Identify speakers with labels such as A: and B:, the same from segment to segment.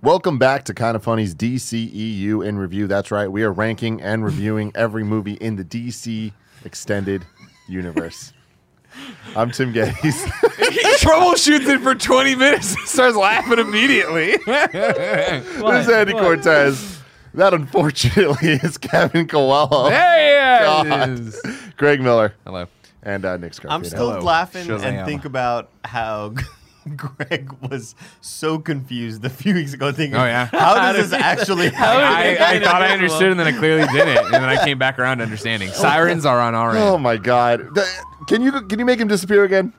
A: Welcome back to Kind of Funny's DCEU in review. That's right, we are ranking and reviewing every movie in the DC extended universe. I'm Tim Gates.
B: He troubleshoots it for 20 minutes and starts laughing immediately.
A: this is Andy Cortez. That unfortunately is Kevin Koala,
B: There
A: God.
B: it is.
A: Greg Miller,
B: Hello.
A: and uh, Nick Scarpino.
C: I'm still
B: Hello,
C: laughing
B: Shazam.
C: and think about how Greg was so confused a few weeks ago thinking,
B: Oh, yeah.
C: how does this actually happen?
B: I, I thought I understood and then I clearly didn't. And then I came back around to understanding. Sirens are on our
A: Oh
B: end.
A: my God! Th- Can you can you make him disappear again?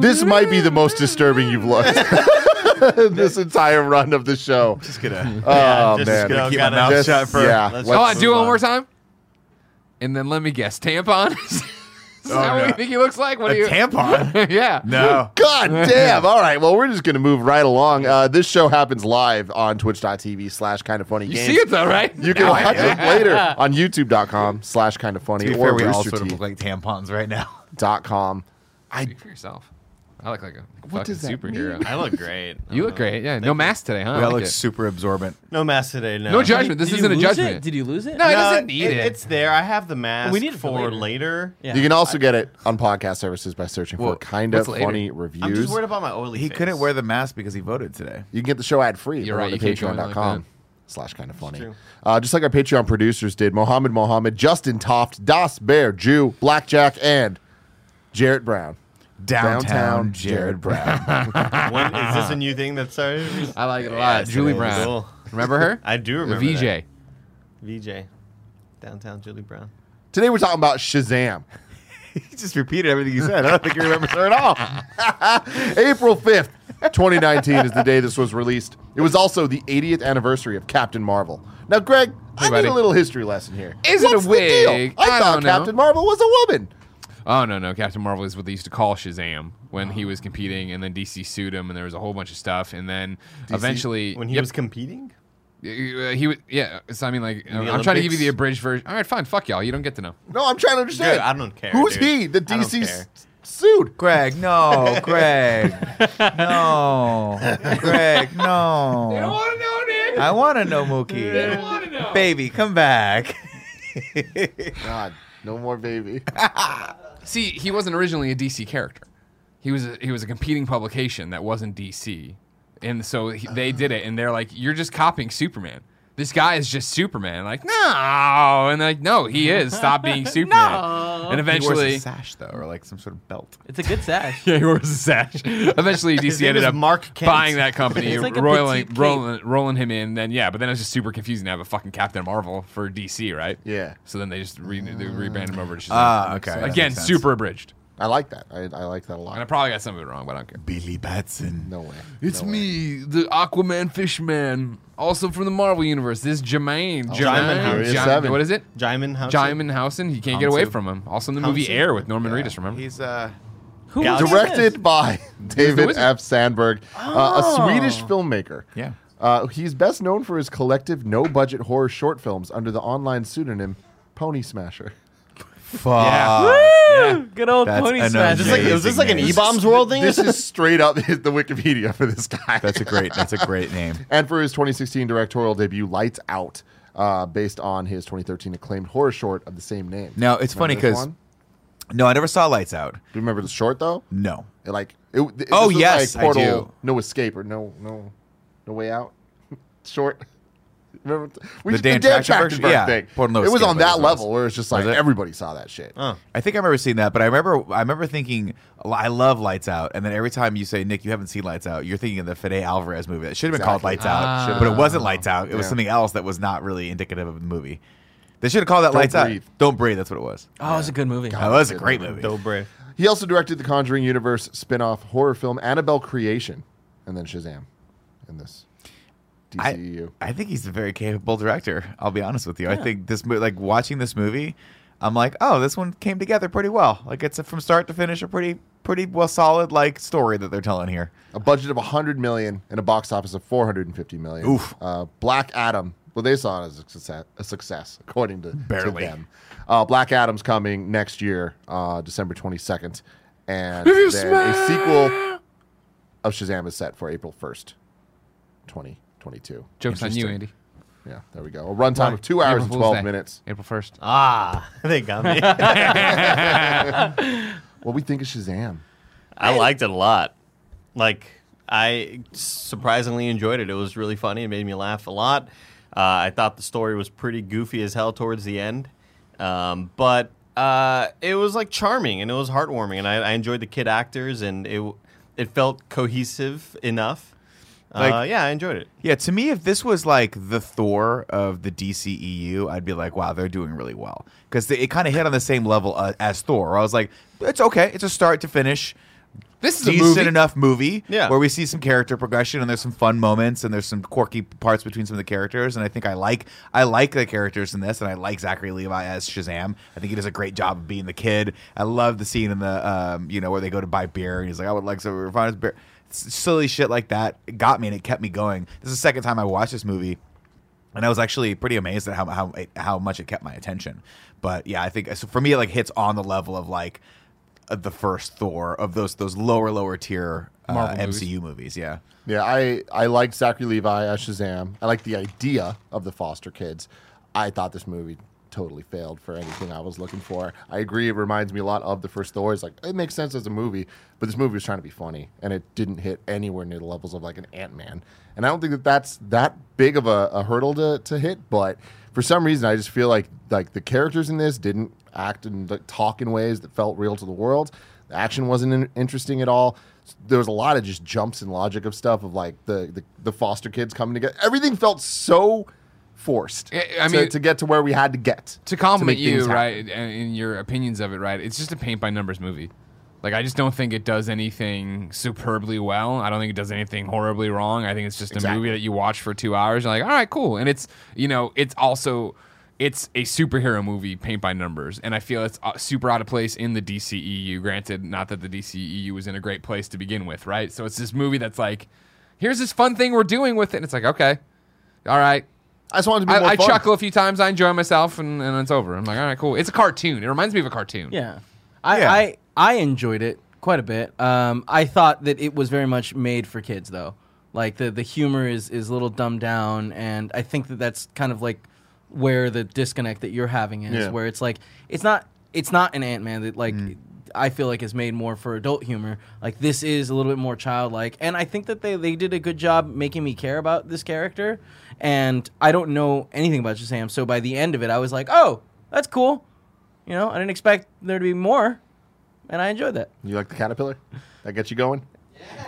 A: This might be the most disturbing you've looked this entire run of the show.
C: Just gonna,
A: Oh,
C: just
A: man.
C: gonna
A: Just-
C: keep my mouth
A: just-
C: shut for.
A: yeah.
C: let's
A: Let's
B: Oh,
C: move
B: do it one more time. And then let me guess. Tampon? is that what
C: no.
B: you think he looks like? What do you?
C: tampon.
B: yeah.
C: No.
A: God damn. All right. Well, we're just going to move right along. Uh, this show happens live on twitch.tv slash kind of funny
B: You
A: games.
B: see it though, right?
A: You can watch it later on youtube.com slash kind of funny or roosterteeth.com.
C: like tampons right now.
A: I,
B: Speak for yourself. I look like a
A: What
B: fucking
A: does that
B: superhero.
D: I look great.
B: You look great. Yeah. No mask today, huh? I
E: That
B: like
E: looks
B: it.
E: super absorbent.
C: No mask today. No.
B: No judgment. This
D: Did you
B: isn't a
D: lose
B: judgment.
D: It? Did you lose it?
B: No, he
C: No,
B: doesn't need it.
C: It's there. I have the mask.
D: We need it for
C: for
D: later.
C: later.
D: Yeah.
A: you can also get it on podcast services by searching
B: Well,
A: for kind of
B: what's later?
A: funny
C: I'm
A: reviews.
C: just worried about my oily.
E: He
C: face.
E: couldn't wear the mask because he voted today.
A: You can get the show ad free.
B: You're
A: over
B: right,
A: to
B: you can't go in like
A: patreon.com
B: that.
A: slash kind of funny.
C: true.
A: Uh, just like our Patreon producers did, Mohammed Mohammed, Justin Toft, Das Bear, Jew, Blackjack, and Jarrett Brown.
E: Downtown,
A: Downtown Jared
E: Jared
A: Brown.
C: When, is this a new thing that started?
B: I like it a lot.
C: Yeah, it's
B: Uh, Julie
C: cool.
B: Brown.
C: Cool.
B: Remember her?
C: I do
B: the
C: remember
B: VJ.
C: that. VJ, downtown Julie Brown.
A: Today we're talking about Shazam.
E: he just repeated everything he said. I don't think he remembers her at all.
A: April 5th, 2019 is the day this was released. It was also the 80th anniversary of Captain Marvel. Now, Greg, I need
B: buddy.
A: a little history lesson here.
B: Is it a
A: What's the deal?
B: wig?
A: I,
B: I
A: thought
B: don't know.
A: Captain Marvel was a woman.
B: Oh no, no, Captain Marvel is what they used to call Shazam when he was competing, and then DC sued him, and there was a whole bunch of stuff, and then eventually
C: When he
B: Yep.
C: was competing.
B: Uh, he was yeah. So I mean, like I'm
C: the
B: trying to give you
C: Olympics?
B: the abridged version. All right, fine, fuck y'all. You don't get to know.
A: No, I'm trying to understand.
C: Dude, I don't care,
A: Who's
C: dude.
A: he? The
C: I don't
A: DC
C: care.
A: sued.
E: Greg, no, Greg, no, Greg, no.
B: want to know, Nick.
E: I want to know Mookie.
B: want to know.
E: Baby, come back.
A: God, no more baby.
B: See, he wasn't originally a DC character. He was a, he was a competing publication that wasn't DC, and so he, they did it, and they're like, "You're just copying Superman. This guy is just Superman." Like, no, and they're like, no, he is. Stop being Superman. And
E: He wears
B: eventually,
E: a sash though, or like some sort of belt.
D: It's a good sash.
B: yeah, he wears a sash. eventually, DC
C: name
B: ended
C: is
B: up
C: Mark Kent.
B: buying that company,
D: It's like a
B: rolling,
D: petite cape.
B: rolling, rolling him in. Then yeah, but then it was just super confusing to have a fucking Captain Marvel for DC, right?
A: Yeah,
B: So then they just re- they rebranded him over to Shazam.
E: Ah, okay. that
B: Again,
E: makes sense.
B: super abridged.
A: I like that. I, I like that a
B: And I
A: lot.
B: probably got some of it wrong, but I don't care.
E: Billy Batson.
A: No way.
B: It's
A: No way.
B: me, the Aquaman Fishman, also from the Marvel Universe. This Jermaine.
C: Jaimin Housen.
A: Seven.
B: What is it?
C: Jaimin Housen.
B: Jaimin Housen. He can't get away
E: Housen.
B: from him. Also in the movie
C: Housen?
B: Air with Norman Reedus, remember?
E: He's uh,
D: Who
C: Gal-
D: was
A: Directed
D: this?
A: by David
B: wizard.
A: F. Sandberg, uh, a Swedish filmmaker.
E: Oh. yeah.
A: Uh, he's best known for his collective no-budget horror short films under the online pseudonym Pony Smasher.
E: Fuck.
D: Woo! Good old
E: That's
D: pony
E: an
D: smash.
C: Is this like, is this like an
E: Amazing
C: E-bombs world thing?
A: This is straight up his- the Wikipedia for this guy.
E: That's a great. That's a great name.
A: and for his 2016 directorial debut, Lights Out, uh, based on his 2013 acclaimed horror short of the same name.
E: Now it's funny
A: Remember this
E: 'cause funny
A: one?
E: because no, I never saw Lights Out.
A: do you remember the short though?
E: No.
A: It, like it, th- this
E: Oh,
A: was
E: yes,
A: like
E: I
A: portal,
E: do.
A: no escape or no no no way out. Short. Remember t- we
E: The
A: did
E: Dan Trachtenberg sh- yeah,
A: thing.
E: Portal, no
A: it was
E: escape,
A: on
E: that
A: that
E: was-
A: level where it's just like
E: it?
A: everybody saw that shit.
C: Oh.
E: I think I remember seeing that, but I remember I remember thinking I love Lights Out, and then every time you say Nick, you haven't seen Lights Out, you're thinking of the Fede Alvarez movie. It should have been called
A: Exactly.
E: Lights Out,
B: Ah.
E: but it wasn't Lights Out. It was
A: Yeah.
E: something else that was not really indicative of the movie. They should have called that
A: Don't
E: Lights
A: Breathe.
E: Out. Don't breathe. That's what it was.
D: Oh, it was a good movie.
E: that was a great movie.
C: So brave.
A: He also directed the Conjuring universe spin-off horror film Annabelle Creation, and then Shazam, in this E DCEU.
E: I think he's a very capable director. I'll be honest with you. I think this movie, like watching this movie, I'm like, oh, this one came together pretty well. Like it's a, from start to finish a pretty pretty well solid like story that they're telling here.
A: a budget of 100 million and a box office of 450 million.
E: Oof.
A: Uh, Black Adam. Well, they saw it as a success, a success according to, to
E: Barely.
A: them. Uh, Black Adam's coming next year, uh, December 22nd, and
B: you
A: then a sequel of Shazam is set for April 1st, 2020. 22.
B: Joke's on you, Andy.
E: Interesting.
A: Yeah, there we go. A runtime of two hours
B: April
A: and
B: Fool's
A: 12
B: Day.
A: minutes.
B: April first.
C: Ah, they got me.
A: What we think of Shazam?
C: I liked it a lot. Like I surprisingly enjoyed it. It was really funny. It made me laugh a lot. Uh, I thought the story was pretty goofy as hell towards the end, um, but uh, it was like charming and it was heartwarming, and I, I enjoyed the kid actors, and it it felt cohesive enough. uh,
E: Like-
C: yeah, I enjoyed it.
E: Yeah, to me, if this was like the Thor of the DCEU, I'd be like, wow, they're doing really well. Because it kind of hit on the same level uh, as Thor. where I was like, it's okay. It's a start to finish.
B: This is a
E: decent
B: movie.
E: enough movie
C: Yeah.
E: where we see some character progression and there's some fun moments and there's some quirky parts between some of the characters and I think I like I like the characters in this and I like Zachary Levi as Shazam. I think he does a great job of being the kid. I love the scene in the um, you know where they go to buy beer and he's like I would like some refined beer. S- Silly shit like that It got me and it kept me going. This is the second time I watched this movie and I was actually pretty amazed at how how how much it kept my attention. But yeah, I think so for me it like hits on the level of like uh, the first Thor of those those lower lower tier uh,
B: Marvel movies.
E: MCU movies. Yeah,
A: Yeah, I, I liked Zachary Levi as Shazam. I liked the idea of the foster kids. I thought this movie totally failed for anything I was looking for. I agree. It reminds me a lot of the first Thor. It's like, it makes sense as a movie, but this movie was trying to be funny, and it didn't hit anywhere near the levels of like an Ant Man. And I don't think that that's that big of a, a hurdle to, to hit, but for some reason, I just feel like like the characters in this didn't act and like, talk in ways that felt real to the world. The action wasn't in- interesting at all. There was a lot of just jumps and logic of stuff of like the the, the foster kids coming together. Everything felt so forced.
B: I- I
A: to-
B: mean-
A: to, get to where we had to get
B: to compliment
A: make
B: you,
A: things happen.
B: right, and in your opinions of it, right? It's just a paint by numbers movie. Like I just don't think it does anything superbly well. I don't think it does anything horribly wrong. I think it's just a
A: Exactly.
B: movie that you watch for two hours. And you're like, all right, cool. And it's you know, it's also it's a superhero movie paint by numbers and i feel it's uh, super out of place in the dceu granted not that the dceu was in a great place to begin with right so it's this movie that's like here's this fun thing we're doing with it and it's like okay all right
A: I just wanted to be
B: I,
A: more
B: I
A: fun.
B: chuckle a few times. I enjoy myself, and, and it's over. I'm like, all right, cool. It's a cartoon. It reminds me of a cartoon.
D: Yeah. I,
E: Yeah.
D: I I enjoyed it quite a bit. Um, I thought that it was very much made for kids though. Like the the humor is is a little dumbed down and I think that that's kind of like where the disconnect that you're having is
A: Yeah.
D: where it's like it's not it's not an Ant-Man that like
B: Mm.
D: I feel like is made more for adult humor. Like this is a little bit more childlike and I think that they they did a good job making me care about this character and I don't know anything about Shazam so by the end of it I was like, "Oh, that's cool." You know, I didn't expect there to be more, and I enjoyed that.
A: You like the caterpillar? That gets you going?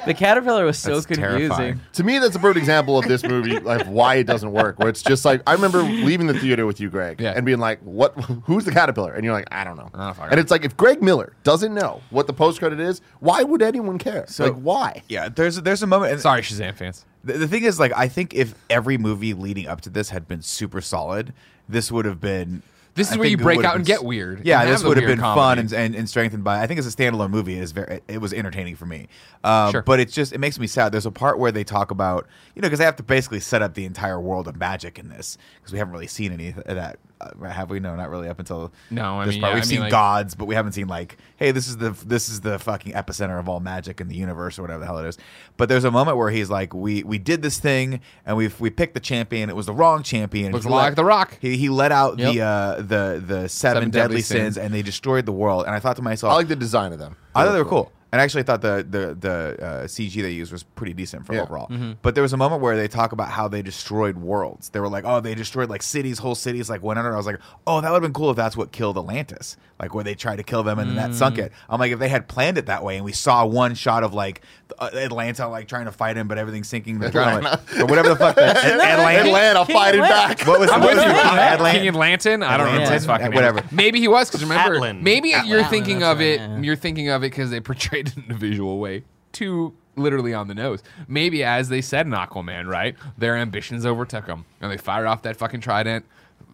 D: The caterpillar was so
E: That's
D: confusing.
E: terrifying.
A: to me, that's a perfect example of this movie, like why it doesn't work. Where it's just like I remember leaving the theater with you, Greg,
B: Yeah. Ah,
A: and being like, "What? Who's the caterpillar?" And you're like, "I don't know."
B: I don't fucking
A: and it's like if Greg Miller doesn't know what the post credit is, why would anyone care? like why?
E: yeah. There's there's a moment. and-
B: Sorry, Shazam fans.
E: The, the thing is, like, I think if every movie leading up to this had been super solid, this would have been.
B: This is
E: I
B: where you
E: think it
B: break
E: would have
B: out and
E: been
B: get weird
E: Yeah,
B: and have
E: this
B: the
E: would have
B: weird
E: been fun
B: comedy.
E: and, and, and strengthened by. I think as a standalone movie, it is very. It was entertaining for me, um,
B: Sure.
E: but it just it makes me sad. There's a part where they talk about you know because they have to basically set up the entire world of magic in this because we haven't really seen any of that. Uh, have we? No, not really. Up until
B: No, I
E: this
B: mean,
E: part.
B: yeah, I mean,
E: we've seen
B: like-
E: God odds, but we haven't seen like, hey, this is the this is the fucking epicenter of all magic in the universe or whatever the hell it is. But there's a moment where he's like, we we did this thing and we we picked the champion. It was the wrong champion.
B: Looks
E: He let-
B: like The Rock.
E: He, he let out the
D: Yep.
E: uh, the the seven,
B: Seven
E: deadly,
B: deadly
E: sins,
B: sins.
E: and they destroyed the world. And I thought to
B: Oh.
E: myself,
A: I like the design of them.
E: I thought they were cool. And I actually thought the the the uh, CG they used was pretty decent for
A: Yeah.
E: overall. But there was a moment where they talk about how they destroyed worlds. They were like, "Oh, they destroyed like cities, whole cities like went under." I was like, "Oh, that would have been cool if that's what killed Atlantis, like where they tried to kill them and then that sunk it." I'm like, if they had planned it that way, and we saw one shot of like uh, Atlanta like trying to fight him, but everything's sinking to the ground, like, or whatever the fuck. That, Atlanta.
A: Atlanta
D: King
A: fighting
D: Atlanta.
A: back.
E: What was
B: I'm
E: what
B: with
E: was
B: you.
E: it?
B: Atlant-
E: Atlan-
B: King Atlantan? I don't remember
D: Atlantan.
B: his fucking name.
E: Whatever.
B: Maybe he was because remember,
C: Atlan.
B: maybe you're
D: Atlan,
B: thinking
D: that's
B: of it.
D: right, yeah.
B: You're thinking of it because they portrayed it in a visual way, too literally on the nose. Maybe as they said in Aquaman, right? Their ambitions overtook them, and they fired off that fucking trident.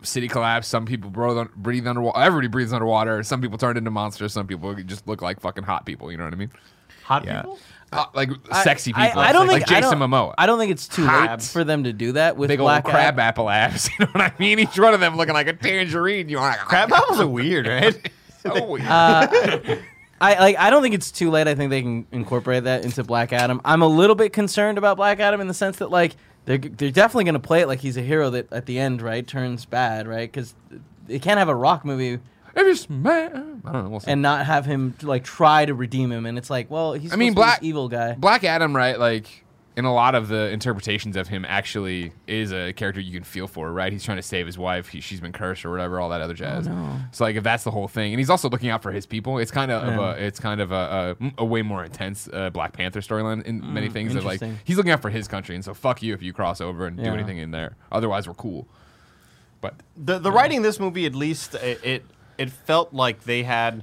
B: City collapsed. Some people bro- breathe underwater. Everybody breathes underwater. Some people turned into monsters. Some people just look like fucking hot people. You know what I mean?
C: Hot
E: Yeah.
C: people.
B: Uh, like sexy people.
D: I, I don't
B: like
D: think I
B: Jason
D: don't-
B: Momoa.
D: I don't think it's too
B: Hot.
D: late for them to do that with
B: Big old
D: Black
B: crab
D: Adam.
B: apple abs. You know what I mean? Each one of them looking like a tangerine. You know, like, oh,
C: Crab apples are weird, right?
B: so weird.
D: Uh, I like. I don't think it's too late. I think they can incorporate that into Black Adam. I'm a little bit concerned about Black Adam in the sense that like They're g- they're definitely gonna play it like he's a hero that at the end right turns bad right because they can't have a rock movie
B: If it's man, I don't know. We'll see.
D: and not have him like try to redeem him and it's like well he's
B: I mean,
D: supposed to be
B: Black-
D: this evil guy
B: Black Adam, right? Like in a lot of the interpretations of him, actually is a character you can feel for, right? He's trying to save his wife. He, she's been cursed or whatever, all that other jazz.
D: Oh, no.
B: So like, if that's the whole thing, and he's also looking out for his people, it's kind of,
D: Yeah.
B: of a, it's kind of a, a, a way more intense uh, Black Panther storyline in many things. That like
D: Mm, interesting.
B: he's looking out for his country, and so fuck you if you cross over and do
D: Yeah.
B: anything in there. Otherwise, we're cool. But
C: The the writing in this movie, at least, it, it it felt like they had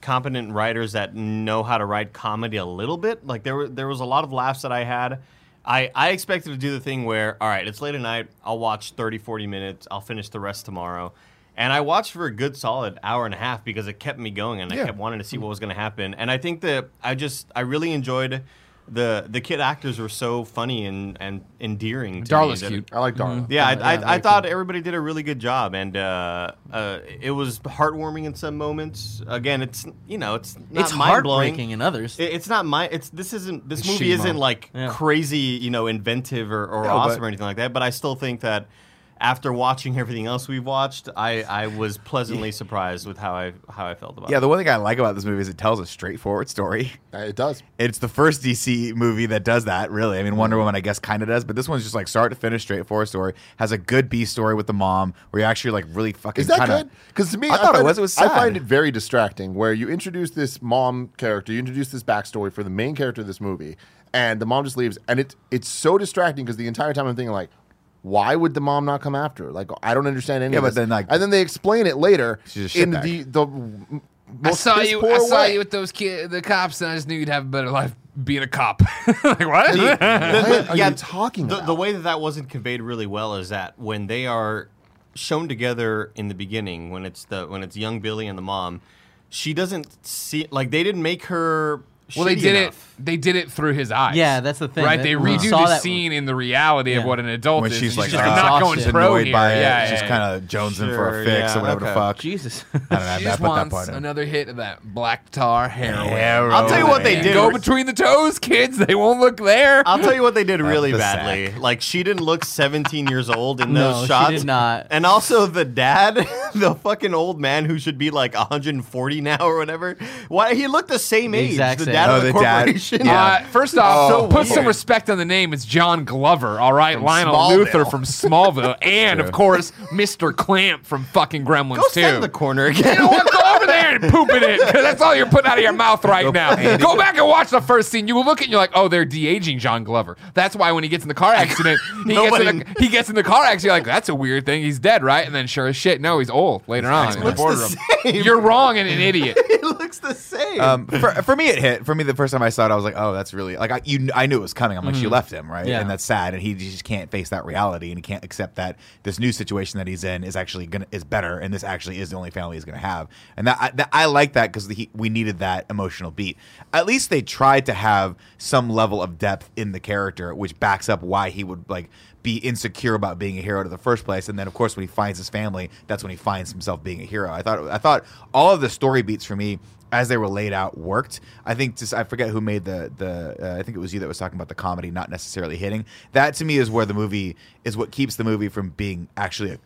C: competent writers that know how to write comedy a little bit. Like there were there was a lot of laughs that I had. I, I expected to do the thing where, all right, it's late at night. I'll watch 30, 40 minutes. I'll finish the rest tomorrow. And I watched for a good solid hour and a half because it kept me going and I
A: Yeah.
C: kept wanting to see what was going to happen. And I think that I just, I really enjoyed the the kid actors were so funny and, and endearing to
B: Darla's
C: me that-
B: cute.
A: I like Darla.
B: Mm-hmm.
C: yeah, I,
D: yeah,
C: I, I
D: very
C: thought everybody did a really good job, and uh, uh, it was heartwarming in some moments. Again, it's you know, it's not
D: it's
C: mind-blowing.
D: heartbreaking in others
C: It- It's not my. It's this isn't this
B: It's
C: movie
B: Shima.
C: isn't like
D: Yeah.
C: crazy, you know, inventive or, or
A: No,
C: awesome
A: but-
C: or anything like that. But I still think that after watching everything else we've watched, I, I was pleasantly surprised with how I how I felt about
E: Yeah,
C: it.
E: the one thing I like about this movie is it tells a straightforward story.
A: Uh, It does.
E: It's the first DC movie that does that, really. I mean, Wonder Woman, I guess, kind of does, but this one's just like start to finish, straightforward story. Has a good B story with the mom, where you're actually like really fucking.
A: Is that
E: kinda,
A: good? Because to me,
E: I thought it
A: find
E: was. It was
A: I find
E: sad.
A: it very distracting. Where you introduce this mom character, you introduce this backstory for the main character of this movie, and the mom just leaves, and it it's so distracting because the entire time I'm thinking like, why would the mom not come after? her? Like I don't understand any.
E: Yeah,
A: of
E: but
A: this.
E: then, like-
A: and then they explain it later
E: She's a
A: in
E: shitbag.
A: the the. m- Most piss-poor way.
B: those kid, the cops, and I just knew you'd have a better life being a cop. like what?
C: The- the-
A: What are you talking
C: the,
A: about?
C: the way that that wasn't conveyed really well is that when they are shown together in the beginning, when it's the when it's young Billy and the mom, she doesn't see like they didn't make her.
B: Well, they
C: shitty
B: did
C: enough.
B: it. They did it through his eyes.
D: Yeah, that's the thing.
B: Right?
D: That-
B: They
D: we
B: redo
D: saw
B: the
D: that-
B: scene in the reality of
D: Yeah.
B: what an adult
E: When
B: is.
E: she's
B: and
E: like,
B: just
E: "Ah,
B: not going
E: she's
B: pro
E: annoyed
B: here.
E: by it.
B: yeah,
E: she's kind of jonesing for
C: Sure,
E: a fix
C: yeah,
E: or whatever the
C: okay.
E: fuck.
D: Jesus
E: I don't know. I put that part in.
B: another hit of that black tar heroin.
E: I'll
C: tell you what they
B: And
C: did.
B: Go between the toes, kids. They won't look there.
D: Uh,
C: I'll tell you what they did really
E: the
C: badly. Like she didn't look 17 years old in
D: No,
C: those
D: she
C: shots.
D: did not.
C: And also the dad, the fucking old man who should be like 140 now or whatever. Why he looked the same
D: The
C: age.
D: exact
C: the
D: same.
C: dad
E: Oh,
C: of the,
E: the dad.
C: corporation.
E: Yeah. Oh,
B: Uh, first off,
C: So
B: put some
C: weird.
B: respect on the name. It's John Glover, all right? Lionel
A: Smallville.
B: Luther from Smallville, and of course Mr. Clamp from fucking Gremlins
C: Go
B: too.
C: stand in the corner
B: You
C: again.
B: know what? Go over there and poop it in, because that's all you're putting out of your mouth right now. Go back and watch the first scene. You will look at it and you're like, oh, they're de-aging John Glover. That's why when he gets in the car accident, he, gets, in the,
C: Nobody-
B: he gets in the car accident, you're like, that's a weird thing. He's dead, right? And then sure as shit, no, he's old later on. in the
C: looks the
B: boardroom.
C: same.
B: You're wrong and an idiot.
C: it looks the same.
E: um, for, for me, it hit. For me, the first time I saw it, I was like, "Oh, that's really like I you." kn- I knew it was coming. I'm like, "She left him, right?"
D: Yeah.
E: And that's sad. And he just can't face that reality, and he can't accept that this new situation that he's in is actually gonna is better, and this actually is the only family he's gonna have. And that I, that, I like that because we needed that emotional beat. At least they tried to have some level of depth in the character, which backs up why he would like be insecure about being a hero to the first place, and then of course when he finds his family, that's when he finds himself being a hero. I thought I thought all of the story beats for me as they were laid out worked. I think just I forget who made the the uh, I think it was you that was talking about the comedy not necessarily hitting. That to me is where the movie is what keeps the movie from being actually a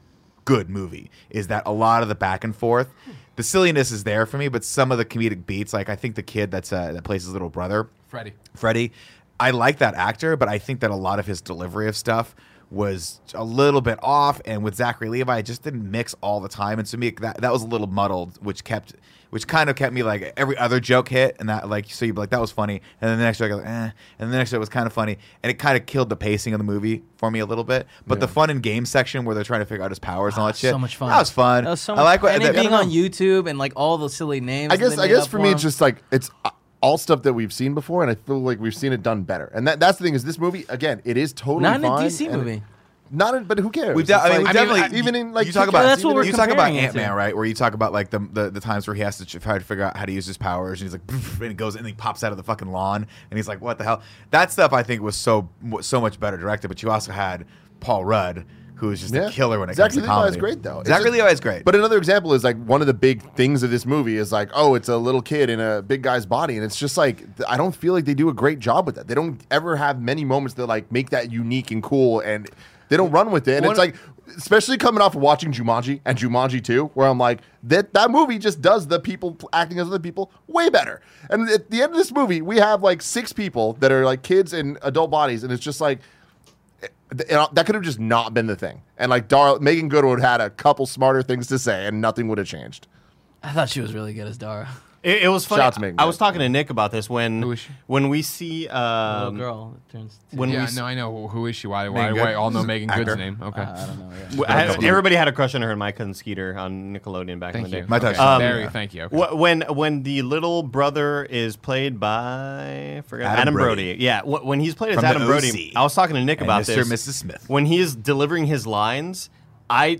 E: good movie is that a lot of the back and forth the silliness is there for me but some of the comedic beats like i think the kid that's uh, that plays his little brother
B: Freddie.
E: Freddie. I like that actor, but I think that a lot of his delivery of stuff was a little bit off. And with Zachary Levi, it just didn't mix all the time. And to me, that, that was a little muddled, which kept, which kind of kept me like every other joke hit, and that like so you'd be like that was funny, and then the next joke I was like, eh, and the next joke was kind of funny, and it kind of killed the pacing of the movie for me a little bit. But the fun and game section where they're trying to figure out his powers and all that shit,
D: Ah, so much fun
E: That was fun.
D: that was so
E: I
D: much
E: like what
D: and
E: the-
D: it
E: I
D: being
E: don't
D: on
E: know.
D: YouTube and like all the silly names
A: I guess
D: they
A: I
D: made
A: guess
D: up
A: for me,
D: him.
A: it's just like it's uh, all stuff that we've seen before, and I feel like we've seen it done better. And that that's the thing is this movie again, it is totally
D: Not in a
A: fine,
D: DC
A: and it-
D: movie.
A: not in, but who cares?
E: We've de-
A: It's
E: I mean, we
A: like-
E: definitely
B: I-
A: even in like
E: you talk
A: Kick-Ass,
E: about
D: Well, that's what
A: even
D: we're
A: in-
E: you talk about
D: comparing it
E: Ant Man
D: to.
E: right, where you talk about like the, the the times where he has to ch- try to figure out how to use his powers, and he's like, "Poof," and he goes and he pops out of the fucking lawn, and he's like, what the hell? That stuff I think was so was so much better directed, but you also had Paul Rudd. who is just
A: Yeah.
E: a killer when it
A: Zachary
E: comes to
A: Levi
E: comedy.
A: is great, though. It's
E: Zachary
A: just-
E: Levi is great.
A: But another example is like one of the big things of this movie is like, oh, it's a little kid in a big guy's body, and it's just like th- I don't feel like they do a great job with that. They don't ever have many moments that like make that unique and cool, and they don't run with it. And
B: One
A: it's
B: of-
A: like, especially coming off of watching Jumanji and Jumanji Two, where I'm like, that that movie just does the people pl- acting as other people way better. And at the end of this movie, we have like six people that are like kids in adult bodies, and it's just like th- and I- that could have just not been the thing. And like Dar Megan Goodwood had a couple smarter things to say, and nothing would have changed.
D: I thought she was really good as Dara.
C: It, it was funny.
A: Shout out to Megan
C: I was
A: Good.
C: talking to Nick about this when
B: Who is she?
C: when we see
D: Little
C: um,
D: girl it turns. To,
C: when we
B: yeah,
C: s-
B: no, I know who is she. Why? Why?
E: Megan
B: why
E: Good.
B: all know
E: She's an
B: Megan
E: actor.
B: Good's name. Okay.
D: I don't know. Yeah.
C: w- I-
A: Don't know.
C: everybody had a crush on her and Mike and Skeeter on Nickelodeon back
B: Thank
C: in the
B: you.
C: day.
E: My
B: okay.
E: touch. Um,
B: there you.
E: yeah.
B: Thank you. Okay.
C: Wh- When when the little brother is played by I forgot
E: Adam
C: Adam Brody,
E: Brody.
C: yeah. wh- When he's played as
E: From the
C: Adam Brody,
E: OC.
C: I was talking to Nick
E: And
C: about
E: Mr.
C: this.
E: and Mrs. Smith.
C: When he is delivering his lines, I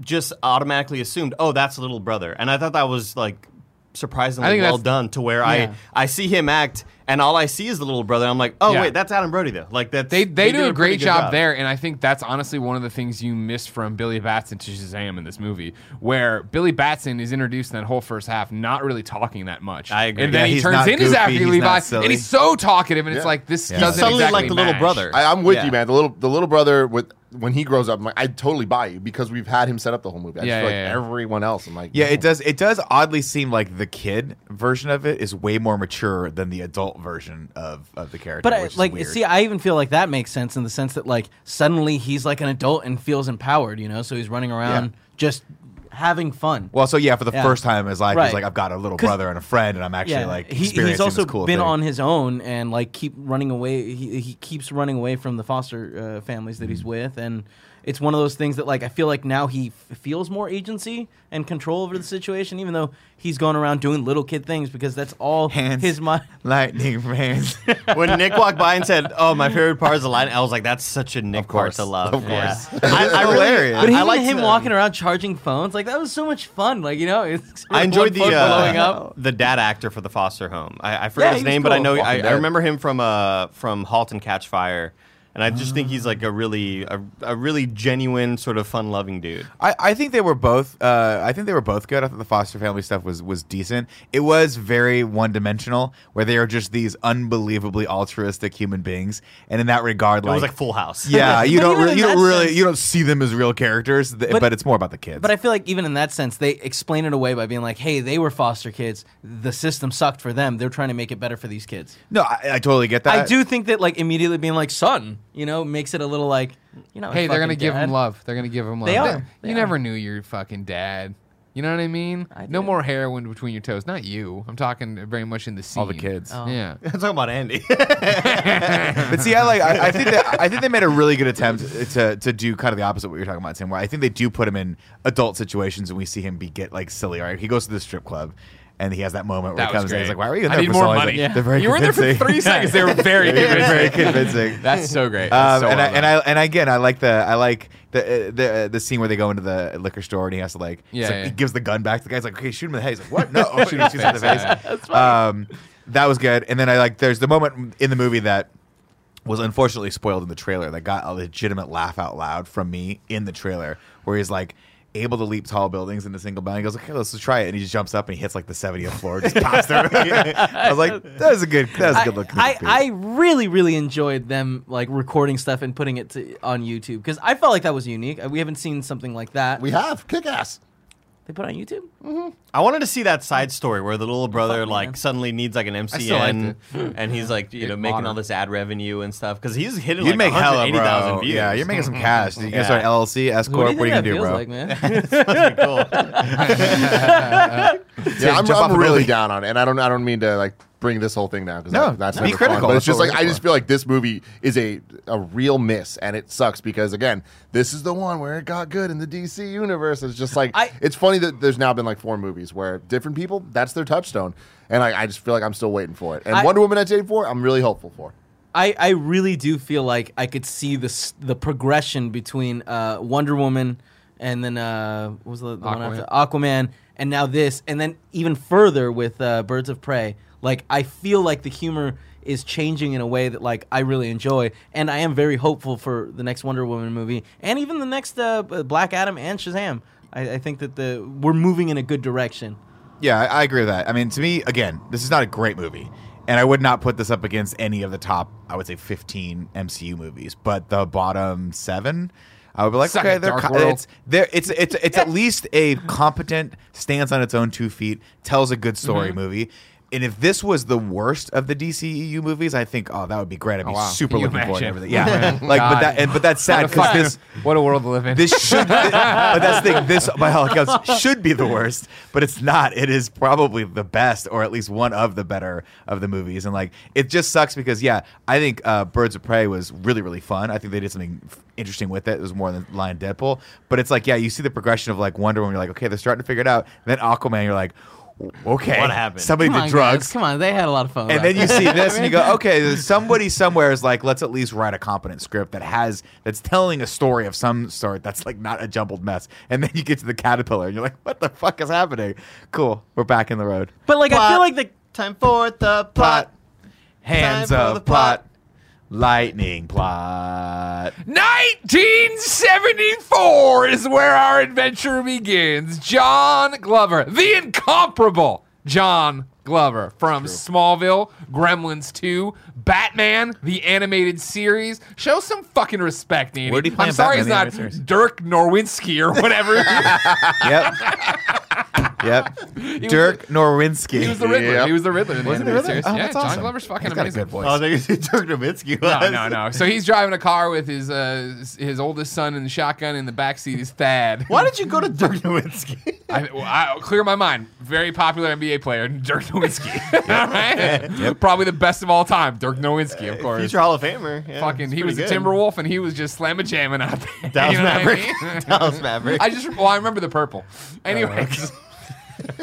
C: just automatically assumed, oh, that's little brother, and I thought that was like
B: I
C: surprisingly
B: think
C: well
B: that's-
C: done. To where
D: Yeah.
C: I I see him act, and all I see is the little brother. I'm like, oh
B: Yeah.
C: wait, that's Adam Brody though. Like that
B: They, they, do, a
C: pretty
B: great
C: good
B: job, there, and I think that's honestly one of the things you missed from Billy Batson to Shazam in this movie, where Billy Batson is introduced in that whole first half, not really talking that much.
C: I agree.
B: And then
E: Yeah,
B: he
E: he's
B: turns
E: not
B: into
E: goofy,
B: Zachary
E: he's
B: Levi,
E: not silly.
B: and he's so talkative, and it's
A: Yeah.
B: like this
E: Yeah.
B: doesn't
C: Suddenly
B: exactly
C: like the little
B: match.
C: brother.
A: I, I'm with
C: Yeah.
A: you, man. The little the little brother with when he grows up, I'm like, I totally buy you because we've had him set up the whole movie. I
B: Yeah,
A: just feel
B: yeah,
A: like
B: yeah.
A: everyone else, I'm like,
E: Yeah, it
A: no.
E: does. It does oddly seem like the kid version of it is way more mature than the adult version of, of the character.
D: But I,
E: Oh, which is
D: like,
E: weird.
D: see, I even feel like that makes sense in the sense that like suddenly he's like an adult and feels empowered, you know. So he's running around just having fun.
E: well, so yeah, for the
D: Yeah.
E: first time in his life,
D: Right.
E: he's like, I've got a little
D: 'Cause-
E: brother and a friend, and I'm actually like
D: he,
E: experiencing
D: he's also
E: this cool
D: been
E: thing.
D: on his own and like keep running away. He, he keeps running away from the foster uh, families that he's
E: Mm-hmm.
D: with, and it's one of those things that like I feel like now he f- feels more agency and control over the situation, even though he's going around doing little kid things because that's all
E: hands,
D: his mind.
E: lightning from hands.
C: when Nick walked by and said, "Oh, my favorite part is the line," I was like, "That's such a Nick part
E: course.
C: to love."
E: Of
C: Yeah.
E: course.
C: I, I really,
E: Hilarious.
C: I,
D: But even
C: I liked
D: him
C: the-
D: walking around charging phones, like that was so much fun. Like you know, it's
C: I enjoyed the
D: one phone blowing
C: uh,
D: up.
C: the dad actor for the foster home. I, I forget
D: Yeah,
C: his
D: he was
C: name, but I
D: cool.
C: know I,
A: Walking
C: I
A: Dead.
C: remember him from uh from *Halt and Catch Fire*, and I just think he's like a really a, a really genuine sort of fun-loving dude.
E: I, I think they were both. Uh, I think they were both good. I thought the foster family stuff was was decent. It was very one dimensional, where they are just these unbelievably altruistic human beings, and in that regard,
C: It
E: like,
C: was like Full House.
E: yeah, you
D: But
E: don't
D: even
E: really,
D: in
E: you don't
D: that
E: really,
D: sense-
E: you don't see them as real characters, th- but,
D: But-
E: it's more about the kids.
D: But I feel like even in that sense, they explain it away by being like, "Hey, they were foster kids. The system sucked for them. They're trying to make it better for these kids."
E: no, I, I totally get that.
D: I do think that like immediately being like son, you know, makes it a little like, you know,
B: Hey, they're gonna
D: fucking
B: give him
D: dad.
B: love. They're gonna give him love.
D: They are. They
B: you
D: are.
B: never knew your fucking dad. You know what I mean?
D: I
B: no
D: did.
B: more heroin between your toes. Not you. I'm talking very much in the scene.
E: all the kids.
D: Oh.
B: Yeah.
C: I'm talking about Andy.
E: But see, I like. I, I think that I think they made a really good attempt to to do kind of the opposite of what you're talking about, Tim. Where I think they do put him in adult situations, and we see him be get like silly. All right, he goes to the strip club, and he has that moment where
B: That
E: he
B: was
E: comes in. He's
B: great.
E: like, "Why are you in
B: I
E: there?"
B: need
E: for
B: more
E: so long?" He's
B: money.
E: Like, They're very
B: You were there for
E: convincing."
B: three seconds. They were very
E: They were very
B: convincing.
E: convincing.
B: That's so great.
E: Um,
B: That's so
E: and, I,
B: well done.
E: and I and again I like the I like the uh, the uh, the scene where they go into the liquor store and he has to like, he's
B: Yeah,
E: like-
B: yeah.
E: he gives the gun back. The guy's like, okay, shoot him in the head. He's like, what? No, Oh, shoot him, shoots him in the
B: That's
E: face. Um, that was good. And then I like there's the moment in the movie that was unfortunately spoiled in the trailer that got a legitimate laugh out loud from me in the trailer where he's like. Able to leap tall buildings in a single bound. He goes, okay, let's try it. And he just jumps up and he hits like the 70th floor, just pops through. I was like, that was a good, that was a
D: I,
E: good look.
D: I, I really really enjoyed them like recording stuff and putting it to, on YouTube because I felt like that was unique. Uh, We haven't seen something like that.
A: We have kick ass.
D: they put it on YouTube.
C: I wanted to see that side story where the little brother
D: Fuck,
C: like
D: man.
C: suddenly needs like an
B: still liked
C: MCN, and he's like you
B: Get
C: know making
B: modern.
C: all this ad revenue and stuff because he's hitting
E: You'd
C: like
E: make hella,
C: 180,000
E: bro.
C: views.
E: Yeah, you're making some cash. You
C: Yeah.
E: can start an LLC, S
D: What Mm-hmm. do
E: corp.
D: you
E: What are you
D: think
E: gonna
D: that
E: do,
D: feels
E: bro?
D: like, man?
C: That's pretty cool.
A: Yeah, I'm,
E: jump
A: I'm
E: off a
A: really
E: building.
A: down on it, and I don't I don't mean to like bring this whole thing down because
E: No,
A: that's
E: be
A: never
E: critical.
A: Fun, but it's
E: That's
A: just
E: what
A: like
E: we're
A: I
E: for.
A: just feel like this movie is a a real miss, and it sucks because again, this is the one where it got good in the DC universe. It's just like
D: I-
A: it's funny that there's now been like four movies where different people that's their touchstone, and I, I just feel like I'm still waiting for it. And
D: I-
A: Wonder Woman 1984, I'm really hopeful for.
D: I, I really do feel like I could see this the progression between uh, Wonder Woman and then uh, what was the, the one after
B: Aquaman.
D: Aquaman and now this and then even further with uh, Birds of Prey. Like I feel like the humor is changing in a way that like I really enjoy, and I am very hopeful for the next Wonder Woman movie and even the next uh, B- Black Adam and Shazam. I, I think that the we're moving in a good direction.
E: Yeah, I, I agree with that. I mean, to me, again, this is not a great movie, and I would not put this up against any of the top, I would say, fifteen MCU movies, but the bottom seven. I would be like,
B: Suck
E: okay,
B: it,
E: they're
B: Dark
E: co-
B: World.
E: it's there. It's it's it's at least a competent stands on its own two feet, tells a good story
D: Mm-hmm.
E: movie. And if this was the worst of the DCEU movies, I think, oh, that would be great. I'd be
B: wow.
E: super
B: Can you
E: looking forward to
B: imagine?
E: everything. Yeah, like, but
B: God.
E: that, and, but that's sad
B: What a,
E: because
B: fucking-
E: this
B: what a world to live in.
E: this should, but that's the thing. This, by all accounts, should be the worst, but it's not. It is probably the best, or at least one of the better of the movies. And like, it just sucks because, yeah, I think uh, Birds of Prey was really, really fun. I think they did something f- interesting with it. It was more than Lion Deadpool, but it's like, yeah, you see the progression of like Wonder Woman. You're like, okay, they're starting to figure it out. And then Aquaman, you're like, okay,
C: What happened?
E: Somebody did drugs.
D: Come on, they had a lot of fun.
E: And then you see this, and you go, okay, there's somebody somewhere is like, let's at least write a competent script that has that's telling a story of some sort that's like not a jumbled mess. And then you get to the caterpillar, and you're like, what the fuck is happening? Cool, we're back in the road.
D: but like I feel like the
C: time for the
E: Plot, hands
C: Time for the
E: of plot, lightning plot.
B: 1974 is where our adventure begins. John Glover, the incomparable John Glover from Smallville, Gremlins 2, Batman, the animated series. Show some fucking respect, Nanny.
E: Where'd he play
B: I'm
E: in
B: sorry
E: Batman,
B: it's not
E: the animated series?
B: Dirk Norwinski or whatever.
E: Yep. yep.
B: was
E: Dirk Nowinski.
B: he was the Riddler.
A: Yep.
B: He was the Riddler in the
E: Wasn't he
B: animated
E: really?
B: series.
E: Oh,
B: yeah,
E: that's
B: John
E: awesome.
B: Glover's fucking
E: He's got a
B: amazing.
E: good voice.
C: Oh, they Dirk Nowitzki.
B: No,
C: was.
B: no, no. So he's driving a car with his uh, his oldest son and the shotgun in the backseat is Thad.
C: Why did you go to Dirk Nowitzki?
B: I, well, I, clear my mind. Very popular NBA player, Dirk Nowitzki. all right, probably the best of all time, Dirk Nowitzki, of course.
C: Future Hall of Famer. Yeah,
B: Fucking,
C: it's
B: he
C: pretty
B: was
C: good.
B: a Timberwolf, and he was just slamming jamming out there.
C: Dallas
B: You know what I
C: Maverick. Uh-huh.
B: mean?
C: Dallas Maverick.
B: I just, well, I remember the purple. Anyways,
C: Were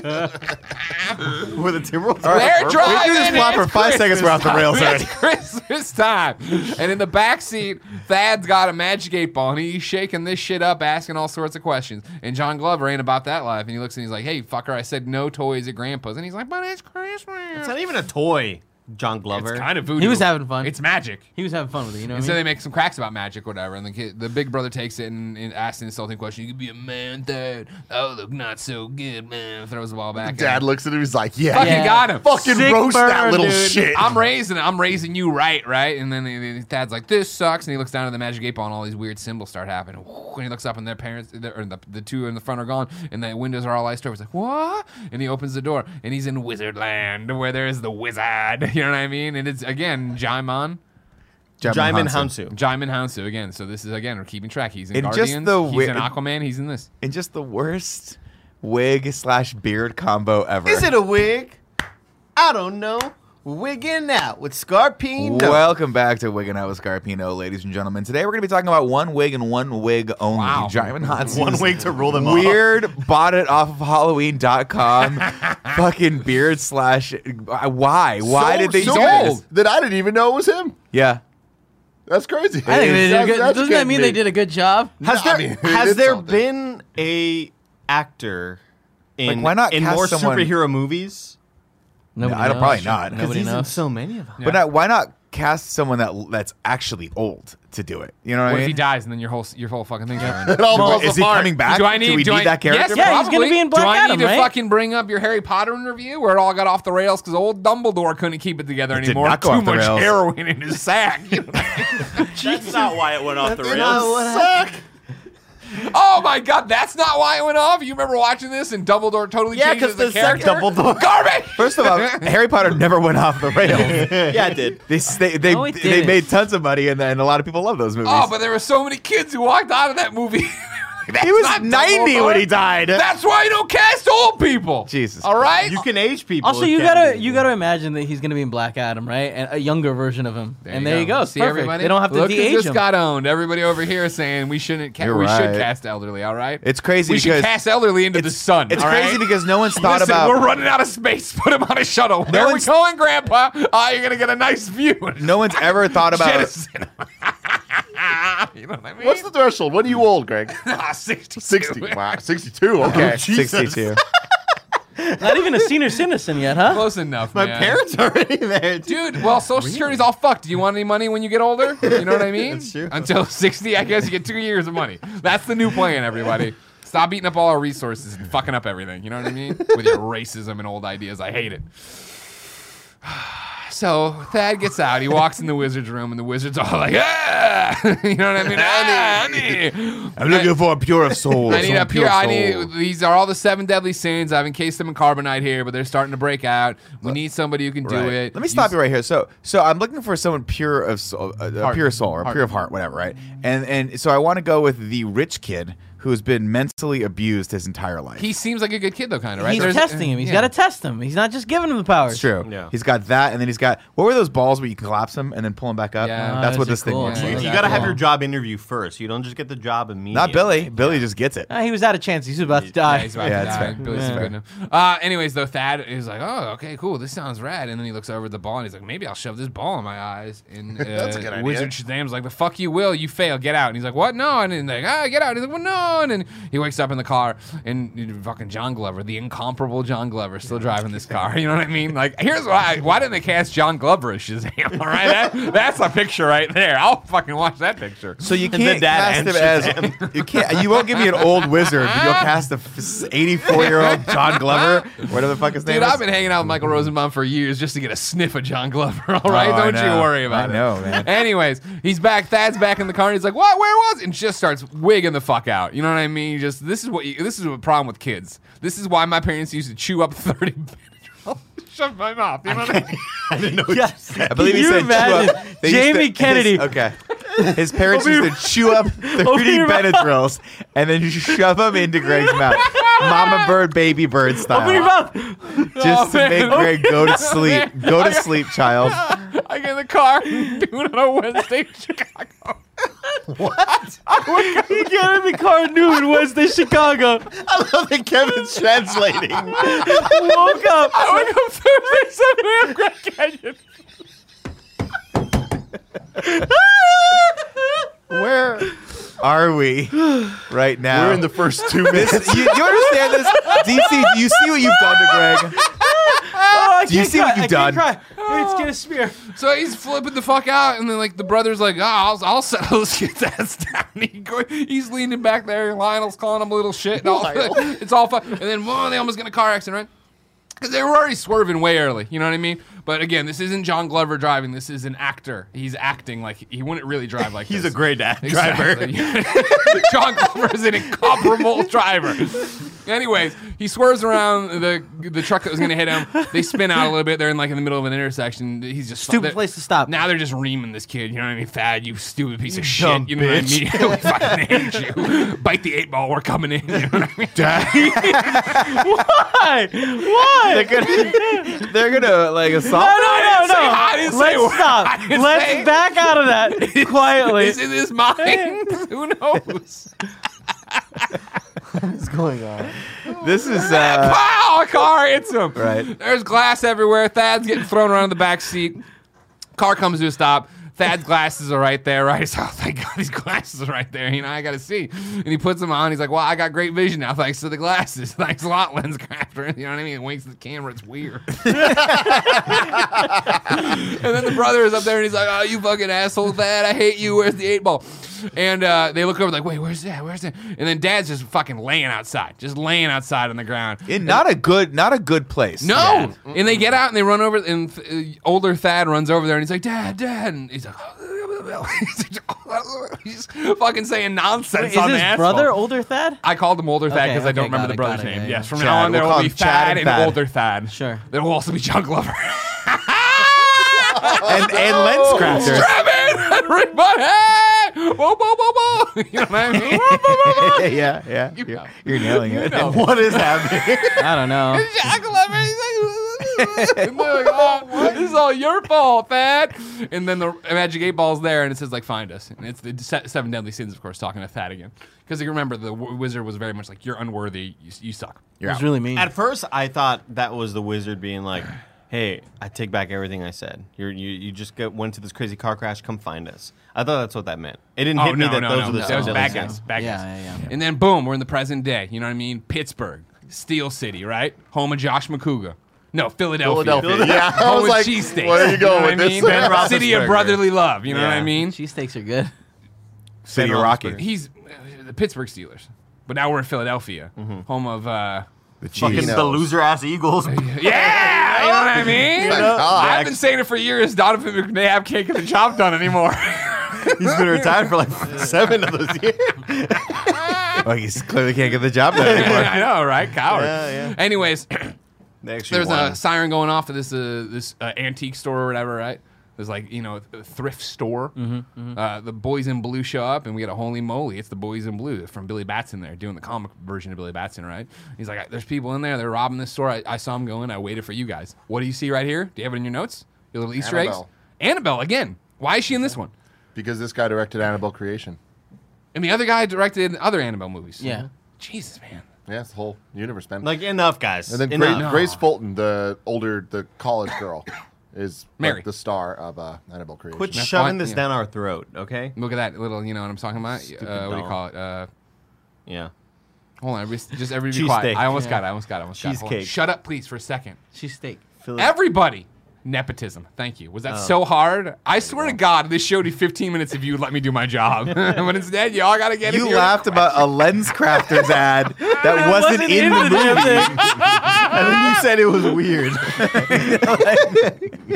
C: Uh, the Timberwolves.
B: they're driving.
E: We do this plot for
B: it's
E: five seconds, we're off the rails
B: It's
E: already.
B: Christmas time. And in the back seat, Thad's got a magic eight ball and he's shaking this shit up, asking all sorts of questions. And John Glover ain't about that life. And he looks and he's like, hey, fucker, I said no toys at grandpa's. And he's like, but it's
C: It's
B: Christmas.
C: not even a toy, John Glover.
B: It's kind of voodoo.
D: He was having fun.
B: It's magic.
D: he was having fun with it. You know,
B: And
D: what
B: so
D: I
B: they
D: mean?
B: make some cracks about magic or whatever, and the kid, the big brother takes it and, and asks an insulting question. You could be a man, Thad. Oh, look, not so good, man. Throws the ball back. at
A: Dad
B: him.
A: looks at him. He's like, yeah,
B: fucking got him.
A: fucking
D: Sick
A: roast that
D: burn,
A: little
D: dude.
A: shit.
B: I'm raising it. I'm raising you right, right? And then he- he- Thad's like, this sucks. And he looks down at the magic eight ball and all these weird symbols start happening. And he looks up and their parents, their- or the, the two in the front are gone and the windows are all iced over. He's like, what? And he opens the door and he's in wizard land where there is the wizard. You know what I mean? And it's, again, Jaimon.
C: Jaimin
E: Hansen.
C: Hansu.
B: Jaimon Hansu again. So this is, again, we're keeping track. He's in
E: And just
B: Guardians.
E: the
B: he's
E: wi-
B: in Aquaman. He's in this.
E: And just the worst wig slash beard combo ever.
C: Is it a wig? I don't know. Wigging out with Scarpino.
E: Welcome back to Wigging Out with Scarpino, ladies and gentlemen. Today we're going to be talking about one wig and one wig only.
B: Wow.
E: Diamond Hansen's
C: one wig to rule them all.
E: Weird bought it off of Halloween.com. fucking beard slash. uh, Why? Why
A: So
E: did they do
A: sold
E: this?
A: that I didn't even know it was him.
E: Yeah.
A: That's crazy.
D: I think they did a
A: That's-
D: good,
A: that's
D: doesn't that
A: good
D: mean
A: to
D: they did a good job?
C: Has
A: No,
C: there
A: I mean,
C: has
A: it's
C: there
A: something.
C: been a actor in
E: why not
C: in
E: cast
C: more
E: someone-
C: superhero movies?
D: Nobody
E: I don't-
D: knows.
E: probably not. 'Cause
D: Nobody
C: he's in
D: knows.
C: so many of them.
E: But not, why not cast someone that that's actually old to do it? You know
B: What
E: what, I
B: if he
E: mean?
B: dies and then your whole your whole fucking thing's ruined?
A: It all
E: Well,
A: falls
E: is he
A: apart.
E: coming back?
B: Do I need,
E: do we
B: do
E: need
B: I,
E: that character?
B: Yes,
D: Yeah, he's gonna
B: probably.
D: be in Black
B: Do I
D: Adam,
B: need to
D: right?
B: fucking bring up your Harry Potter in review where it all got off the rails because old Dumbledore couldn't keep it together
E: did
B: anymore?
E: not go
B: Too
E: off the
B: much
E: rails.
B: heroin in his sack. You know?
C: That's not why it went off the
B: oh my god, that's not why it went off. You remember watching this and Dumbledore totally
C: Yeah,
B: changes
C: because
B: the,
C: the sack
B: character.
C: Dumbledore.
B: Garbage.
E: First of all, Harry Potter never went off the rails.
C: yeah, it did.
E: They s- they they,
D: No, it
E: they
D: didn't.
E: made tons of money and, and a lot of people love those movies.
B: Oh, but there were so many kids who walked out of that movie. That's
E: he was
B: not
E: 90 when
B: Dumbledore.
E: he died.
B: That's why you don't cast old people.
E: Jesus
B: All right.
C: You can age people.
D: Also,
C: it
D: you
C: can't
D: gotta
C: be-
D: you gotta imagine that he's gonna be in Black Adam, right? And a younger version of him. and there you go.
B: See
D: Perfect.
B: everybody.
D: They don't have to
B: Look who
D: de-age
B: just
D: him.
B: got owned. Everybody over here is saying we shouldn't. Ca-
E: You're
B: we
E: right.
B: should cast elderly. All right.
E: It's crazy
B: We should
E: because
B: cast elderly into the sun.
E: It's
B: all
E: crazy
B: right?
E: because no one's thought
B: Listen,
E: about
B: we're running out of space. Put him on a shuttle. Where are we
E: one's-
B: going, Grandpa? Ah, you're gonna get a nice view.
E: no one's ever thought about
B: Jettison. you know what I mean?
A: What's the threshold? When are you old, Greg?
B: Ah, 60?
A: 60. Wow, 62. Okay.
E: 62.
D: Not even a senior citizen yet, huh?
B: Close enough.
C: My
B: man.
C: parents are already there. Too.
B: Dude, well, Social Security's all fucked. Do you want any money when you get older? You know what I mean?
C: That's true.
B: Until 60, I guess you get two years of money. That's the new plan, everybody. Stop eating up all our resources and fucking up everything. You know what I mean? With your racism and old ideas. I hate it. So Thad gets out. He walks in the wizard's room, and the wizard's all like, ah! you know what I mean? Ah, honey.
E: I'm looking for a pure of soul.
B: I need a pure. I need. These are all the seven deadly sins. I've encased them in carbonite here, but they're starting to break out. We need somebody who can do
E: Right.
B: it.
E: Let me stop you right here. So, so I'm looking for someone pure of soul, uh, uh,
B: Heart.
E: pure of soul, or pure of heart, whatever, right? And and so I want to go with the rich kid who's been mentally abused his entire life.
B: He seems like a good kid though, kind of right.
D: He's
B: There's-
D: testing him. He's
B: yeah.
D: got to test him. He's not just giving him the powers.
E: It's true.
C: Yeah.
E: He's got that, and then he's got what were those balls where you can collapse them and then pull them back up?
B: Yeah. Oh,
E: that's what
D: those
E: this
D: are
E: thing
D: cool.
E: looks
C: You,
E: like.
B: Yeah.
C: gotta
B: Exactly.
C: have your job interview first. You don't just get the job immediately.
E: Not Billy. Billy just gets it.
D: Uh, he was out of chance. He's about to
B: Yeah,
D: die.
B: he's about
E: Yeah,
B: to
E: that's
B: die.
E: fair.
B: Billy's
D: Yeah.
B: good now. Uh, anyways, though, Thad is like, "Oh, okay, cool. This sounds rad." And then he looks over at the ball and he's like, "Maybe I'll shove this ball in my eyes." And uh,
A: a good idea.
B: Wizard Shazam's like, "The fuck you will. You fail. Get out." And he's like, "What? No." And then like, "Ah, get out." And he's like, "Well, no." And then he wakes up in the car and you know, fucking John Glover, the incomparable John Glover, still driving this car. You know what I mean? Like, here's why. Why didn't they cast John Glover as Shazam? All right, that, that's a picture right there. I'll fucking watch that picture.
E: So you
C: then
E: can't
C: that
E: cast him
C: and
E: as you can't. You won't give me an old wizard, but you'll cast the 84 year old John Glover, whatever the fuck his name
B: Dude,
E: is.
B: I've been hanging out with Michael Rosenbaum for years just to get a sniff of John Glover. All right,
E: Oh, I
B: don't you
E: know.
B: worry about
E: I
B: it.
E: know, man.
B: Anyways, he's back. Thad's back in the car. And he's like, "What? Where was?" it?" And just starts wigging the fuck out. You know what I mean? Just this is what you, this is the problem with kids. This is why my parents used to chew up thirty. Benadryl. Shut my mouth. You know what I mean?
D: Yes.
E: I believe
D: Can
E: he
D: you
E: said
D: imagine?
E: chew up. They used
D: Jamie
E: his-
D: Kennedy.
E: okay. His parents
D: Open
E: used to chew up 30
D: open your mouth.
E: Benadryls and then shove them into Greg's mouth. Mama bird, baby bird style.
D: Open your mouth.
E: Just
B: Oh,
E: to make
B: man.
E: Greg go to
B: man.
E: sleep. Go to sleep, child.
B: I get in the car, dude, on a Wednesday in Chicago.
D: He got in the car at noon, Wednesday, Chicago.
C: I love that Kevin's translating.
D: Woke up.
B: I wake up Thursday, seven a.m. Grand Canyon.
E: Where are we right now?
A: We're in the first two minutes.
E: This, you, you understand this? DC, do you see what you've done to Greg?
D: Oh, I
E: Do you
D: can't
E: see
D: cry.
E: what you've
D: I can't
E: done?
D: cry. It's gonna smear.
B: So he's flipping the fuck out, and then like the brother's like, oh, I'll, I'll settle this kid's ass down. He go, he's leaning back there, and Lionel's calling him a little shit, and all it's all fun. And then whoa, they almost get in a car accident, right? Because they were already swerving way early. You know what I mean? But again, this isn't John Glover driving. This is an actor. He's acting like he wouldn't really drive like
C: He's a
B: this.
C: great dad driver.
B: Exactly. John Glover is an incomparable driver. Anyways, he swerves around the the truck that was going to hit him. They spin out a little bit. They're in like in the middle of an intersection. He's just
D: Stupid
B: they're-
D: place to stop.
B: Now they're just reaming this kid. You know what I mean? Thad, you stupid piece of
C: dumb
B: shit. You know what I mean? we fucking hate you. Bite the eight ball. We're coming in. You know what I mean?
D: Why? Why?
E: They're gonna, they're gonna like assault.
D: No, no, no, no.
B: say hi, I didn't say
D: Let's
B: word. I
D: stop.
B: didn't
D: Let's
B: say-
D: back out of that quietly.
B: Is it his mind? Who knows?
E: What's going on? This is uh,
B: Pow! A car hits him.
E: Right.
B: There's glass everywhere. Thad's getting thrown around in the back seat. Car comes to a stop. Thad's glasses are right there, right? So thank God his glasses are right there. You know, I gotta see. And he puts them on. He's like, "Well, I got great vision now, thanks to the glasses. Thanks a lot, lens crafter." You know what I mean? He winks at the camera. It's weird. And then the brother is up there and he's like, "Oh, you fucking asshole, Dad! I hate you. Where's the eight ball?" And uh, they look over like, "Wait, where's that? Where's that?" And then Dad's just fucking laying outside, just laying outside on the ground.
E: in not a good, not a good place.
B: No. And they get out and they run over, and th- uh, older Thad runs over there and he's like, Dad, Dad. And he's like, he's just fucking saying nonsense
D: Is
B: on the
D: his
B: asphalt.
D: brother older Thad?
B: I called him older Thad
D: Okay,
B: because I don't
D: okay,
B: remember
D: got
B: the
D: it,
B: brother's
D: got it,
B: name.
D: yeah, yeah.
B: Yes, from
E: Chad.
B: now on
E: We'll
B: there
E: call
B: will be
E: him Chad
B: Thad
E: and
B: and
E: Thad.
B: older Thad.
D: Sure.
B: There will also be John Glover.
E: and, and lens crafter.
B: Strapping everybody! Whoa, whoa, whoa, whoa! You know what I mean? Whoa, whoa, whoa, whoa.
E: yeah, yeah,
B: You
E: you're,
B: know.
E: you're nailing it.
B: know.
E: What is happening?
D: I don't know.
B: Jack Glover, he's like, and they're like, "Oh, this is all your fault, Thad. And then the magic eight ball's there, and it says like, "Find us." And it's the se- seven deadly sins, of course, talking to Thad again. Because you remember, the w- wizard was very much like, "You're unworthy. You, you suck."
E: You're
D: It's
E: out.
D: really mean.
C: At first, I thought that was the wizard being like, "Hey, I take back everything I said. You're, you you just got, went to this crazy car crash. Come find us." I thought that's what that meant. It
B: "Oh,
C: didn't hit me that those were the
B: That was
C: seven deadly
B: bad
C: sins.
B: guys. Bad
D: Yeah,
B: guys.
D: yeah, yeah.
B: And then boom, we're in the present day. You know what I mean? Pittsburgh. Steel City, right? Home of Josh McCouga. No, Philadelphia.
A: Philadelphia. Yeah, I
B: Home
A: was
B: of
A: like,
B: cheesesteaks.
A: where are you going with
B: know what I mean?
A: this? Ben
B: City of
C: Roethlisberger.
B: brotherly love. You know what I
C: Yeah.
B: mean?
D: Cheesesteaks are good.
E: City of
C: Ben
E: Rocky.
B: He's uh, the Pittsburgh Steelers, but now we're in Philadelphia,
C: Mm-hmm.
B: home of. Uh,
E: The
C: Fucking
E: cheese.
A: Chinos.
C: the loser ass Eagles.
B: yeah, you know what I mean.
A: Like, ah,
B: I've been saying it for years. Donovan McNabb have cake and the chop done anymore.
C: He's been retired for like seven of those years.
E: Like he clearly can't get the job done anymore.
B: I know, right? Coward.
C: Yeah, yeah.
B: Anyways,
C: Next
B: there's a siren going off at this uh, this uh, antique store or whatever, right? There's like you know a thrift store. Uh, the boys in blue show up, and we get a holy moly! It's the boys in blue from Billy Batson. There doing the comic version of Billy Batson, right? He's like, "There's people in there. They're robbing this store. I, I saw them going. I waited for you guys. What do you see right here? Do you have it in your notes? Your little Easter eggs?
A: Annabelle.
B: Annabelle again. Why is she in this one?
A: because this guy directed Annabelle Creation.
B: And the other guy directed other Annabelle movies.
C: Mm-hmm.
D: Yeah.
B: Jesus, man.
A: Yeah, it's the whole universe, man.
C: Like enough, guys.
A: and then Gra-
C: enough.
A: Grace Fulton, the older, the college girl, is like,
B: Mary.
A: the star of uh, Annabelle Creation.
C: Quit
B: That's
C: shoving
B: fine,
C: this
B: yeah.
C: down our throat, okay?
B: Look at that little. You know what I'm talking about?
C: Stupid
B: Uh, what do you
C: doll.
B: call it? Uh,
C: Yeah.
B: Hold on, everybody, just everybody be
C: Cheesesteak.
B: quiet. I almost
D: Yeah.
B: got it. I almost got it. I almost got it. Hold on.
C: Cheesecake.
B: Shut up, please, for a second.
D: Cheesesteak.
C: Philly-
B: Everybody, nepotism. Thank you. Was that so hard? I swear to God, this showed you 15 minutes of you let me do my job, but instead, y'all gotta get it.
E: You
B: here.
E: laughed about a lens crafters ad that
D: That
E: wasn't, in, the movie.
C: and then you said it was weird.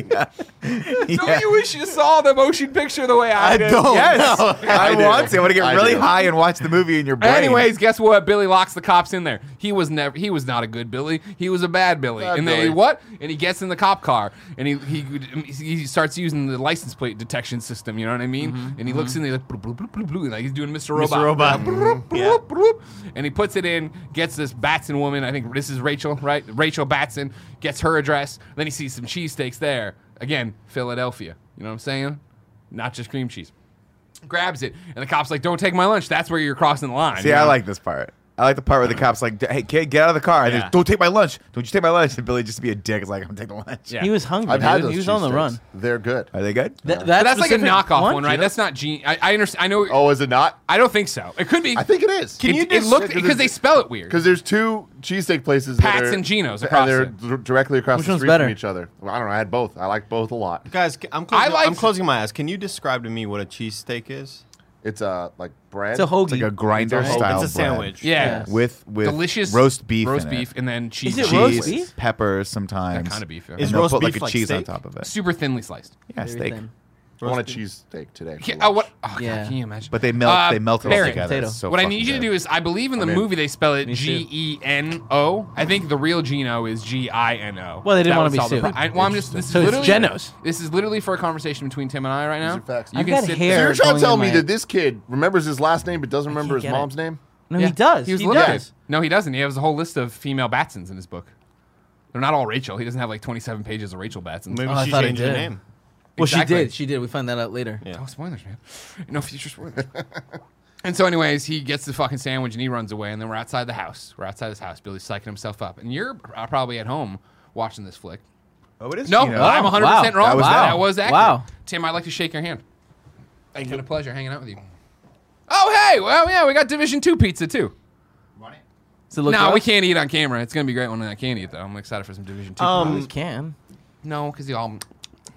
B: Don't you wish you saw the motion picture the way I,
E: I
B: did?
E: don't. Yes, I,
A: I do.
E: want to. I want to get
A: I
E: really
A: do.
E: high and watch the movie in your brain.
B: Anyways, guess what? Billy locks the cops in there. He was never. He was not a good Billy. He was a bad Billy.
A: Bad
B: and they
A: Billy.
B: what? And he gets in the cop car and he he he starts using the license plate detection system. You know what I mean? and he looks in there like, bloop, bloop, bloop, bloop, bloop, like he's doing Mr. Robot.
C: Robot.
B: Bloop, bloop,
C: Yeah.
B: bloop. And he puts it in. Gets this Batson woman. I think this is Rachel, right? Rachel Batson gets her address. Then he sees some cheesesteaks there. Again, Philadelphia. You know what I'm saying? Not just cream cheese. Grabs it, and the cop's like, "Don't take my lunch." That's where you're crossing the line.
E: See,
B: you
E: I
B: know?
E: like this part. I like the part where the cop's like, "Hey, kid, get out of the car!" And
C: Yeah.
E: he's, don't take my lunch. Don't you take my lunch? And Billy just to be a dick is like, "I'm taking the lunch."
B: Yeah.
D: He was hungry.
A: I've had
D: dude.
A: those.
D: He was on the
A: cheesesteaks.
D: run.
A: They're good.
E: Are they good?
D: Th-
B: But
D: that
B: that's like a
D: specific
B: knockoff one,
D: you
B: right?
D: know?
B: That's not gene. I, I understand. I know.
A: Oh, is it not?
B: I don't think so. It could be.
A: I think it is.
B: it, it looked because they spell it weird.
A: Because there's two cheesesteak places.
B: Pat's
A: that are,
B: and Geno's
A: and
B: across
A: they're
B: it.
A: dir- directly across
D: Which
A: the
D: one's
A: street
D: better?
A: from each other. Well, I don't know. I had both. I like both a lot.
C: Guys, c- I'm
B: I
C: closing,
B: like-
C: I'm closing my eyes. Can you describe to me what a cheesesteak is?
A: It's uh, like bread.
D: It's a hoagie.
E: It's like a grinder
A: It's a
E: style.
C: it's a
E: bread
C: sandwich.
B: Yeah.
E: with with
B: Delicious
E: roast beef,
B: roast
E: in
B: beef,
E: it.
B: and then cheese.
D: Is it
B: and
D: roast
E: cheese,
D: beef?
E: peppers sometimes.
B: That kind of beef. Yeah.
E: And
C: Is
E: they'll
C: roast
E: put like
C: beef
E: a
C: like
E: cheese on
C: steak?
E: top of it.
B: super thinly sliced.
E: Yeah,
D: Very
E: steak.
D: thin.
A: I want a cheesesteak today. for
B: Yeah, oh, what?
A: lunch.
B: Oh, God,
D: Yeah.
B: can you imagine?
E: But they melt.
B: Uh,
E: they melt it all
B: Barrett,
E: together.
D: potato.
E: It's so
B: what I
E: fucking
B: need you to
E: good.
B: do is, I believe in the
A: in.
B: movie they spell it
D: Me too.
B: G E N O. I think the real Gino is G I N O.
D: Well, they
B: That
D: didn't wanna
B: would
D: be
B: solve the
D: sued.
B: pro- I, well, I'm just. This is
D: So it's
B: literally-
D: Geno's.
B: This is literally for a conversation between Tim and I right now.
A: are facts.
B: You
A: I've
B: can
D: got
B: sit
D: hair.
A: So
B: there.
A: you're trying to tell me
D: Going in my-
A: that this kid remembers his last name but doesn't remember his
D: get
A: mom's
D: it.
A: name?
D: No,
B: Yeah.
D: he does.
B: He was
D: does.
B: literally- No, he doesn't. He has a whole list of female Batsons in his book. They're not all Rachel. He doesn't have like 27 pages of Rachel Batsons.
C: Maybe
D: Oh, I
C: she
D: thought I
C: changed her
D: did.
C: name.
D: Well,
B: Exactly.
D: she did. She did. We find that out later.
C: Yeah.
B: No Oh, spoilers, man. No future spoilers. and so, anyways, he gets the fucking sandwich and he runs away. And then we're outside the house. We're outside his house. Billy's psyching himself up. And you're uh, probably at home watching this flick.
E: Oh, it is.
B: No,
E: Gino.
B: I'm 100%
D: Wow.
B: wrong.
D: That was
B: that.
D: them.
B: was accurate.
D: Wow.
B: Tim, I'd like to shake your hand. It's been a pleasure hanging out with you. Oh, hey. Well, yeah, we got Division 2 pizza, too.
D: So look
B: no,
D: up.
B: we can't eat on camera. It's gonna be great when I can eat though. I'm excited for some Division Two.
C: Um,
D: We can.
B: no, because y'all.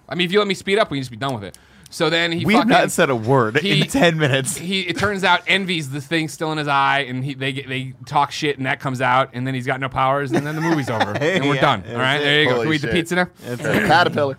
B: I mean, if you let me speed up, we can just be done with it. So then he
E: We have
B: fucking.
E: not said a word
B: He-
E: in ten minutes.
B: he it turns out envy's the thing still in his eye, and he they get, they talk shit, and that comes out, and then he's got no powers, and then the movie's over, and we're
C: Yeah,
B: done.
C: that's
B: All right,
C: it.
B: there you go.
A: Holy
B: Can we eat the
A: shit.
B: pizza now?
A: It's a caterpillar.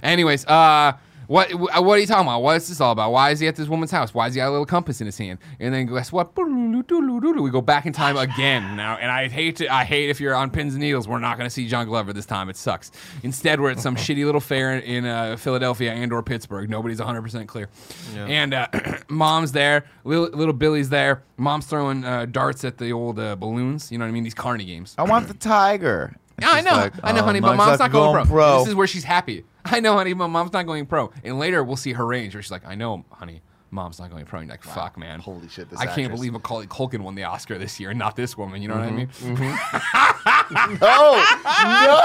B: Anyways, uh, what wh- what are you talking about? What is this all about? Why is he at this woman's house? Why is he got a little compass in his hand? And then guess what? We go back in time again now. And I hate to, I hate if you're on pins and needles. We're not going to see John Glover this time. It sucks. Instead, we're at some shitty little fair in uh, Philadelphia and or Pittsburgh. Nobody's 100 percent clear. And uh, mom's there. Little, little Billy's there. Mom's throwing uh, darts at the old uh, balloons. You know what I mean? These carny games.
E: I want the tiger. It's
B: Yeah, I
E: just
B: know,
E: like,
B: I know,
E: oh,
B: honey, but mom's not going, pro. This is where she's happy. I know, honey, but mom's not going pro. And later we'll see her range where she's like, I know, honey, Mom's not going to prom. You're like, fuck, man.
A: Holy shit, this
B: I can't
A: actress.
B: believe Macaulay Culkin won the Oscar this year, and not this woman. You know
E: Mm-hmm.
B: what I mean?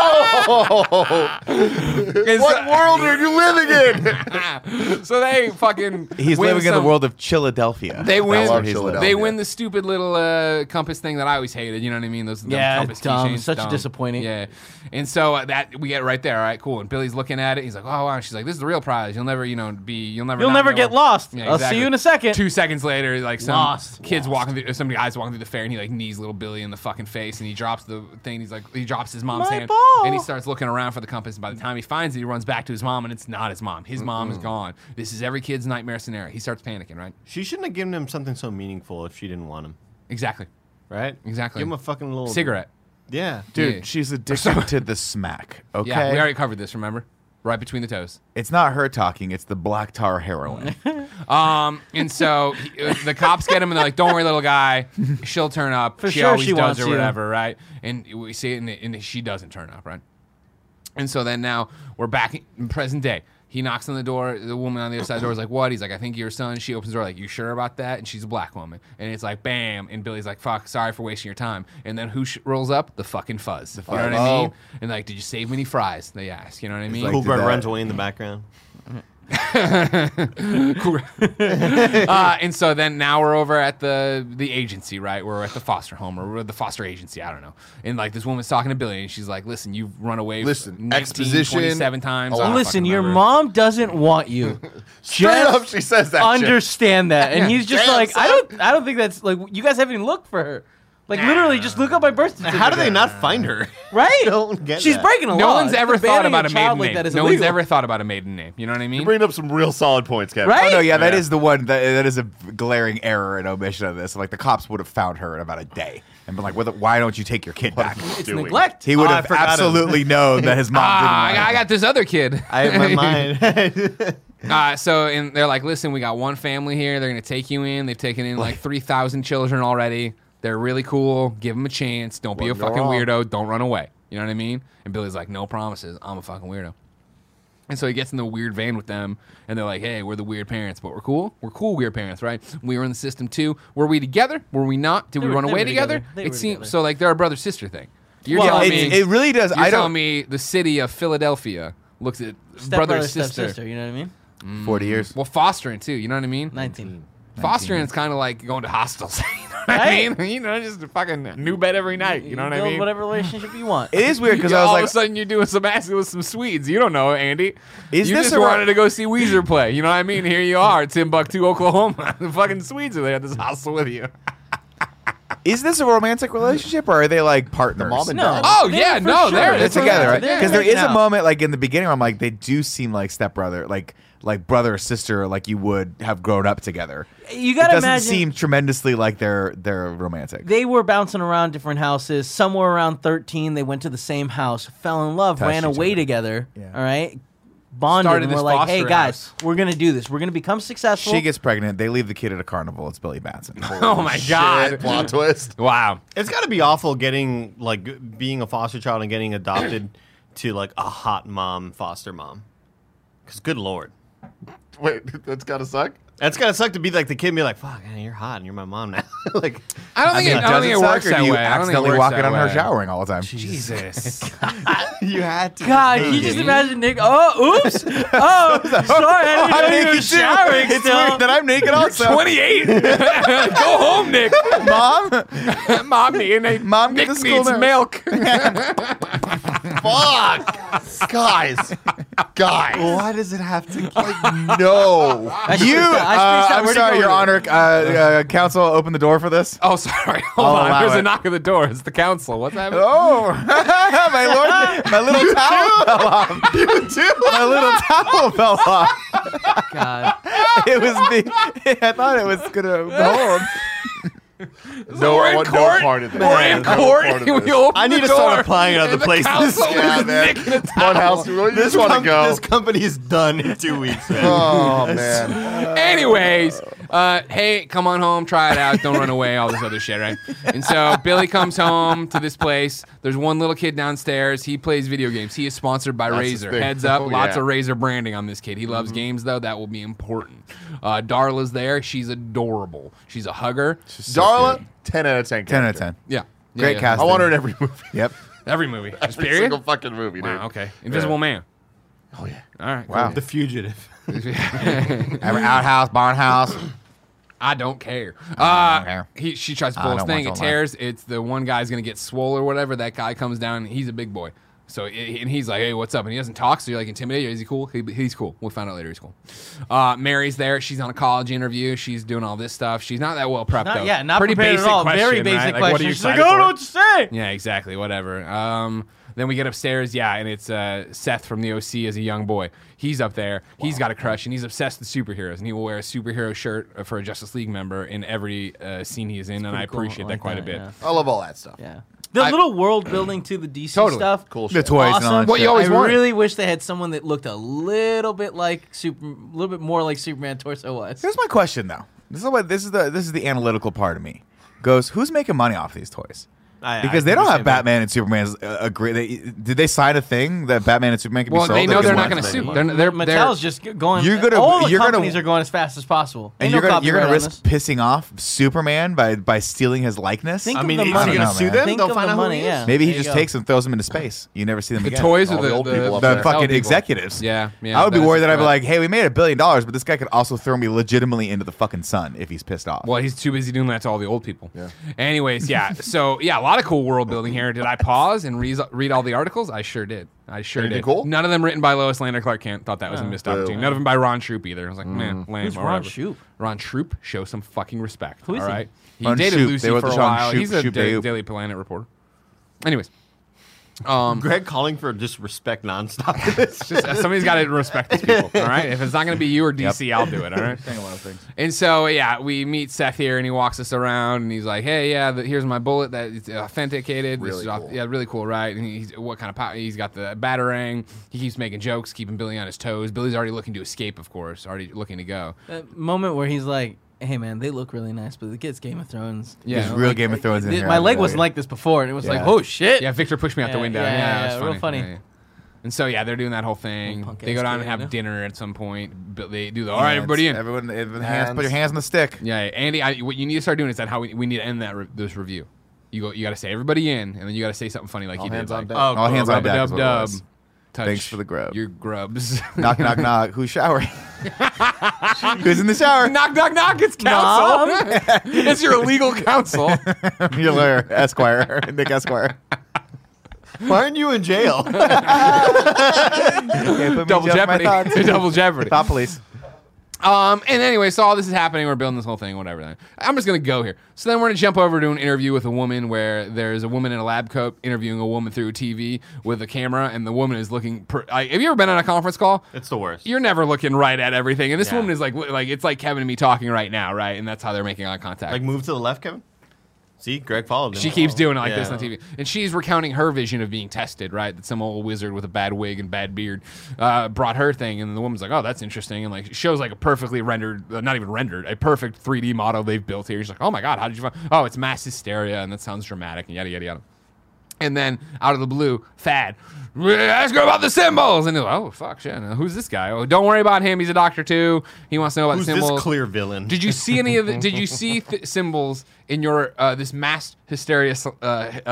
A: Oh no!
B: It's-
A: what world are you living in?
B: so they fucking.
E: He's
B: win
E: living in
B: some-
E: the world of Philadelphia.
B: They win.
A: love
E: he's living.
A: Philadelphia.
B: They win the stupid little uh, compass thing that I always hated. You know what I mean? Those dumb
D: Yeah,
B: compass
D: dumb.
B: keychains,
D: Such a
B: dumb.
D: disappointing-
B: Yeah, and so uh, that we get right there. All right, cool. And Billy's looking at it. He's like, "Oh wow." She's like, "This is the real prize. You'll never, you know, be. You'll never.
D: You'll
B: not
D: never
B: be
D: get
B: able-"
D: lost.
B: Yeah,
D: I'll see
B: exactly.
D: you in a second.
B: Two seconds later, like some
D: Lost,
B: kids
D: lost.
B: walking through, some guy's walking through the fair, and he like knees little Billy in the fucking face, and he drops the thing. He's like, he drops his mom's
D: My
B: hand,
D: ball.
B: and he starts looking around for the compass. And by the time he finds it, he runs back to his mom, and it's not his mom. His mom is gone. This is every kid's nightmare scenario. He starts panicking, right?
C: She shouldn't have given him something so meaningful if she didn't want him,
B: Exactly.
C: right?
B: Exactly.
C: Give him a fucking little
B: Cigarette.
C: Yeah.
E: Dude,
B: Yeah.
E: she's addicted to the smack. Okay,
B: Yeah, we already covered this. Remember, right between the toes.
E: it's not her talking; it's the black tar heroin.
B: Um, and so he- uh, the cops get him, and they're like, "Don't worry, little guy. She'll turn up.
D: For
B: she
D: sure
B: always
D: she
B: does,
D: wants
B: or
D: you."
B: whatever, right?" And we see it, and, and she doesn't turn up, right? And so then now we're back in present day. He knocks on the door. The woman on the other side of the door is like, "What?" He's like, "I think your son." She opens the door like, "You sure about that?" And she's a black woman. And it's like, "Bam!" And Billy's like, "Fuck, sorry for wasting your time." And then who sh- rolls up? The fucking fuzz. you know what I
A: fuzz.
B: mean?
D: Oh.
B: And like, "Did you save many fries?" They ask. You know what I mean?
E: like,
C: Cool
E: did
C: Bird
E: that-
C: runs away in the background.
B: Cool. uh, and so then now we're over at the the agency, right? We're at the foster home or we're at the foster agency. I don't know. And like this woman's talking to Billy, and she's like, "Listen, you've run away.
A: Listen,
B: 19,
A: exposition,
B: 27 times. I don't
D: Listen,
B: fucking
D: your
B: remember.
D: mom doesn't want you.
A: Straight
D: Just
A: up, she says that. shit.
D: understand that. And he's just
A: Damn,
D: like,
A: son.
D: I don't, I don't think that's like you guys haven't even looked for her. Like literally, just look up my birth certificate.
C: How do they not find her?
D: Right?
C: don't get
D: She's
C: that.
D: breaking a
B: No
D: law.
B: one's
D: It's
B: ever
D: the
B: thought
D: banning
B: about a
D: of
B: maiden
D: child
B: name.
D: like that is
B: no one's
D: illegal.
B: ever thought about a maiden name. You know what I mean?
A: Bringing up some real solid points, Kevin.
D: Right?
E: Oh no, yeah, that
A: Yeah.
E: is the one. That, that is a glaring error and omission of this. Like the cops would have found her in about a day and been like, well, "Why don't you take your kid back?"
D: It's
A: doing.
D: neglect.
E: He would
C: Oh, I
E: have
C: forgot him.
E: absolutely known that his mom
B: Ah, I
E: didn't.
B: got,
E: want
B: I
E: him.
B: got this other kid.
C: I have my mind.
B: Uh, so and they're like, listen, we got one family here. They're gonna take you in. They've taken in like three thousand children already. They're really cool. Give them a chance. Don't be a
A: Wouldn't go
B: fucking
A: wrong.
B: weirdo. Don't run away. You know what I mean? And Billy's like, no promises. I'm a fucking weirdo. And so he gets in the weird van with them, and they're like, "Hey, we're the weird parents, but we're cool. We're cool weird parents, right? We were in the system too. Were we together? Were we not? Did we
D: were-
B: run
D: they
B: away
D: were together.
B: together?
D: They
B: It
D: were
B: seems
D: together.
B: so like they're a brother sister thing. You're
D: Well,
B: telling
E: It's-
B: me
E: it really does.
B: You're
E: I
B: telling
E: don't.
B: me the city of Philadelphia looks at
D: Step
B: brother,
D: brother, step
B: sister.
D: sister. You know what I mean?
E: Forty years.
B: Well, fostering too. You know what I mean?
D: Nineteen.
B: Fostering is kind of like going to hostels. you know what I
D: Right?
B: mean? You know, just a fucking new bed every night. You know what I
D: build
B: mean?
D: Whatever relationship you want.
E: It is weird because
B: Yeah,
E: I
B: all
E: was
B: of a
E: like,
B: sudden you're doing some acid with some Swedes. You don't know, Andy.
E: Is
B: you
E: this
B: just
E: a-
B: wanted to go see Weezer play. You know what I mean? Here you are, Timbuktu, Oklahoma. the fucking Swedes are there at this hostel with you.
E: is this a romantic relationship or are they like partners?
A: mom and-
D: no.
B: Oh,
D: They-
B: yeah,
D: for
B: no,
D: sure.
B: they're-
E: They're
B: It's
E: together,
B: romantic.
E: right?
D: They're
E: Because there
D: making
E: is a
D: out.
E: moment like in the beginning where I'm like, they do seem like stepbrother, like like brother or sister, like you would have grown up together.
D: You
E: it
D: gotta
E: doesn't
D: imagine-
E: seem tremendously like they're they're romantic.
D: They were bouncing around different houses. Somewhere around 13, they went to the same house, fell in love,
E: Touched
D: ran
E: each
D: away
E: other.
D: together.
E: Yeah.
D: All right. Bonded.
B: Started
D: and
B: this
D: we're like, hey,
B: foster
D: guys,
B: house.
D: we're going to do this. We're going to become successful.
E: she gets pregnant. They leave the kid at a carnival. It's Billy Batson.
B: Oh my
A: Shit,
B: god.
A: Plot twist.
B: Wow.
C: it's got to be awful getting like being a foster child and getting adopted to like a hot mom foster mom. Because good lord,
A: Wait, that's gotta suck.
C: that's gotta suck to be like the kid and be like, "Fuck, man, you're hot and you're my mom now." like,
B: I don't think, it, I don't
E: does
B: think
E: it
B: it
E: suck,
B: works
E: or
B: that
E: do you
B: way. I don't think it
E: accidentally
B: works
E: walk in
B: that
E: on her
B: way.
E: showering all the time?
B: Jesus.
C: you had to.
D: God, you just imagine Nick. Oh, oops. Oh, sorry. I didn't know you were showering
E: It's
D: still.
E: weird that I'm naked also.
B: 28. Go home, Nick.
E: Mom,
B: Mom, need-
E: Mom,
B: Nick
E: get the school
B: needs
E: nurse.
B: milk.
A: Fuck, guys, guys.
E: why does it have to?
A: Like, no.
E: You, uh,
D: out.
E: I'm
D: Where'd it
E: sorry,
D: go
E: Your
D: with
E: Honor.
D: it?
E: Uh, uh, counsel, open the door for this.
B: Oh, sorry. Hold
E: I'll
B: on.
E: allow
B: There's a
E: it.
B: knock at the door. It's the council. What's happening?
E: Oh, my lord, my little towel fell off. You too. My little towel fell off.
D: God.
E: It was me. I thought it was gonna hold.
A: No,
B: We're in
A: I want no
B: court.
A: part
E: Oh,
A: of this.
B: We're in
A: No
B: court.
A: part of
B: and we
A: this.
B: open
C: I need
B: the
C: to start
B: door,
C: applying at
B: and
C: other
B: the
C: places.
B: council
A: Yeah,
B: is
A: man.
B: nicking the
A: One
B: towel.
A: house. You just want to
C: com-
A: go.
C: This company's done in two weeks. man.
A: Oh man.
B: Anyways, uh, hey, come on home, try it out, don't run away, all this other shit, right? And so Billy comes home to this place. There's one little kid downstairs. He plays video games. He is sponsored by
A: his
B: Razor.
A: thing.
B: Heads up,
A: Oh,
B: lots
A: yeah.
B: of Razor branding on this kid. He loves games, though. That will be important. Uh, Darla's there. She's adorable. She's a hugger.
A: Darla, ten out of ten.
E: Ten out
A: character.
E: of ten.
B: Yeah. Yeah,
E: Great
B: yeah.
E: cast.
A: I want her in every movie.
E: Yep.
B: Every movie. Just
A: Every
B: period.
A: single fucking movie, dude.
B: Wow, okay. Invisible Man.
A: Oh yeah.
B: All right.
E: Wow.
C: The fugitive.
E: Every outhouse, barn house.
B: I don't care. Uh,
E: care.
B: He, she tries to
E: I
B: pull his
E: don't
B: thing. It
E: watch all that.
B: tears. It's the one guy's gonna get swole or whatever. That guy comes down. And he's a big boy. So i- and he's like, hey, what's up? And he doesn't talk. So you're like intimidated. Is he cool? He, he's cool. We'll find out later. He's cool. Uh, Mary's there. She's on a college interview. She's doing all this stuff. She's not that well prepped.
D: Not,
B: though.
D: yeah, not
B: Pretty
D: prepared
B: basic
D: at all.
B: Question,
D: Very
B: right?
D: basic
B: Like,
D: question.
B: what are you
D: She's like, "Oh, I
B: excited
D: don't
B: for?
D: know what to say.
B: Yeah, exactly. Whatever. Um, then we get upstairs. Yeah, and it's uh, Seth from the OC as a young boy. He's up there. He's got a crush, and he's obsessed with superheroes. And he will wear a superhero shirt uh, for a Justice League member in every uh, scene he is in. And I
D: pretty cool. I
B: appreciate
D: like
B: that quite
D: that,
B: a bit.
D: yeah.
A: I love all that stuff.
D: Yeah. The
B: I-
D: little world building to the DC
B: Totally.
D: stuff.
A: Cool
E: The
A: shit.
E: toys and all
D: Awesome.
E: that shit.
B: always
D: I
B: wanted.
D: really wish they had someone that looked a little bit like super, a little bit more like Superman Torso was.
E: Here's my question though. This is what this is the this is the analytical part of me. Goes, who's making money off these toys?
C: I- I
E: Because they
C: think
E: don't
C: the same
E: have
C: thing.
E: Batman and Superman's uh, agree. They, did they sign a thing that Batman and Superman can
B: Well,
E: be sold?
B: they know
E: can
B: they're not
E: watch
B: going to
E: them?
B: sue. They're, they're, they're,
D: Mattel's just g- going.
E: You're gonna-
D: all the
E: you're gonna-
D: companies are going as fast as possible.
E: And
D: Ain't
E: you're
D: no
E: gonna you're
D: copyright
E: gonna
D: on
E: risk
D: this.
E: pissing off Superman by by stealing his likeness.
D: Think
C: I
D: of
C: mean,
D: the
C: is he
D: money.
C: gonna
E: I don't know,
C: sue
E: man.
C: them?
D: Think
C: They'll
D: of
C: find
D: the
C: out
D: money.
C: who he is.
D: Yeah.
E: Maybe he
D: There you
E: just
D: go.
E: takes and throws them into space. You never see them
B: the
E: again.
B: toys
A: All
B: are the,
A: the old
B: the,
A: people
B: the
A: up
E: the
A: there.
E: fucking
B: Mattel people.
E: executives.
B: Yeah, yeah.
E: I would be
B: that's a
E: worried that I'd be
B: threat.
E: like, "Hey, we made a billion dollars, but this guy could also throw me legitimately into the fucking sun if he's pissed off."
B: Well, he's too busy doing that to all the old people. Yeah. Anyways, yeah. So yeah, a lot of cool world building here. Did I pause and read, read all the articles? I sure did. I sure
A: Anything
B: did.
A: cool?
B: None of them written by Lois Lane or Clark Kent. Thought that was a missed
A: Boo.
B: opportunity. None of them by Ron Troop either. I was like, man,
E: Mm.
B: lame.
D: Who's
B: or
D: Ron
B: whatever.
D: Shoup?
B: Ron Troop, show some fucking respect.
D: Who is
B: all
D: he?
B: right. He,
E: Ron
B: dated
E: Shoup.
B: Lucy
E: They wrote
B: for
E: the
B: a
E: song
B: while.
E: Shoup,
B: he's a
E: Shoup,
B: Da-
E: Daoop.
B: Daily Planet reporter. Anyways, um,
C: Greg calling for disrespect nonstop. to this.
B: just, uh, somebody's got to respect these people. All right. If it's not going to be you or DC, I'll do it. All right.
E: a lot of things.
B: And so, yeah, we meet Seth here, and he walks us around, and he's like, "Hey, yeah, the, here's my bullet that it's authenticated.
A: Really
B: au-
A: cool.
B: yeah, really cool, right? And he's what kind of power? He's got the batarang. He keeps making jokes, keeping Billy on his toes. Billy's already looking to escape, of course, already looking to go.
D: That moment where he's like, "Hey man, they look really nice, but it gets Game of Thrones."
B: Yeah.
E: There's real Game of Thrones in
D: Th-
E: here.
D: my
E: I'll
D: leg
E: tell
D: wasn't
E: you.
D: like this before, and it was
E: Yeah.
D: like, "Oh shit!"
B: Yeah, Victor pushed me out the
D: Yeah,
B: window.
D: yeah,
B: Yeah,
D: yeah,
B: it was
D: real funny.
B: Yeah, yeah. And so, yeah, they're doing that whole thing.
D: Punk
B: They go
D: ass
B: down
D: kid,
B: and have
D: yeah.
B: dinner at some point. But they do the all right, everybody in.
E: Everyone, everyone hands,
A: Hands.
E: put your hands on the stick.
B: Yeah, Andy, I, what you need to start doing is that how we, we need to end that re- this review. You go, you got to say everybody in, and then you got to say something funny like
A: All
B: he
A: hands
B: did.
A: on
B: like, "Oh,
A: deck.
E: All hands on
B: Rub a
E: deck.
B: dub
E: is what it
B: dub.
E: was.
B: Touch
E: Thanks for the grub.
B: Your grubs.
E: Knock, knock, knock. Who's showering? Who's in the shower?
B: knock, knock, knock. It's counsel. it's your legal counsel.
E: Your lawyer, Esquire, Nick Esquire.
C: Why aren't you in jail?
E: Can't put me
B: Double
E: in jail for my
B: jeopardy.
E: thoughts.
B: Double jeopardy.
E: Thought police.
B: Um, and anyway, so all this is happening. We're building this whole thing, whatever. Then I'm just gonna go here. So then we're gonna jump over to an interview with a woman where there's a woman in a lab coat interviewing a woman through a TV with a camera, and the woman is looking. Per- I, have you ever been on a conference call?
C: it's the worst.
B: You're never looking right at everything, and this
C: Yeah.
B: woman is like, like it's like Kevin and me talking right now, right? And that's how they're making eye contact.
C: Like move to the left, Kevin. See, Greg followed. him.
B: She keeps doing it like this
C: Yeah.
B: on TV. And she's recounting her vision of being tested, right? That some old wizard with a bad wig and bad beard uh, brought her thing. And the woman's like, oh, that's interesting. And like, shows like a perfectly rendered, uh, not even rendered, a perfect 3D model they've built here. She's like, oh my God, how did you find? Oh, it's mass hysteria. And that sounds dramatic and yada, yada, yada. And then out of the blue, Thad, ask her about the symbols. And he's like, oh, fuck, shit. now Who's this guy? Oh, don't worry about him. He's a doctor too. He wants to know about
C: Who's
B: the symbols.
C: this clear villain?
B: Did you see any of the? Did you see th- symbols in your uh, this mass hysteria uh, uh, uh,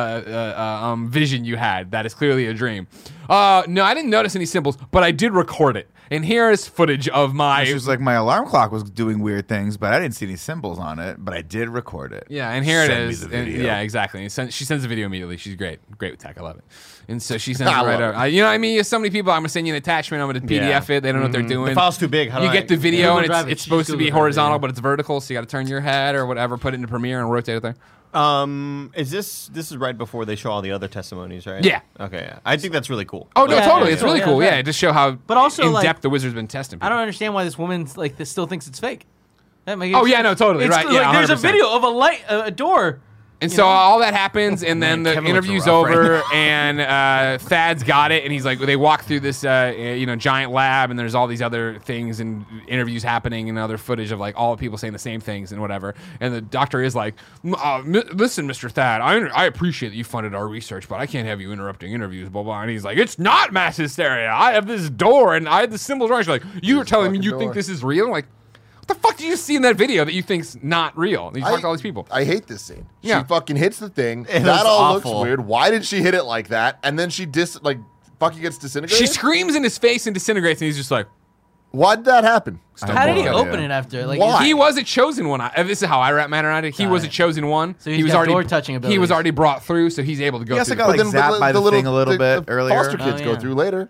B: uh, um, vision you had? That is clearly a dream. Uh, no, I didn't notice any symbols, but I did record it, and here is footage of
E: She
B: my.
E: was like, my alarm clock was doing weird things, but I didn't see any symbols on it, but I did record it.
B: Yeah, and here
E: Send
B: it
E: me
B: is.
E: the
B: And-
E: video.
B: yeah, exactly. And send, she sends a video immediately. She's great, great with tech. I love it. And so she sends it
A: I
B: right
A: love
B: over. I- you know what I mean? There's so many people. I'm gonna send you an attachment. I'm gonna PDF
C: Yeah.
B: it. They don't know what they're doing.
C: The file's too big. How do
B: you
C: I-
B: get the video
D: Google
B: and it's,
D: Drive it.
B: it's
D: Just
B: supposed to
D: Google
B: be
D: Drive it, yeah.
B: horizontal, but it's vertical, so you got to turn your head or whatever, put it into Premiere and rotate it there.
C: Um, is this this is right before they show all the other testimonies, right?
B: Yeah.
C: Okay. Yeah. I think that's really cool.
B: Oh no,
D: Yeah,
B: totally.
D: yeah,
B: it's
D: yeah.
B: really
D: Yeah,
B: cool.
D: yeah.
B: Yeah, just show how
D: But also,
B: in
D: like,
B: depth the wizard's been testing. People.
D: I don't understand why this woman's like this still thinks it's fake. That makes
B: Oh, yeah, no, totally,
D: It's
B: right,
D: like,
B: yeah,
D: there's a
B: 100%.
D: video of a light, a, a door
B: And so all that happens, and then the
C: Kevin looks
B: interview's
C: rough right
B: over, and uh, Thad's got it, and he's like, they walk through this, uh, you know, giant lab, and there's all these other things and interviews happening, and other footage of like all the people saying the same things and whatever. And the doctor is like, "M- uh, mi- listen, Mister Thad, I under- I appreciate that you funded our research, but I can't have you interrupting interviews, blah blah. And he's like, it's not mass hysteria. I have this door, and I have the symbols right. She's like, you were telling me
A: fucking
B: you
A: door.
B: think this is real? I'm like, what the fuck do you see in that video that you think's not real? And you talk
A: I,
B: to all these people.
A: I hate this scene.
B: Yeah.
A: She fucking hits the thing.
C: It was
A: that all
C: awful.
A: looks weird. Why did she hit it like that? And then she dis like fucking gets
B: She
A: disintegrated.
B: screams in his face and disintegrates, and he's just like,
A: Why did that happen?
D: How did he
E: Yeah.
D: open it after? Like,
A: Why?
B: he was a chosen one. I, this is how I wrap my mind around it. He
D: Got
B: was a
D: it.
B: chosen one.
D: So
B: he
D: he's
B: was
D: got
B: already
D: door-touching
B: He was
D: abilities.
B: already brought through, so he's able to go
E: He also
B: through.
E: got,
B: the-
E: like, zapped by the thing a little bit
A: the
E: earlier.
A: Foster kids
D: Oh,
A: go
D: yeah.
A: through later.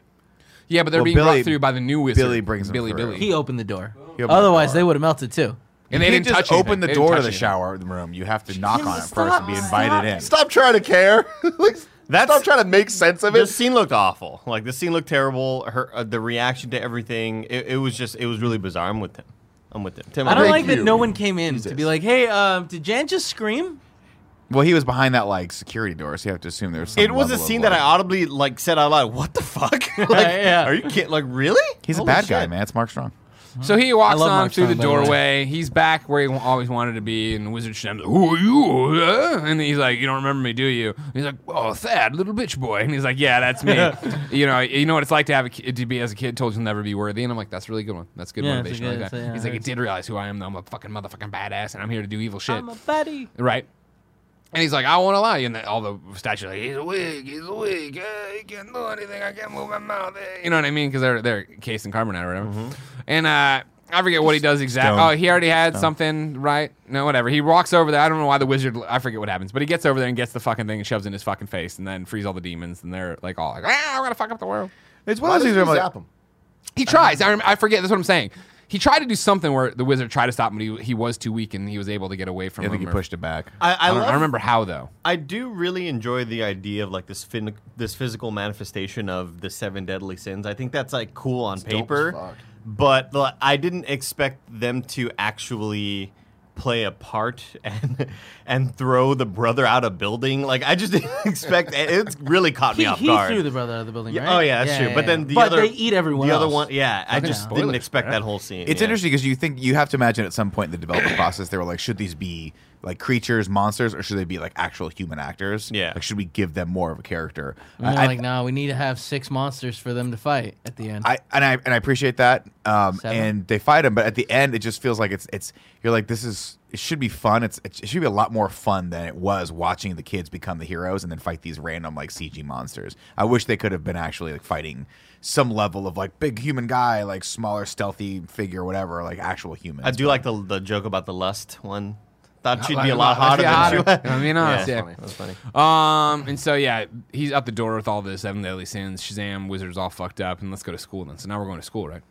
B: yeah, but they're
E: Well,
B: being
E: Billy-
B: brought through by the new wizard.
E: Billy brings him
B: Billy
E: through.
B: Billy,
D: he opened the door.
E: opened the
D: Otherwise,
E: door.
D: they would have melted too.
B: and they
E: You
B: didn't
E: just
B: touch
E: open
B: anything.
E: the
B: They didn't
E: door to
B: touch
E: the
B: anything.
E: shower room. You have to knock on it first and be invited in.
A: Stop trying to care. like,
C: That's-
A: stop trying to make sense of it.
C: This scene looked awful. Like the scene looked terrible. Her uh, the reaction to everything. It, it was just it was really bizarre. I'm with him. I'm with him. Tim,
D: I
C: I'm
D: don't
C: with
D: like
A: you.
D: that no one came in
A: Jesus.
D: to be like, hey, um, did Jan just scream?
E: Well, he was behind that like security door, so you have to assume there's. Some
C: It was a
E: level of,
C: scene that I
E: like-
C: audibly like said out loud. What the fuck? like,
D: Yeah.
C: Are you kidding? Like really?
E: He's
C: Holy
E: a bad guy,
C: shit.
E: man. It's Mark Strong.
B: So he
D: I
B: walks
D: love
B: on
D: Mark
B: through the
D: Stein, by the way.
B: doorway. He's back where he wa- always wanted to be, and Wizard Shem's like, "Who are you?" huh?" And he's like, "You don't remember me, do you?" And he's like, "Oh, Thad, little bitch boy." And he's like, "Yeah, that's me." you know, you know what it's like to have a kid, to be as a kid told you'll never be worthy, and I'm like, "That's a really good one. That's good
D: Yeah, it's a
B: motivation."
D: good-
B: like that.
D: it's a- yeah,
B: he's like, "I
D: it's-
B: did realize who I am. Though. I'm a fucking motherfucking badass, and I'm here to do evil shit."
D: I'm a buddy.
B: Right. And he's like, I won't allow you. And the, all the statues are like, he's a wig, he's a wig. eh, he can't do anything. I can't move my mouth. eh." You know what I mean? Because they're, they're case and carbonite or whatever. And uh, I forget what he does exactly.
E: Mm-hmm. stone.
B: Oh, he already had something, right? No, whatever. He walks over there. I don't know why the wizard, I forget what happens, but he gets over there and gets the fucking thing and shoves it in his fucking face and then frees all the demons. And they're like, all like, ah, I'm going to fuck up the world.
E: It's one
A: Why
E: of
A: did
E: those
A: she
E: things. where I'm like,
A: zap him?
E: Uh-huh.
B: He tries. I, rem- I forget. That's what I'm saying. He tried to do something where the wizard tried to stop him, but he, he was too weak and he was able to get away from
E: I
B: him.
E: think he
B: or-
E: pushed it back.
C: I,
B: I,
C: I,
B: don't, I
C: love,
B: remember how, though.
C: I do really enjoy the idea of like this fin- this physical manifestation of the seven deadly sins. I think that's like cool on
A: dope as
C: paper,
A: fuck.
C: but like, I didn't expect them to actually play a part and and throw the brother out of building. Like I just didn't expect. It really caught me
D: He,
C: off
D: he
C: guard.
D: threw the brother out of the building,
C: Yeah,
D: right?
C: Oh yeah, that's true. but then the other
D: they eat everyone.
C: The other
D: else.
C: one, yeah. I
B: Fucking
C: just
B: spoilers,
C: didn't expect
B: man.
C: that whole scene.
E: It's
C: yeah.
E: interesting because you think you have to imagine at some point in the development process they were like, should these be like creatures, monsters, or should they be like actual human actors?
C: Yeah.
E: Like, should we give them more of a character?
D: And they're like, no, we need to have six monsters for them to fight at the end.
E: I and I and I appreciate that. Um,
D: Seven.
E: and they fight him, but at the end, it just feels like it's it's you're like this is it should be fun. It's it should be a lot more fun than it was watching the kids become the heroes and then fight these random like CG monsters. I wish they could have been actually like fighting some level of like big human guy, like smaller stealthy figure, whatever, like actual humans.
C: I do like the the joke about the lust one. Thought she'd be
B: like
C: a
B: lot-
C: lot hotter
B: yeah,
C: than
B: hotter.
C: she
B: I mean, honest, yeah.
C: That's funny.
B: Um, and so yeah, he's out the door with all the seven deadly sins. Shazam, wizards all fucked up, and let's go to school then. So now we're going to school, right?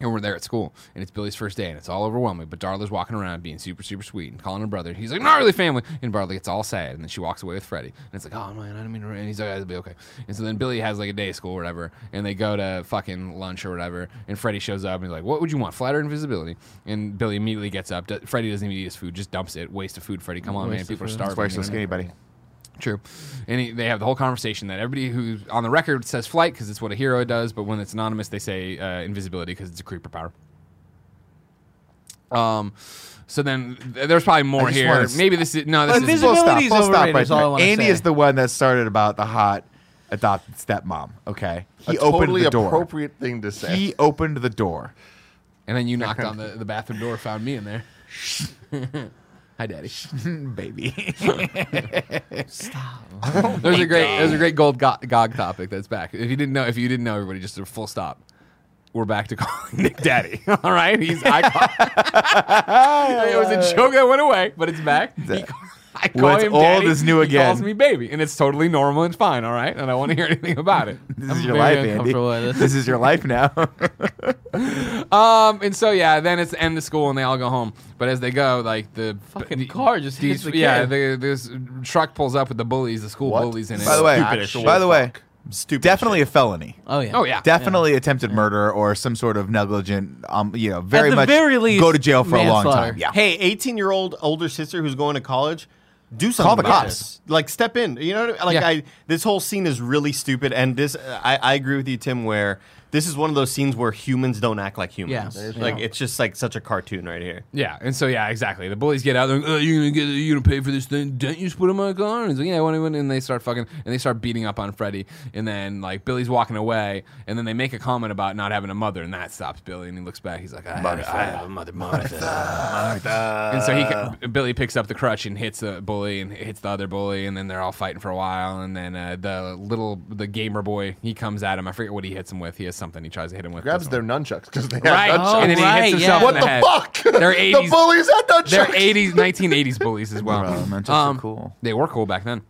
B: And we're there at school, and it's Billy's first day, and it's all overwhelming. But Darla's walking around being super, super sweet and calling her brother. He's like, not really family. And Darla gets all sad, and then she walks away with Freddy. And it's like, oh man, I didn't mean to. And he's like, "Ah, it'll be okay. And so then Billy has like a day of school or whatever, and they go to fucking lunch or whatever. And Freddy shows up, and he's like, what would you want, flat or invisibility? And Billy immediately gets up. Do- Freddy doesn't even eat his food, just dumps it. Waste of food, Freddy. Come on, man.
D: Mm, Waste of
B: People are
D: food.
B: starving.
E: That's why you're so
B: you know?
E: skinny, buddy.
B: True. And he, they have the whole conversation that everybody who's on the record says flight because it's what a hero does, but when it's anonymous, they say uh, invisibility because it's a creeper power. Um, so then th- there's probably more
E: just
B: here.
E: wanna s-
B: Maybe this is no. This is
D: Invisibility is overrated, is all I wanna
E: Andy
D: say.
E: is the one that started about the hot adopted stepmom. Okay, he
A: a
E: opened
A: totally
E: the door.
A: appropriate thing to say.
E: He opened the door.
B: and then you knocked on the, the bathroom door, found me in there. Hi, daddy.
E: baby.
B: There's a great there's a great gold go- gog topic that's back. If you didn't know, if you didn't know, everybody just a full stop. We're back to calling Nick Daddy. All right, he's I call, it was a joke that went away, but it's back. He ca- I call
E: What's
B: him
E: old
B: Daddy,
E: is new
B: He calls
E: again.
B: me baby, and it's totally normal and fine. All right, and I don't want to hear anything about it.
E: This is
D: I'm
E: your
D: very
E: life, Andy.
D: uncomfortable with this.
E: This is your life now.
B: Um, and so yeah, then it's the end of school and they all go home. But as they go, like the
D: Fucking
B: the-
D: car just hits the
B: yeah,
D: kid.
B: the, this truck pulls up with the bullies, the school
A: What?
B: bullies in it.
E: by the way,
C: Stupid as shit.
E: by the way,
C: Stupid.
E: definitely a felony.
D: Oh yeah.
B: oh yeah,
E: Definitely attempted murder or some sort of negligent, um, you know, very
D: the
E: much
D: very least,
E: go to jail for a long
D: manslaughter.
E: time. Yeah.
C: Hey, 18 year old older sister who's going to college, do something.
E: Call the
C: about
E: cops.
C: this. Like step in. You know, what I mean? like
B: Yeah.
C: I this whole scene is really stupid. And this, I, I agree with you, Tim. Where this is one of those scenes where humans don't act like humans.
D: There's
C: like
D: no-
C: it's just like such a cartoon right here.
B: Yeah, and so yeah, exactly. The bullies get out there. Oh, you're gonna get, you gonna pay for this thing. Don't you just put it in my car? And he's like, yeah, I want to. And they start fucking, and they start beating up on Freddy. And then like Billy's walking away, and then they make a comment about not having a mother, and that stops Billy. And he looks back. He's like, I, have, I have a mother, Martha. And so he, ca- Billy picks up the crutch and hits the bully, and hits the other bully, and then they're all fighting for a while. And then uh, the little the gamer boy, he comes at him. I forget what he hits him with. He has something. He tries to hit him with.
A: Grabs
B: Doesn't
A: their nunchucks because they
B: Right, Oh,
A: have nunchucks.
B: and then he
D: Right,
B: hits
D: yeah.
B: himself.
A: what
B: in
A: the
B: the, head.
A: fuck?
B: They're
A: the
B: 80s.
A: bullies had nunchucks.
B: They're 80s, 1980s bullies as well. Um,
E: Bro, nunchucks are cool.
B: They were cool back then.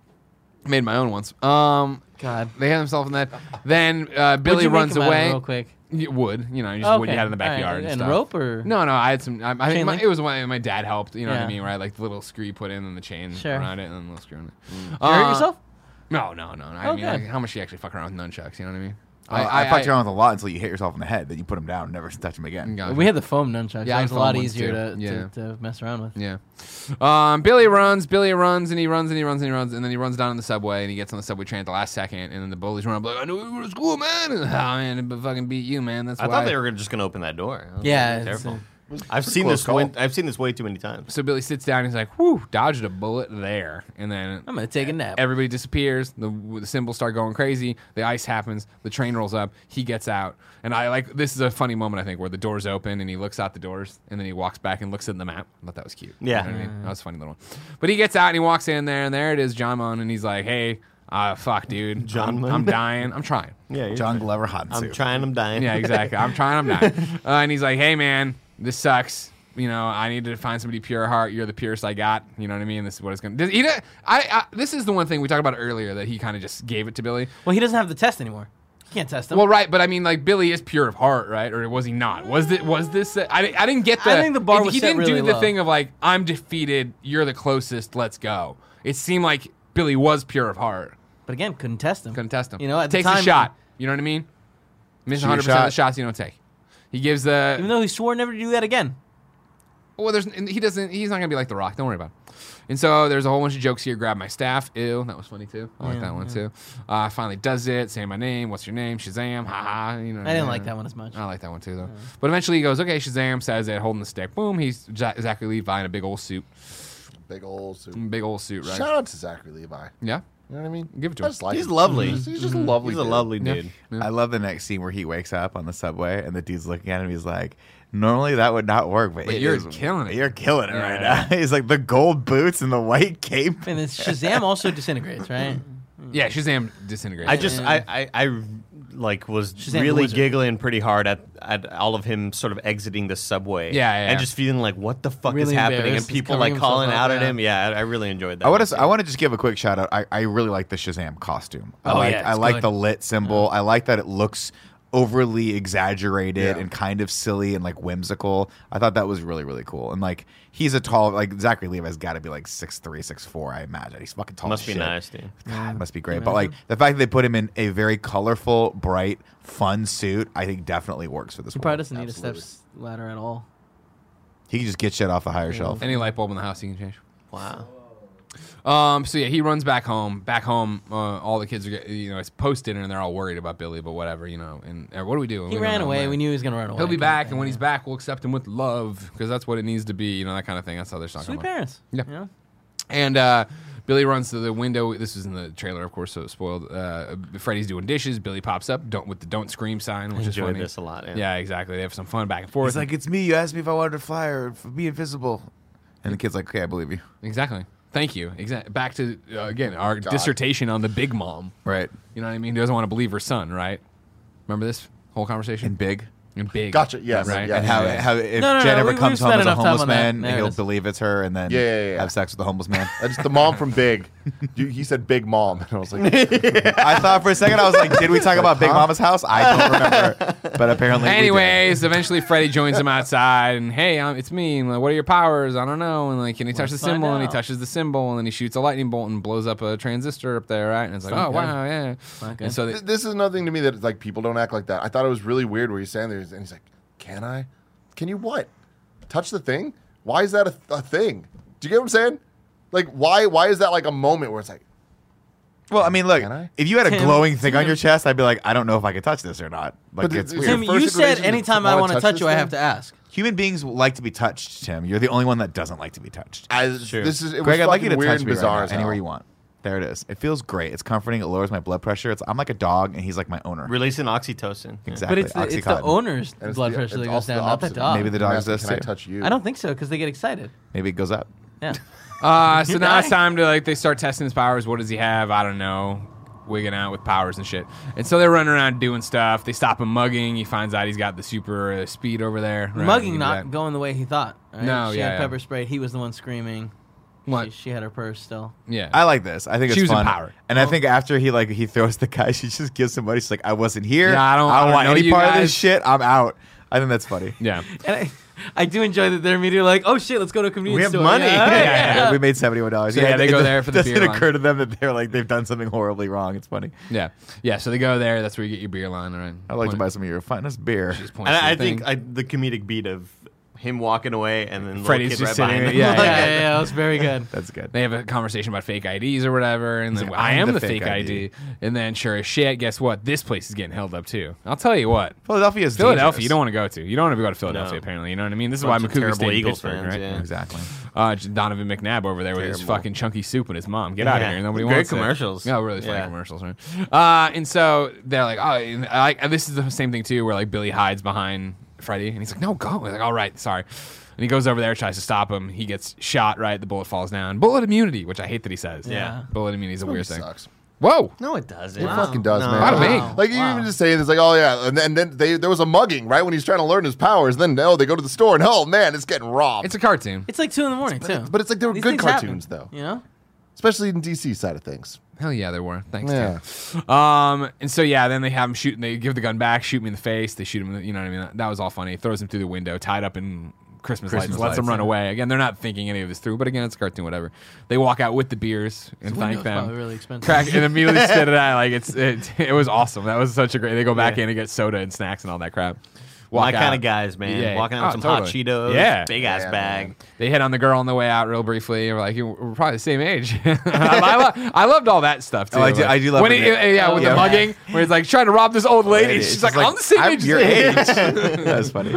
B: Made my own once. Um,
D: God.
B: they had themselves in that. Then uh,
D: What'd
B: Billy
D: you make
B: runs
D: him out of
B: away.
D: Real quick.
B: You would, you know, you just would you
D: Okay.
B: had in the
D: All right,
B: backyard and,
D: and
B: stuff.
D: rope or-
B: no, no, I had some. I, I
D: Chain
B: think my,
D: link?
B: it was my, my dad helped. You know what I
D: Yeah.
B: mean, right? Like the little screw you put in and the chain
D: Sure.
B: around it and then the little screw. In it.
E: Mm.
D: Did you
B: Uh,
D: hurt yourself?
B: No, no, no. no. I
D: Oh,
B: mean,
D: good.
B: like, how much you actually fuck around with nunchucks? You know what I mean?
E: I, Uh, I, fucked around with a lot until you hit yourself in the head. Then you put them down, and never touch them again.
B: Gotcha.
D: We had the foam nunchucks.
B: Yeah, I
D: Yeah,
B: had
D: it was a
B: foam
D: lot
B: ones
D: easier
B: too.
D: to,
B: Yeah.
D: to, to mess around with.
B: Yeah. Um, Billy runs, Billy runs, and he runs, and he runs, and he runs, and then he runs down on the subway, and he gets on the subway train at the last second, and then the bullies run up like, I knew we were to school, man. And, oh, man, but fucking beat you, man. That's
C: I
B: why.
C: thought they were just gonna open that door. I was
D: Yeah,
C: like,
D: it's,
C: careful.
D: uh,
C: I've seen
A: close
C: this.
A: call.
C: Win- I've seen this way too many times.
B: so Billy sits down, and he's like, whew, dodged a bullet there. And then
D: I'm going to take a nap.
B: everybody disappears, the, the symbols start going crazy, the ice happens, the train rolls up, he gets out. And I like, this is a funny moment, I think, where the doors open, and he looks out the doors, and then he walks back and looks at the map. I thought that was cute.
C: Yeah.
B: You know what I mean? That was a funny little one. But he gets out and he walks in there, and there it is, John Mon, and he's like, hey, uh, fuck, dude.
C: John
B: I'm,
C: Mon.
B: I'm dying. I'm trying.
C: Yeah, you're
E: John
C: fine.
E: Glover
C: I'm
E: Hansu.
C: trying. I'm dying.
B: Yeah, exactly. I'm trying. I'm dying. Uh, and he's like, hey, man, this sucks. You know, I need to find somebody pure heart. You're the purest I got. You know what I mean? This is what it's going to do. I, I, this is the one thing we talked about earlier that he kind of just gave it to Billy.
D: Well, he doesn't have the test anymore. He can't test them.
B: Well, right, but I mean, like Billy is pure of heart, right? Or was he not? Was this? Was this? I, I didn't get the.
D: I think the bar was
B: He
D: set
B: didn't
D: really
B: do the
D: low.
B: thing of like I'm defeated. You're the closest. Let's go. It seemed like Billy was pure of heart.
D: but again, couldn't test them.
B: Couldn't test him.
D: You know, at the
B: takes a
D: time-
B: shot. You know what I mean? Miss
E: Shoot your
B: 100 percent of the
E: shot.
B: shots you don't take. He gives the.
D: Even though he swore never to do that again.
B: Well, there's and he doesn't. He's not gonna be like the Rock. Don't worry about. it. And so there's a whole bunch of jokes here. Grab my staff. Ew, that was funny too. I like
D: Yeah,
B: that one too. Uh, finally does it. Say my name. What's your name? Shazam. Ha ha. You know.
D: I didn't like that one as much.
B: I like that one too though. But eventually he goes, okay, Shazam says it, holding the stick. Boom. He's Ja- Zachary Levi in a big old suit.
A: Big old suit.
B: Big old suit, Mm, right?
A: Shout out to Zachary Levi.
B: Yeah.
A: You know what I mean?
B: Give it to
A: I
B: him.
A: just like
C: He's
A: him.
C: lovely. Mm-hmm.
A: He's just a lovely.
C: He's a
A: dude.
C: lovely
B: Yeah.
C: dude.
E: I love the next scene where he wakes up on the subway and the dude's looking at him. He's like, "Normally that would not work, but,
B: But
E: it
B: you're
E: is-
B: killing it."
E: You're killing it right
B: Yeah.
E: now." he's like the gold boots and the white cape.
D: And then Shazam also disintegrates, right?
B: Yeah. Shazam disintegrates.
C: I just
D: Yeah.
C: I, I I like was
D: Shazam the
C: really
D: Wizard.
C: giggling pretty hard at, at all of him sort of exiting the subway.
B: Yeah, yeah,
C: And
B: yeah.
C: just feeling like what the fuck
D: Really
C: is happening and
D: embarrassed. He's
C: people
D: covering
C: like calling
D: himself
C: out
D: up,
C: at
D: yeah.
C: him. Yeah, I, I really enjoyed that.
E: I
C: one,
E: want to.
C: too.
E: I want to just give a quick shout out. I, I really like the Shazam costume. I
D: Oh,
E: like,
D: yeah, it's
E: I like
D: good.
E: the lit symbol. I like that it looks overly
A: Yeah.
E: exaggerated and kind of silly and like whimsical. I thought that was really really cool. And like he's a tall like Zachary Levi's got to be like six three six four. I imagine he's fucking tall.
C: must
E: as
C: be
E: shit.
C: nice, dude.
E: God, must be great. But like the fact that they put him in a very colorful, bright, fun suit, I think definitely works for this.
D: He
E: one.
D: probably doesn't need
A: Absolutely.
D: a steps ladder at all.
E: He can just get shit off the higher shelf.
B: any light bulb in the house you can change.
C: Wow.
B: Um, so yeah, he runs back home. Back home, uh, all the kids are, get- you know, it's post dinner and they're all worried about Billy, but whatever, you know. And uh, what do we do?
D: He ran away. We
B: We
D: knew he was going to run away.
B: he'll be
D: kind of
B: back,
D: thing,
B: and when he's
D: yeah.
B: back, we'll accept him with love because that's what it needs to be, you know, that kind of thing. That's how they're talking
D: Sweet
B: about. it.
D: parents.
B: Yeah.
D: You know?
B: And uh, Billy runs to the window. This is in the trailer, of course, so it's spoiled. Uh, Freddy's doing dishes. Billy pops up, don't with the "Don't scream" sign, which is
C: Enjoyed
B: funny.
C: this a lot. Yeah.
B: Yeah, exactly. They have some fun back and forth.
E: It's like it's me. You asked me if I wanted to fly or f- be invisible, and the kid's like, "Okay, I believe you."
B: exactly. Thank you. Exactly. Back to uh, again our
A: God.
B: dissertation on the big mom.
E: Right.
B: You know what I mean? Who doesn't want to believe her son, right? Remember this whole conversation?
E: And big.
B: And big.
A: Gotcha, yes,
B: Right.
A: yes.
E: and how, how if
D: No, no, no,
E: Jen
D: we-
E: ever
D: we've
E: comes home
D: spent
E: as a
D: enough time
E: homeless
D: on that.
E: man,
D: There it
E: he'll
D: is.
E: believe it's her and then
A: Yeah, yeah, yeah.
E: have sex with the homeless man.
A: That's the mom from Big. You- He said Big Mom, and I was like,
E: I thought for a second I was like, did we talk about Big Mama's house? I don't remember, but apparently. we did.
B: Anyways, eventually Freddy joins him outside, and hey, um, it's me. And like, what are your powers? I don't know. And like, and he touches the
D: find
B: symbol, and he
D: out.
B: touches the symbol, and then he shoots a lightning bolt and blows up a transistor up there, right? And it's like,
D: not
B: oh
D: good.
B: wow, yeah.
D: not
B: And
D: good.
B: so they,
A: Th- this is another thing to me that like people don't act like that. I thought it was really weird where he's standing there and he's like, "Can I? Can you what? Touch the thing? Why is that a, a thing? Do you get what I'm saying? Like, why? Why is that like a moment where it's like,
E: Well, I mean, look,
A: Can I?
E: if you had a
D: Tim,
E: glowing thing on
D: Tim.
E: your chest, I'd be like, I don't know if I could touch this or not. Like,
A: But it's-
E: it's weird.
D: Tim,
A: Your first
D: you said
A: iteration, you
D: anytime
A: wanna
D: I want to
A: touch
D: touch
A: this
D: you, I
A: thing?
D: have to ask.
E: Human beings like to be touched, Tim. You're the only one that doesn't like to be touched.
A: I,
C: Sure.
A: this is it
E: Greg, I'd
A: was
E: like you to
A: fucking weird
E: touch
A: and
E: me
A: bizarre
E: right
A: as
E: now, anywhere
A: hell.
E: you want. There it is. It feels great. It's comforting. It lowers my blood pressure. It's I'm like a dog, and he's like my owner.
C: Releasing oxytocin. Yeah.
E: Exactly.
D: But it's the, it's the
E: Oxycontin.
D: owner's
A: And it's
D: blood
A: the-
D: pressure
A: it's
D: that goes
A: also
D: down, not the
A: opposite.
D: dog.
E: Maybe the
A: I'm
E: dog
A: asking,
E: does
A: Can I
E: too.
A: touch you?
D: I don't think so because they get excited.
E: Maybe it goes up.
D: Yeah.
B: Uh, so now it's time
D: dying.
B: to like they start testing his powers. What does he have? I don't know. Wigging out with powers and shit. And so they're running around doing stuff. They stop him mugging. He finds out he's got the super uh, speed over there. Right,
D: Mugging
B: he
D: not
B: can do
D: going the way he thought. right?
B: No,
D: she
B: yeah,
D: had
B: yeah.
D: pepper sprayed. He was the one screaming.
B: What?
D: She, she had her purse still.
B: that. Yeah.
E: I like this. I think
B: She was
E: it's fun.
B: empowered. Oh.
E: And I think after he like he throws the guy, she just gives somebody. She's like, I wasn't here.
B: Yeah, I don't- I don't
E: want
B: know
E: any
B: you
E: part of this
B: guys."
E: shit. I'm out. I think that's funny.
B: yeah.
D: And I, I do enjoy that they're immediately like, oh shit, let's go to a convenience
C: We have
D: store.
C: money.
D: Yeah, all right,
B: Yeah, yeah,
E: We made seventy one dollars.
B: So, yeah, they go there for the
E: doesn't
B: beer line.
E: occur to them that they're like they've done something horribly wrong. It's funny.
B: Yeah. Yeah. So they go there. That's where you get your beer line. All right.
E: I'd like to
B: Point-
E: buy some of your finest beer.
B: just
C: And
B: points to
C: I, I
B: the
C: think
B: thing.
C: I, the comedic beat of him walking away and then
B: Freddy's
C: little kid
B: just
C: right
B: sitting
C: behind
B: there,
C: him.
D: yeah,
B: Yeah.
D: yeah, yeah, It was very good.
E: That's good.
B: they have a conversation about fake IDs or whatever, and then
E: like,
B: I am the, fake, ID. And then sure as shit, guess what? This place is getting held up too. I'll tell you what.
E: Philadelphia is
B: Philadelphia, you
E: dangerous.
B: don't want to go to. You don't want to go to Philadelphia.
C: No.
B: Apparently, you know what I mean. This is why
C: Bunch of
B: Makuga
C: terrible
B: stayed in
C: Eagles
B: Pittsburgh,
C: fans,
B: right?
C: yeah.
E: exactly.
B: Uh, J- Donovan McNabb over there with his
C: Terrible.
B: fucking chunky soup and his mom. Get out of
C: Yeah.
B: here. Nobody
C: Great
B: wants it.
C: commercials.
B: No, really funny
C: Yeah.
B: commercials, right? Uh, and so they're like, oh, and I, and this is the same thing too, where like Billy hides behind Freddy, and he's like, no, go. We're like, all right, sorry. And he goes over there, tries to stop him. He gets shot. Right, the bullet falls down. Bullet immunity, which I hate that he says.
C: Yeah.
B: bullet immunity is a weird thing.
A: Sucks.
B: Whoa.
C: No, it doesn't.
A: It fucking does,
C: No.
A: man.
B: Not a me.
A: Like, Like you even just saying this, like, oh yeah, and then, then they there was a mugging right when he's trying to learn his powers. Then no, they go to the store and oh man, it's getting robbed.
B: It's a cartoon.
D: It's like two in the morning too.
A: but it's like they were
D: These
A: good
D: things happen,
A: cartoons though,
D: You know.
A: especially in DC side of things.
B: Hell yeah, there were. Thanks.
A: Yeah.
B: Tim. Um, and so yeah, then they have him shooting. They give the gun back, shoot me in the face. They shoot him. in the- You know what I mean? That, that was all funny. Throws him through the window, tied up in Christmas, lights.
E: Christmas
B: Lets him
E: lights,
B: run
E: yeah.
B: away. Again, they're not thinking any of this through. But again, it's a cartoon. Whatever. They walk out with the beers and
D: The
B: thank
D: window's
B: them.
D: probably really expensive.
B: Crack and immediately spit it out. Like it's it, it was awesome. That was such a great. They go back in and get soda and snacks and all that crap. Walk
C: My kind
B: out.
C: of guys, man.
B: Yeah.
C: Walking out
B: Oh,
C: with some hot
B: totally.
C: Cheetos,
B: Yeah.
C: big ass
A: Yeah,
C: bag.
A: man.
B: They hit on the girl on the way out real briefly. and We're like, "You- we're probably the same age. I, lo- I loved all that stuff too.
E: Oh, I do-
B: Like,
E: I do love
B: when
E: it.
B: he- yeah, yeah, with
D: Yeah.
B: the mugging, where he's like trying to rob this old lady.
E: Lady,
B: She's,
E: she's
B: like,
E: like,
B: I'm the same
E: "I'm
B: age. as
E: your
B: you."
E: age. That's funny.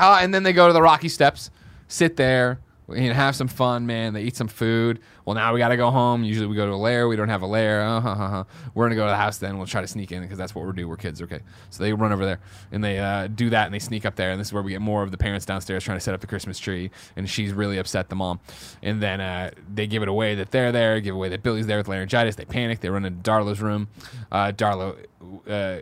B: Uh, and then they go to the Rocky Steps, sit there, and have some fun, man. They eat some food. Well, now we got to go home. Usually we go to a lair. We don't have a lair. Uh, huh, huh, huh. We're going to go to the house then. We'll try to sneak in because that's what we're doing. We're kids, okay? So they run over there and they uh, do that and they sneak up there. And this is where we get more of the parents downstairs trying to set up the Christmas tree. And she's really upset, the mom. And then uh, they give it away that they're there, give away that Billy's there with laryngitis. They panic. They run into Darla's room. Uh, Darla. Uh,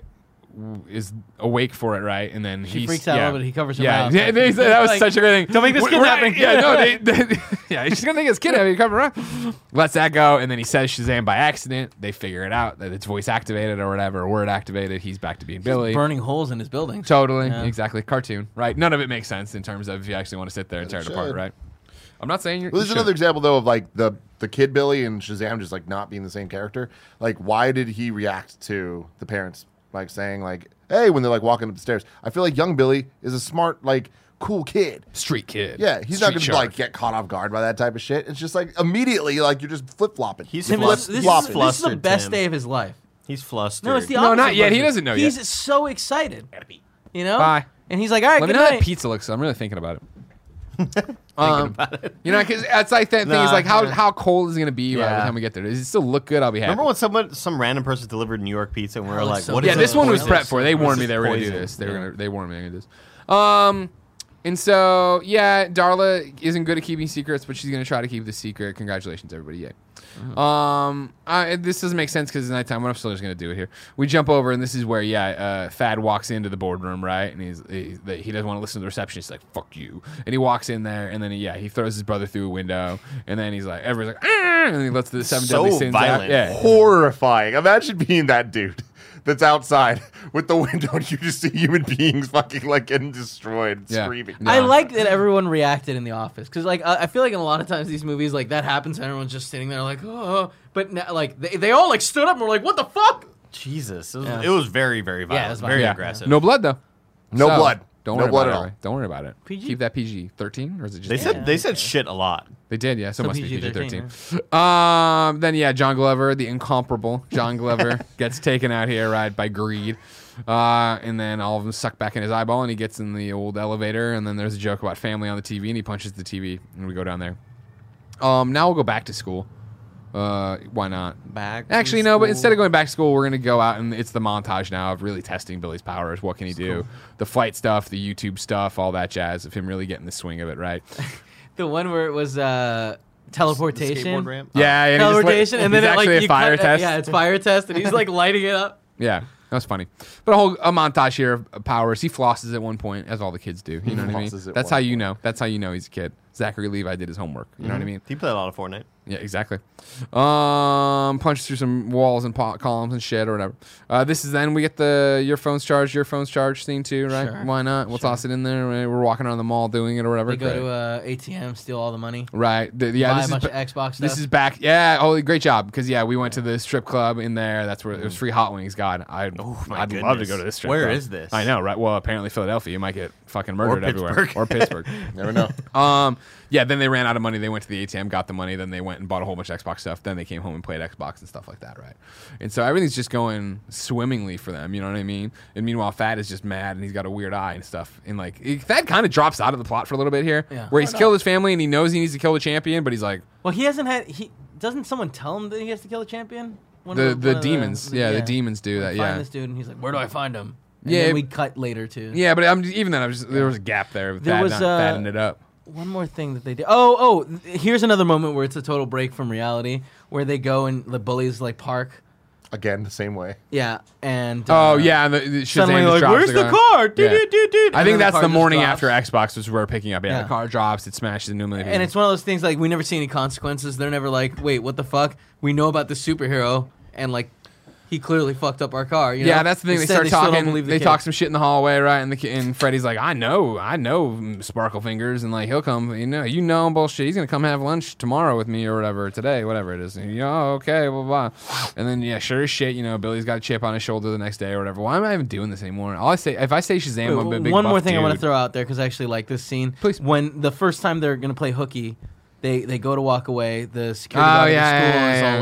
B: is awake for it, right? And then he
D: freaks out a little bit. He covers her
B: yeah.
D: mouth.
B: Yeah, they- that was
D: Like,
B: such a great thing.
D: "Don't make this
B: We're-
D: kid
B: we're-
D: happen."
B: Yeah, no, they, they, yeah, she's gonna think it's kid happen. You cover up. Lets that go, and then he says Shazam by accident. They figure it out that it's voice activated or whatever, or word activated. He's back to being Billy.
D: Burning holes in his building.
B: Totally,
D: Yeah.
B: exactly. Cartoon, right? None of it makes sense in terms of if you actually want to sit there and tear it
A: it
B: apart,
A: should.
B: right? I'm not saying you're.
A: Well,
B: you
A: there's
B: should.
A: another example though of like the the kid Billy and Shazam just like not being the same character. Like, why did he react to the parents like saying like, "Hey," when they're like walking up the stairs? I feel like young Billy is a smart, like, cool kid.
B: street kid.
A: Yeah, he's not gonna
B: Street shark.
A: like get caught off guard by that type of shit. It's just like immediately, like you're just flip flopping.
C: He's
D: Tim,
C: Flip-
D: this, this,
C: flop
D: is,
C: it.
D: this is the
C: Flustered,
D: best
C: Tim.
D: day of his life.
C: He's flustered.
D: No, it's the
B: No,
D: opposite.
B: not yet.
D: of
B: He
D: what
B: doesn't know
D: he's
B: yet.
D: so excited. You know.
B: Bye.
D: And he's like, all right,
B: Let
D: good
B: me know how
D: night.
B: that pizza looks. I'm really thinking about it. um, You know, because that's like that thing is
C: Nah,
B: like how
C: yeah.
B: how cold is it gonna be by the
C: Yeah.
B: time we get there? Does it still look good? I'll be happy.
C: Remember when someone, some random person delivered New York pizza, and we were
D: Oh, it's
C: like,
D: so
C: "What is
B: yeah,
D: good.
B: this one was
D: poison?
B: prepped for. They
C: This
B: warned me
C: is
B: they were going to do
C: poison.
B: this. They
C: Yeah.
B: were gonna. They warned me they were going to do this. Um, and so yeah, Darla isn't good at keeping secrets, but she's going to try to keep the secret. Congratulations, everybody! Yay.
C: Uh-huh.
B: Um, I, this doesn't make sense because it's nighttime. But I'm still just going to do it here. We jump over, and this is where yeah, uh, Thad walks into the boardroom, right? And he's he, the- he doesn't want to listen to the receptionist. He's like, "Fuck you!" And he walks in there, and then he, yeah, he throws his brother through a window, and then he's like, everyone's like, "Ah!" and then he lets the seven
C: So
B: deadly sins out.
C: violent.
B: Yeah,
A: horrifying. Imagine being that dude that's outside with the window and you just see human beings fucking like getting destroyed,
B: Yeah.
A: screaming.
B: No.
D: I like that everyone reacted in the office because, like, I I feel like in a lot of times these movies, like that happens and everyone's just sitting there, like, oh. But now, like, they, they all like stood up and were like, "What the fuck?"
C: Jesus, it was,
D: Yeah.
C: it was very, very violent,
D: it was
C: very
D: violent.
C: aggressive.
B: No blood though.
A: No
B: So-
A: blood.
B: Don't
A: No
B: worry
A: blood
B: about it.
A: at all.
B: Ray. Don't worry about it.
D: PG?
B: Keep that PG thirteen, or is it just
C: They
B: PG?
C: said they
D: okay.
C: said shit a lot.
B: They did, yeah. So,
D: So
B: it must be PG
D: PG-13,
B: thirteen. Um, then yeah, John Glover, the incomparable John Glover, gets taken out here right by greed, uh, and then all of them suck back in his eyeball, and he gets in the old elevator, and then there's a joke about family on the TV, and he punches the TV, and we go down there. Um, now we'll go back to school. Uh, why not?
C: Back.
B: Actually, no, but instead of going back to school, we're going to go out and it's the montage now of really testing Billy's powers. What can he do? The flight stuff, the YouTube stuff, all that jazz of him really getting the swing of it, right?
D: Uh, The one where it was uh, teleportation.
C: skateboard ramp.
B: yeah, and he just lit-
D: teleportation, and then
B: it's
D: it, like
B: actually
D: you
B: a fire
D: cut-
B: test.
D: Yeah, it's fire test, and he's like lighting it up.
B: Yeah, that was funny. But a whole a montage here of powers. He flosses at one point, as all the kids do. You know what I mean?
A: Flosses at
B: That's
A: one
B: how you know. That's how you know he's a kid. Zachary Levi did his homework. You know
D: Mm-hmm.
B: what I mean?
C: He played a lot of Fortnite.
B: Yeah, exactly. Um, punches through some walls and pot columns and shit or whatever. Uh, this is then we get the your phone's charged, your phone's charged scene too, right?
D: Sure.
B: Why not? We'll toss it in there. right? We're walking around the mall doing it or whatever.
D: They go
B: Great.
D: to uh, ATM, steal all the money,
B: right. The- yeah,
D: buy
B: this
D: a
B: is
D: bunch
B: ba-
D: of Xbox stuff.
B: this is back. Yeah. Oh, great job. Because yeah, we went to the strip club in there. That's where it
D: Mm.
B: was free hot wings. God, I
D: Oh
C: my
B: I'd love to
C: goodness.
B: go to this strip.
C: Where
B: club.
C: is this?
B: I know, right? Well, apparently Philadelphia. You might get fucking murdered everywhere
C: Pittsburgh.
B: or Pittsburgh.
A: Never know.
B: um, yeah. Then they ran out of money. They went to the ATM, got the money. Then they went and bought a whole bunch of Xbox stuff. Then they came home and played Xbox and stuff like that, right? And so everything's just going swimmingly for them. You know what I mean? And meanwhile, Thad is just mad and he's got a weird eye and stuff. And like it- Thad kind of drops out of the plot for a little bit here,
D: Yeah.
B: where he's killed his family and he knows he needs to kill the champion, but he's like.
D: well, he hasn't had. He doesn't. Someone tell him that he has to kill the champion. One
B: the,
D: of
B: the
D: one of
B: demons. yeah, the demons do that.
D: Find
B: Yeah.
D: this dude, and he's like, "Where do I find him?" And
B: Yeah.
D: then we cut later too.
B: Yeah, but I'm even then. I was there was a gap there. With
D: There
B: that
D: was,
B: not
D: uh,
B: fattening it up.
D: One more thing that they did. Oh, oh, th- here's another moment where it's a total break from reality, where they go and the bullies like park.
A: Again, the same way.
D: Yeah, and uh,
B: Oh yeah, and the, the Shazam
D: suddenly
B: just
D: like,
B: drops
D: "Where's the
B: gun.
D: car?" Do,
B: Yeah.
D: do, do, do.
B: I
D: And
B: think
D: then the
B: that's
D: car
B: the
D: just
B: morning
D: drops.
B: after Xbox, which we're picking up. Yeah, the
D: Yeah.
B: car drops, it smashes into him,
D: And it's one of those things like we never see any consequences. They're never like, wait, what the fuck? We know about this superhero, and like, he clearly fucked up our car. you
B: yeah,
D: know?
B: that's the thing. They start
D: Instead, still don't
B: talking.
D: believe the
B: they
D: kid.
B: talk some shit in the hallway, right? And the ki- and Freddy's like, I know, I know, mm, Sparkle Fingers, and like he'll come. You know, you know, him, bullshit. He's gonna come have lunch tomorrow with me or whatever today, whatever it is. And, you know, okay, blah blah. blah. And then yeah, sure as shit, you know, Billy's got a chip on his shoulder the next day or whatever. Why am I even doing this anymore? All I say, if I say Shazam, I'm a
D: Wait,
B: big
D: one
B: buff
D: more thing I want to
B: dude.
D: throw out there because I actually like this scene.
B: Please.
D: When the first time they're gonna play hooky, they they go to walk away. The security
B: Oh,
D: guard
B: yeah, yeah,
D: at the school is all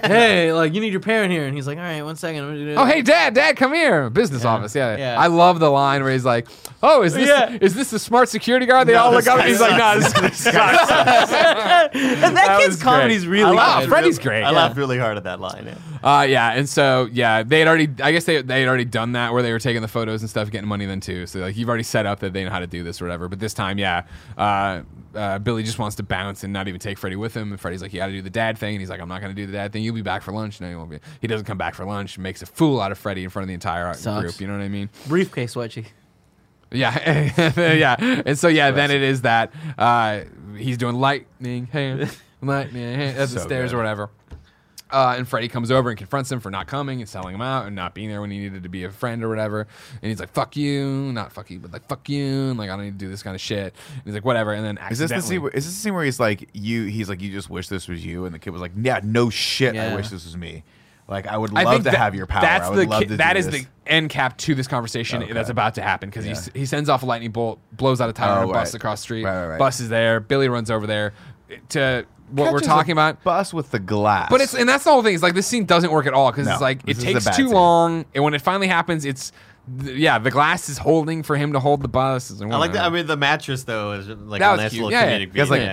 D: like, "Hey, like you need your parent here," and he's like, "All right, one second, I'm gonna do."
B: Oh hey dad, dad come here. Business office, yeah.
D: yeah.
B: I love the line where he's like, "Oh, is this
D: Yeah.
B: is this the smart security guard?" They all
C: No,
B: look
C: this
B: up.
C: guy
B: and He's like, "No, this
C: sucks.
B: guy sucks."
D: and that,
B: was
D: kid's
B: great.
D: comedy's
C: I
D: really
C: laughed
B: Wow,
D: good.
B: Freddy's great.
C: I
B: yeah.
C: laughed really hard at that line. yeah.
B: Uh, yeah, and so yeah, they had already. I guess they they had already done that where they were taking the photos and stuff, getting money then too. So like you've already set up that they know how to do this or whatever. But this time, yeah, uh, uh, Billy just wants to bounce and not even take Freddy with him. And Freddy's like, you got to do the dad thing, and he's like, I'm not gonna do the dad thing. You'll be back for lunch. No, he won't be. He doesn't come back for lunch. Makes a fool out of Freddy in front of the entire
D: Sucks.
B: group. You know what I mean?
D: Briefcase wedgie.
B: Yeah, yeah, and so yeah, then it is that uh, he's doing lightning hand, lightning hand at the
E: So
B: stairs
E: good.
B: or whatever. Uh, and Freddy comes over and confronts him for not coming and selling him out and not being there when he needed to be a friend or whatever. And he's like, "Fuck you," not "fuck you," but like "fuck you," and like I don't need to do this kind of shit. And he's like, "Whatever." And then
E: Is this
B: accidentally,
E: the scene? Where, is this the scene where he's like, you? He's like, you just wish this was you, and the kid was like, yeah, no shit, I
D: Yeah.
E: wish this was me. Like, I would
B: I
E: love
B: think
E: to
B: that-
E: have your power.
B: That's
E: I would
B: the
E: love
B: ki-
E: to
B: that
E: do
B: is
E: this.
B: the end cap to this conversation
E: Okay.
B: that's about to happen because he he sends off a lightning bolt, blows out a tire,
E: Oh,
B: on a bus
E: right.
B: across the street.
E: Right, right, right.
B: Bus is there. Billy runs over there to what we're
E: Catches
B: talking
E: a
B: about.
E: Bus with the glass,
B: But it's and that's the whole thing. It's like this scene doesn't work at all because
E: No,
B: it's like
E: this
B: it
E: is a
B: takes
E: bad
B: too
E: scene.
B: long, and when it finally happens, it's th- yeah, the glass is holding for him to hold the bus. It's
C: I like that. I mean, the mattress though is like
B: That
C: a
B: was
C: nice
B: cute.
C: little
B: Yeah, yeah.
C: comedic.
E: you guys
C: beat.
E: like
C: Yeah.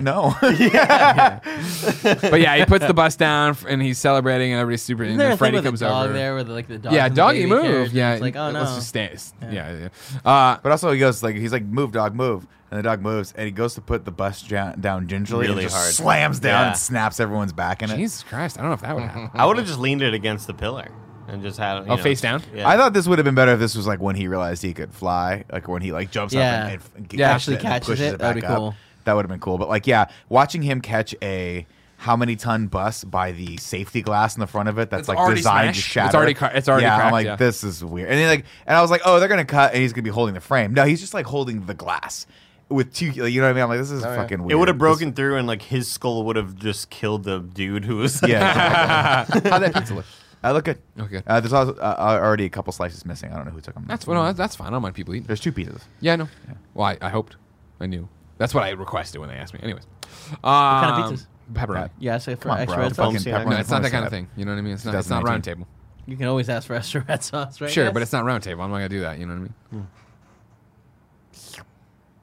E: no.
B: but yeah, he puts the bus down f- and he's celebrating, and everybody's super.
D: Isn't
B: And
D: there
B: then
D: a thing
B: Freddy
D: with the
B: comes
D: dog
B: over.
D: there with like the dog?
B: yeah,
D: and the
B: doggy
D: baby carriage,
B: move.
D: and
B: Yeah,
D: it's like oh no.
B: let's just stand. Yeah, yeah. Uh,
E: But also, he goes like he's like, "Move, dog, move," and the dog moves, and he goes to put the bus ja- down gingerly,
C: Really
E: and just
C: hard.
E: slams down
C: Yeah.
E: and snaps everyone's back in it.
B: Jesus Christ, I don't know if that would happen.
C: I would have just leaned it against the pillar and just had. you
B: Oh,
C: know,
B: face down?
C: Yeah.
E: I thought this would have been better if this was like when he realized he could fly, like when he like jumps
D: Yeah.
E: up and, and
B: Yeah,
E: catches
D: actually
E: it and
D: catches
E: pushes
D: it.
E: it
D: That'd be
E: back up.
D: cool.
E: That would have been cool. But like, yeah, watching him catch a how many ton bus by the safety glass in the front of it that's
B: It's
E: like
B: already
E: designed to
B: smashed.
E: shatter.
B: It's already cra- it's already
E: yeah, I'm
B: cracked,
E: like,
B: yeah.
E: this is weird. And then like, and I was like, oh, they're gonna cut, and he's gonna be holding the frame. No, he's just like holding the glass with two. like, You know what I mean? I'm like, this
D: Oh,
E: is fucking weird.
C: It would have
E: This-
C: broken through, and like his skull would have just killed the dude who was.
E: Yeah.
B: How that pizza look?
E: I look good.
B: Okay.
E: Uh, there's also, uh, uh, already a couple slices missing. I don't know who took them.
B: That's well, no, that's fine. I don't mind people eating.
E: There's two pieces.
B: Yeah, I know. Well, I, I hoped. I knew. That's what I requested when they asked me. Anyways. Um, what
D: kind of pizzas?
B: Pepperoni.
D: Yeah, I say for
E: Come on,
D: extra
E: bro.
D: red sauce.
E: Fucking
C: No,
E: pepperoni
B: No, it's not that kind of
E: salad.
B: thing. You know what I mean? It's not. It's not
E: 2019.
B: round table.
D: You can always ask for extra red sauce, right?
B: Sure,
D: guys?
B: but it's not round table. I'm not gonna do that. You know what I mean?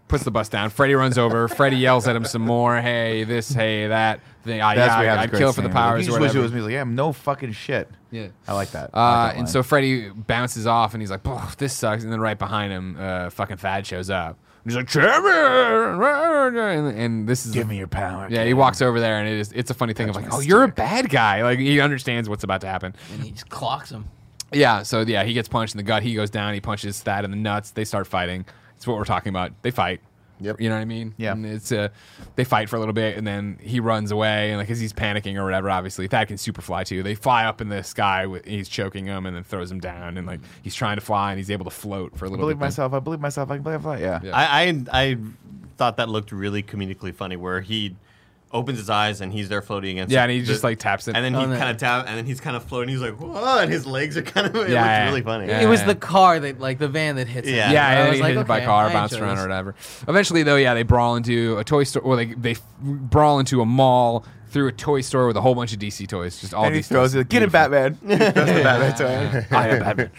B: Puts the bus down. Freddy runs over. Freddy yells at him some more. Hey, this. Hey, that. Thing. I,
E: That's where you
B: I,
E: have
B: I'd
E: the great
B: kill for the
E: saying, like,
B: powers.
E: You
B: or
E: just wish it
B: whatever.
E: was me. Like, yeah, no fucking shit.
B: Yeah.
E: I like that. I like
B: Uh,
E: that
B: and
E: line.
B: so Freddy bounces off, and he's like, "Phew, "This sucks." And then right behind him, uh, fucking Thad shows up. And he's like, "Chairman," and, and this is
E: give me your power.
B: yeah. He walks over there, and it is it's a funny thing of like,
E: my
B: "Oh, you're a bad guy." Like he understands what's about to happen.
D: And he just clocks him.
B: Yeah. So yeah, he gets punched in the gut. He goes down. He punches Thad in the nuts. They start fighting. It's what we're talking about. They fight.
A: Yep.
B: You know what I mean?
E: Yeah.
B: And it's uh, they fight for a little bit, and then he runs away, and like, cause he's panicking or whatever. Obviously, Thad can super fly too. They fly up in the sky. With, he's choking him, and then throws him down, and like he's trying to fly, and he's able to float for a
E: I
B: little
E: believe
B: bit. then-
E: myself. I believe myself. I can believe myself. Yeah.
B: Yeah.
C: I, I I thought that looked really comedically funny, where he opens his eyes and he's there floating against.
B: Yeah,
C: the-
B: and he just
C: the-
B: like taps it.
C: and then
D: Oh, no.
C: he kind of tap, and then he's kind of floating. He's like, whoa, and his legs are kind of. It
B: Yeah,
C: yeah,
B: yeah,
C: really funny.
B: yeah.
D: It was the car that, like, the van that hits him.
C: Yeah.
B: yeah,
D: I
B: and
D: was
B: he
D: like,
B: hit it by
D: okay,
B: car,
D: I
B: bounced
D: enjoy
B: around or
D: this.
B: whatever. Eventually, though, yeah, they brawl into a toy store. Well, they they f- brawl into a mall through a toy store with a whole bunch of DC toys. Just all
E: And he
B: these
E: throws
B: toys.
E: it. Get him, Batman. He throws the Batman to him.
B: I am Batman.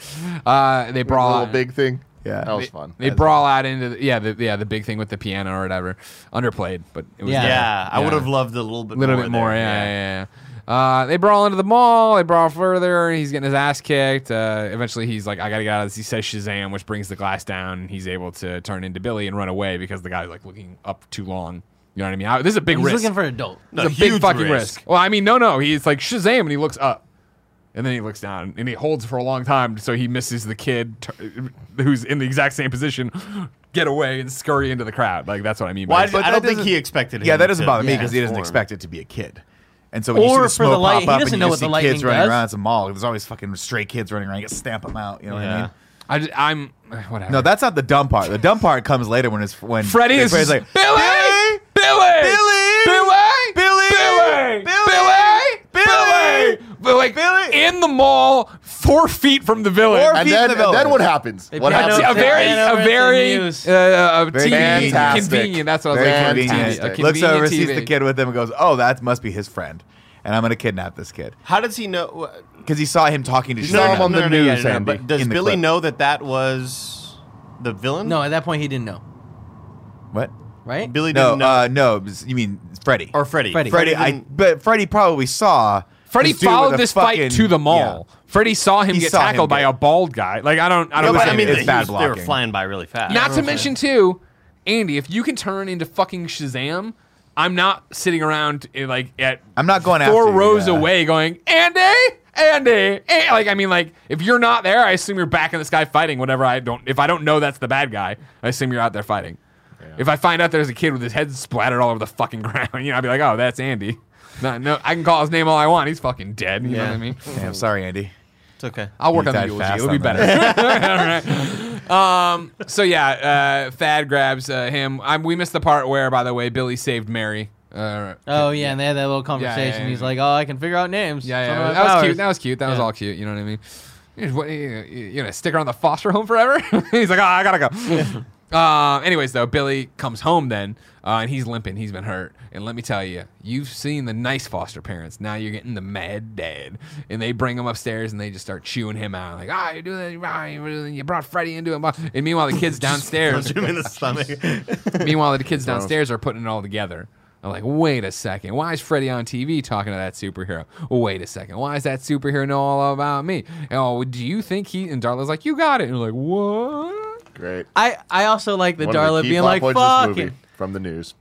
B: Uh, they
A: The
B: brawl
A: little
B: out-
A: big thing.
E: Yeah.
A: that was
E: They-
A: fun.
B: They brawl out into the, yeah the yeah the big thing with the piano or whatever underplayed but it was
D: Yeah.
C: Yeah,
B: there.
C: I would have loved a little bit.
B: a little
C: more
B: bit more
C: there,
B: yeah yeah, yeah. Uh, they brawl into the mall they brawl further he's getting his ass kicked uh, eventually he's like I gotta get out of this he says Shazam which brings the glass down and he's able to turn into Billy and run away because the guy's like looking up too long you know what I mean I, this is a big
D: He's
B: risk
D: looking for a dope.
C: No,
B: it's a big
C: huge
B: fucking risk. Well, I mean, no, no. He's like Shazam, and he looks up, and then he looks down, and he holds for a long time, so he misses the kid t- who's in the exact same position, get away and scurry into the crowd. Like that's what I mean.
C: Why?
B: by
E: But
C: I don't
E: that
C: think he
E: doesn't-
C: expected.
E: Yeah,
C: him
E: that doesn't
C: to
E: bother me
D: yeah.
E: because he doesn't
C: transform.
E: expect it to be a kid. And so when you
D: Or
E: see
D: for
E: the smoke
D: the light- he
E: pop up
D: doesn't
E: and
D: know
E: you
D: what
E: just
D: the
E: see kids
D: lightning
E: running
D: does.
E: around, it's a mall. There's always fucking stray kids running around. You gotta stamp them out. You know what I
C: Yeah.
E: mean?
B: I just, I'm eh, whatever.
E: No, that's not the dumb part. The dumb part comes later when it's when
B: Freddie is
E: Freddy's
B: just, Billy, Billy, Billy,
E: Billy!
B: Billy,
E: Billy!
B: Billy, Billy, But, like
E: Billy!
B: in the mall, four feet from the village.
E: Four
A: And
E: Feet
A: then,
E: in the
A: and then
E: village.
A: what happens?
D: They
A: What
D: piano-
A: happens?
B: That's a
D: Upside
B: very,
D: down over
B: a
D: at the
B: very,
D: news.
B: uh, uh,
E: Very
B: TV
A: fantastic.
B: convenient. That's what I was
E: Very
B: looking for.
E: convenient.
B: TV, a
E: Looks
B: convenient
E: over, sees
B: TV.
E: the kid with him, and goes, "Oh, that must be his friend." And I'm gonna kidnap this kid
C: How does he know?
E: because he saw him talking to.
A: saw
E: Shazam.
A: him on the news, Andy,
C: But does
E: in the
C: Billy
E: clip.
C: know that that was the villain?
D: No, at that point, he didn't know,
E: What?
D: right?
C: Billy
E: No,
C: didn't know.
E: uh, no. You mean Freddy?
C: or Freddy.
D: Freddy.
E: Freddy?
C: Freddy
E: I
C: didn't-
E: but Freddy probably saw.
B: Freddy
E: this dude with
B: followed
E: a
B: this
E: fucking-
B: fight to the mall. Freddy saw him
E: He
B: get
E: saw him
B: tackled by
E: get-
B: a bald guy. Like I don't, I
C: No,
B: don't.
C: but
B: know.
C: I mean,
E: It's
C: they,
E: bad
C: was- they were
E: blocking.
C: flying by really fast.
B: Not to mention too, Andy, if you can turn into fucking Shazam, I'm not sitting around eh, like at
E: I'm not going
B: four
E: after you,
B: rows
E: yeah.
B: away going Andy, Andy, eh," like I mean, like if you're not there, I assume you're back in the sky fighting whatever I don't. If I don't know that's the bad guy, I assume you're out there fighting. If I find out there's a kid with his head splattered all over the fucking ground, you know, I'd be like, oh, that's Andy. No, no, I can call his name all I want. He's fucking dead. You know
C: Yeah.
B: what I mean?
E: Damn, sorry, Andy.
C: It's okay.
B: I'll work
E: You
B: on the
E: died
B: eulogy.
E: fast
B: It'll be
E: on
B: better. All right. Um. So yeah, uh, Thad grabs uh, him. i we missed the part where, by the way, Billy saved Mary. Uh,
D: Oh yeah, and they had that little conversation.
B: yeah,
D: He's
B: yeah.
D: like, "Oh, I can figure out names."
B: yeah,
D: Some
B: yeah.
D: of my
B: That was cute.
D: powers."
B: That was cute. That was
D: Yeah.
B: all cute. You know what I mean? You're, what, you, you gonna stick around the foster home forever? he's like, oh, I gotta go. Uh, anyways, though, Billy comes home then, uh, and he's limping. He's been hurt. And let me tell you, you've seen the nice foster parents. Now you're getting the mad dad. And they bring him upstairs and they just start chewing him out. Like, ah, you're doing that. ah, You brought Freddie into him. And meanwhile, the kid's downstairs.
C: Punch him in the stomach.
B: Meanwhile, the kids downstairs are putting it all together. I'm like, wait a second. Why is Freddy on TV talking to that superhero? Wait a second. Why is that superhero know all about me? Oh, do you think he? And Darla's like, you got it. And we're like, what?
A: Great.
D: I I also like the
A: One of the
D: Darla
A: key
D: being
A: plot
D: like,
A: points of this
D: "Fuck it."
A: movie from the news.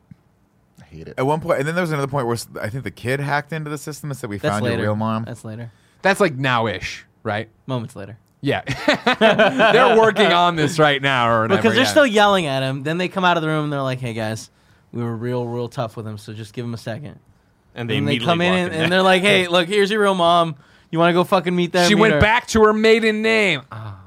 A: I hate it.
E: At one point, and then there was another point where s- I think the kid hacked into the system and said, "We
D: That's
E: found
D: later.
E: your real mom."
D: That's later.
B: That's like now-ish, right?
D: Moments later.
B: Yeah, they're working on this right now, or whatever.
D: Because they're
B: yeah.
D: still yelling at him. Then they come out of the room and they're like, "Hey guys, we were real, real tough with him. So just give him a second.
C: and
D: They
C: they,
D: and they
C: immediately
D: come in
C: walk
D: and,
C: there.
D: and they're like, "Hey, look, here's your real mom. You want to go fucking meet them?"
B: She
D: Meet
B: went
D: her."
B: back to her maiden name. Ah.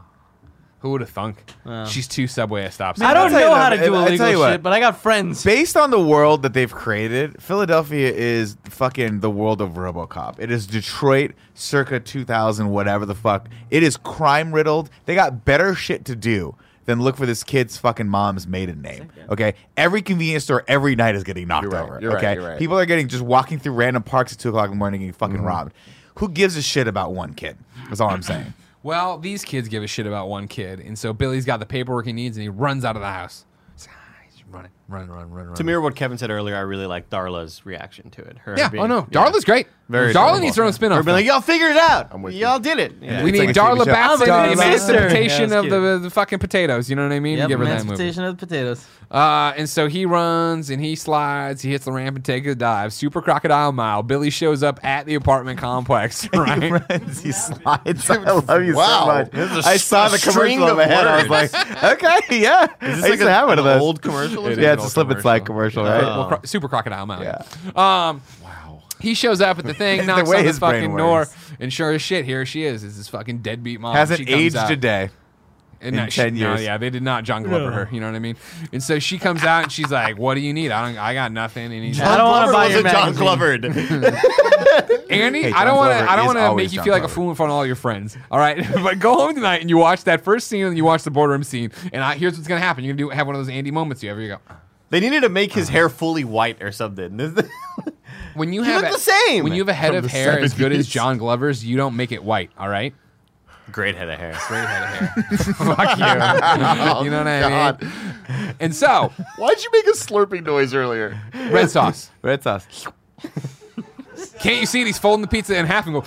B: Who would have thunk? She's two subway stops.
D: I don't
E: I'll tell you
D: know
E: though,
D: how to
E: I-
D: do
E: I tell
D: illegal
E: you what.
D: shit, but I got friends.
E: Based on the world that they've created, Philadelphia is fucking the world of RoboCop. It is Detroit circa 2000 whatever the fuck. It is crime riddled. They got better shit to do than look for this kid's fucking mom's maiden name. Okay? Every convenience store every night is getting knocked
A: You're right,
E: over.
A: you're right,
E: okay?
A: you're right. Mm-hmm.
E: People are getting just walking through random parks at 2 o'clock in the morning and getting fucking robbed. Who gives a shit about one kid? That's all I'm saying.
B: Well, these kids give a shit about one kid, and so Billy's got the paperwork he needs, and he runs out of the house. He's, ah, he's running, running, running, running.
C: To
B: running.
C: mirror what Kevin said earlier, I really like Darla's reaction to it. Her
B: yeah.
C: being-
B: oh no,
C: yeah.
B: Darla's great.
E: Very
B: Darla
E: adorable.
B: needs her own spin
C: Her
B: off.
C: being like, y'all figured it out.
A: I'm with you.
C: Y'all did it. Yeah.
B: we
E: It's
B: need
E: like a
B: Darla
E: TV show.
B: Batson
D: Darla
B: in the
D: Batson.
B: emancipation
D: Yeah,
B: of
D: that's
B: the, the fucking potatoes. You know what I mean?
D: Yep,
B: Give her that movie.
D: emancipation of the potatoes.
B: Uh, and so he runs and he slides. He hits the ramp and takes a dive. Super crocodile mile. Billy shows up at the apartment complex. Right?
E: runs, he slides. I love you
A: Wow.
E: so
C: This
E: much.
C: is a
E: I
C: s-
E: saw
C: a
E: the
C: string
E: commercial
C: of
E: in my head. I was
C: words.
E: like, okay, yeah.
C: Is this
E: I used
C: like
E: to
C: a-
E: have one of
C: an
E: those.
C: old commercial? or
B: It is
E: yeah,
B: an
E: it's a
B: old
E: slip and slide
B: commercial. Oh.
E: commercial,
B: Well,
E: right?
B: cro- super crocodile mile. Yeah. Um, wow. He shows up at the thing,
E: The
B: knocks
E: way
B: on the
E: his brain
B: fucking door,
E: works.
B: and sure as shit, here she is. Is this fucking deadbeat mom? She
E: Hasn't
B: comes
E: aged
B: out.
E: a day.
B: And
E: in
B: that
E: 10
B: she- no,
E: years.
B: yeah, they did not John Glover her. You know what I mean? And so she comes out and she's like, "What do you need? I don't. I got nothing." And he's
D: I don't wanna
C: Glover
D: buy
C: wasn't
D: your
C: John
D: magazine.
C: Glovered.
B: Andy,
E: Hey,
B: I don't
E: John
B: want
E: Glover
B: to. I don't
E: is
B: want to
E: always
B: make you
E: John
B: feel like a
E: Glover.
B: fool in front of all your friends. All right, but go home tonight and you watch that first scene and you watch the boardroom scene. And I, here's what's gonna happen: you're gonna do have one of those Andy moments. You ever you go
C: they needed to make his hair fully white or something.
B: when you
C: You
B: have
C: look
B: a-
C: the same.
B: When you have a head
A: From
B: of
A: the
B: hair as good as
A: 70s.
B: John Glover's, you don't make it white. All right,
C: Great head of hair.
B: great head of hair. Fuck you. you know what
A: God.
B: I mean? And so,
A: Why'd you make a slurping noise earlier?
B: red sauce.
E: Red sauce.
B: Can't you see it? He's folding the pizza in half and go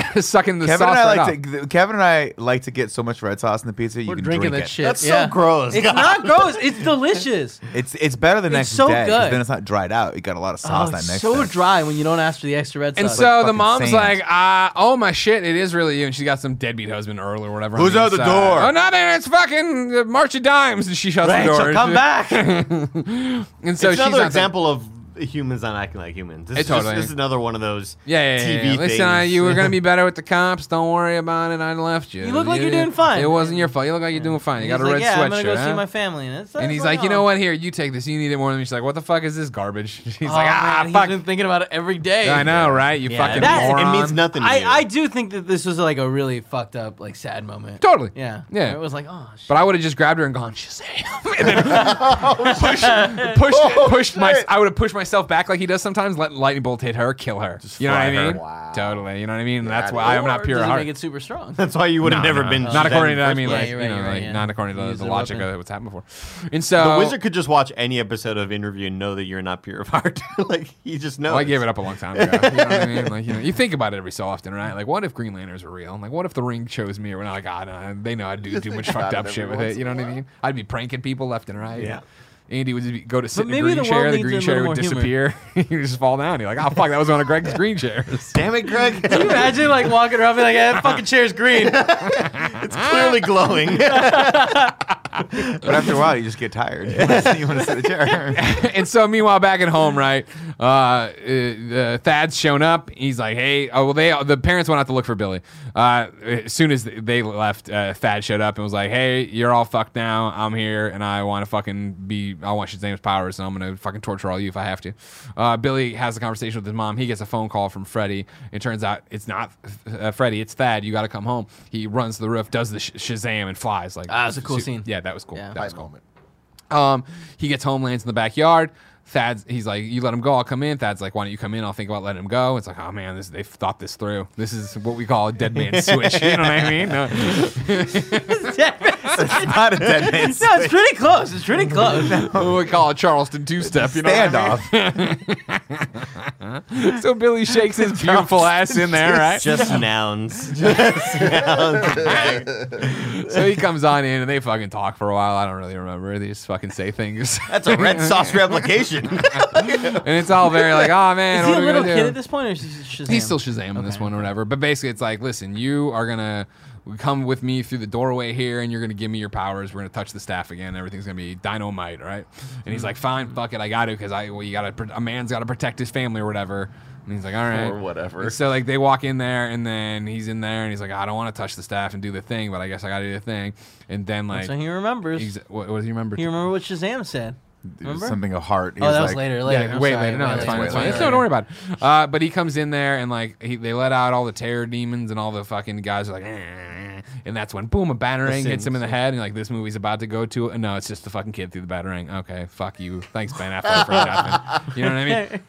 B: sucking the
E: Kevin
B: sauce
E: and I
B: right
E: like
B: off.
E: to. th- Kevin and I like to get so much red sauce in the pizza. You
D: We're
E: can
D: drinking
E: drink
D: that
E: it.
D: shit.
C: That's
D: yeah.
C: so gross.
D: It's not gross. It's delicious.
E: It's it's better the
D: It's
E: next
D: so
E: day 'cause
D: good.
E: then it's not dried out. It got a lot of
D: Oh,
E: sauce that
D: it's
E: next
D: so
E: day.
D: dry when you don't ask for the extra red sauce.
B: And so the
E: fucking
B: mom's
E: sand.
B: like, uh, oh my shit, it is really you. And she got some deadbeat husband Earl or whatever. on
E: Who's out the
B: inside.
E: door?
B: Oh, not there. It's fucking uh, March of Dimes. And she shuts the door.
D: Rachel, come back.
B: And so
C: it's
B: she's
C: another
B: not
C: example of humans not acting like humans. This,
B: It
C: is, just-
B: totally-
C: this is another one of those
B: Yeah, yeah,
C: TV
B: yeah, yeah. Listen, I,
C: things.
B: you were gonna be better with the cops. Don't worry about it. I left you.
D: You look like you're doing fine.
B: It wasn't your fault. You look like you're doing fine. You got a
D: He's like,
B: red
D: yeah,
B: sweatshirt.
D: I'm gonna go see
B: huh?
D: my family, and, it's,
B: and he's like, you know what? Here, you take this. You need it more than me. She's like, what the fuck is this garbage? She's
D: He's
B: like, ah,
D: Oh, he's
B: fuck.
D: been thinking about it every day.
B: I know, right? You
C: Yeah,
B: fucking
C: that's-
B: moron.
C: It means nothing. To
D: I,
C: you.
D: I do think that this was like a really fucked up, like sad moment.
B: Totally.
D: Yeah.
B: Yeah.
D: It was like, oh shit.
B: But I would have just grabbed her and gone, Shazam! and then pushed, pushed, pushed my.
A: shit.
B: I would have pushed myself back like he does sometimes. Let the lightning bolt hit her, kill her. you know what I
A: fry her.
B: mean?
A: Wow.
B: Totally. You know what I mean? That's
A: Yeah,
B: why I'm
D: Or
B: not pure
D: does
B: at
D: it
B: heart.
D: Make it super strong.
C: That's why you would have
B: No,
C: never
B: no,
C: been
B: no. not
C: Shazam
B: according to
C: in the
B: I
C: first
B: mean
C: place.
B: like
D: Yeah,
B: you
D: you're right,
B: know
D: you're right,
B: like
D: yeah.
B: not according to
D: Use
B: the
D: the
B: logic
D: weapon.
B: of what's happened before. And so
C: The wizard could just watch any episode of Interview and know that you're not pure of heart. like he just knows.
B: Well, I gave it up a long time ago. You know what I mean? Like you know, you think about it every so often, right? Like, what if Green Lanterns were real? Like, what if the Ring chose me? Or when I got, uh, they know I do too much fucked
A: about
B: up
A: it
B: shit
A: every
B: with it.
A: once
B: You know
A: in a
B: what I mean? I'd be pranking people left and right.
C: Yeah.
B: Andy would just be, go to sit in a
D: maybe
B: green
D: the
B: chair. The
D: world needs
B: green
D: a
B: chair
D: little
B: would
D: more humor.
B: disappear. you just fall down. You're like, oh fuck, that was one of Greg's green chairs.
C: Damn it, Greg!
D: Can you imagine like walking around being like, "Yeah, that fucking chair's green.
C: it's clearly glowing.
E: But after a while, you just get tired. you want to sit in a chair.
B: and so meanwhile back at home right uh, uh, uh thad's shown up he's like hey oh well they the parents went out to look for billy uh as soon as they left uh, thad showed up and was like hey you're all fucked now i'm here and i want to fucking be i want shazam's powers and i'm gonna fucking torture all you if i have to uh billy has a conversation with his mom he gets a phone call from freddy it turns out it's not uh, freddy it's thad you gotta come home he runs to the roof does the sh- shazam and flies like
D: Ah, it was a cool
B: su-
D: scene.
B: yeah that was cool
D: Yeah.
B: that was
A: Nice
B: cool
A: moment.
B: um, he gets home, lands in the backyard. Thad's, he's like, you let him go, I'll come in. Thad's like, why don't you come in? I'll think about letting him go. It's like, oh man, this, they've thought this through. This is what we call a dead man switch. You know what I mean? No.
E: it's not a dead man's
D: no, it's pretty close. It's pretty close.
B: what we call a Charleston two step. You know what I mean?
E: standoff.
B: So Billy shakes his beautiful ass in there, right?
C: just nouns.
B: So he comes on in and they fucking talk for a while. I don't really remember. They just fucking say things.
C: That's a red sauce replication.
B: and it's all very like, oh man,
D: Is
B: what
D: he a
B: are we
D: little
B: gonna
D: kid
B: do?
D: at this point, or is he Shazam?
B: He's still Shazam in this one or whatever. But basically, it's like, listen, you are gonna come with me through the doorway here, and you're gonna give me your powers. We're gonna touch the staff again. Everything's gonna be dynamite, all right? And he's like, fine, fuck it, I got to, because I, well, you gotta, pr- a man's gotta protect his family or whatever. And he's like, all right.
E: Or whatever.
B: And so like they walk in there and then he's in there and he's like, I don't want to touch the staff and do the thing, but I guess I gotta do the thing. And then like
D: so he remembers.
B: exa- what, what does he remember?
D: He remember what Shazam said. Remember?
E: Something a heart. He
D: oh, that was
E: like-
D: later. Later.
B: Yeah,
D: I'm
B: wait,
D: sorry,
B: later. No,
D: way
B: that's fine.
D: later,
B: That's
D: way
B: fine. It's-
D: later.
B: No, don't worry about it. Uh, but he comes in there and like he, they let out all the terror demons and all the fucking guys are like, "Eh," and that's when boom, a batarang hits him in the head and like this movie's about to go to. uh, No, it's just the fucking kid through the batarang. Okay, fuck you. Thanks Ben Affleck for nothing. You know what I mean?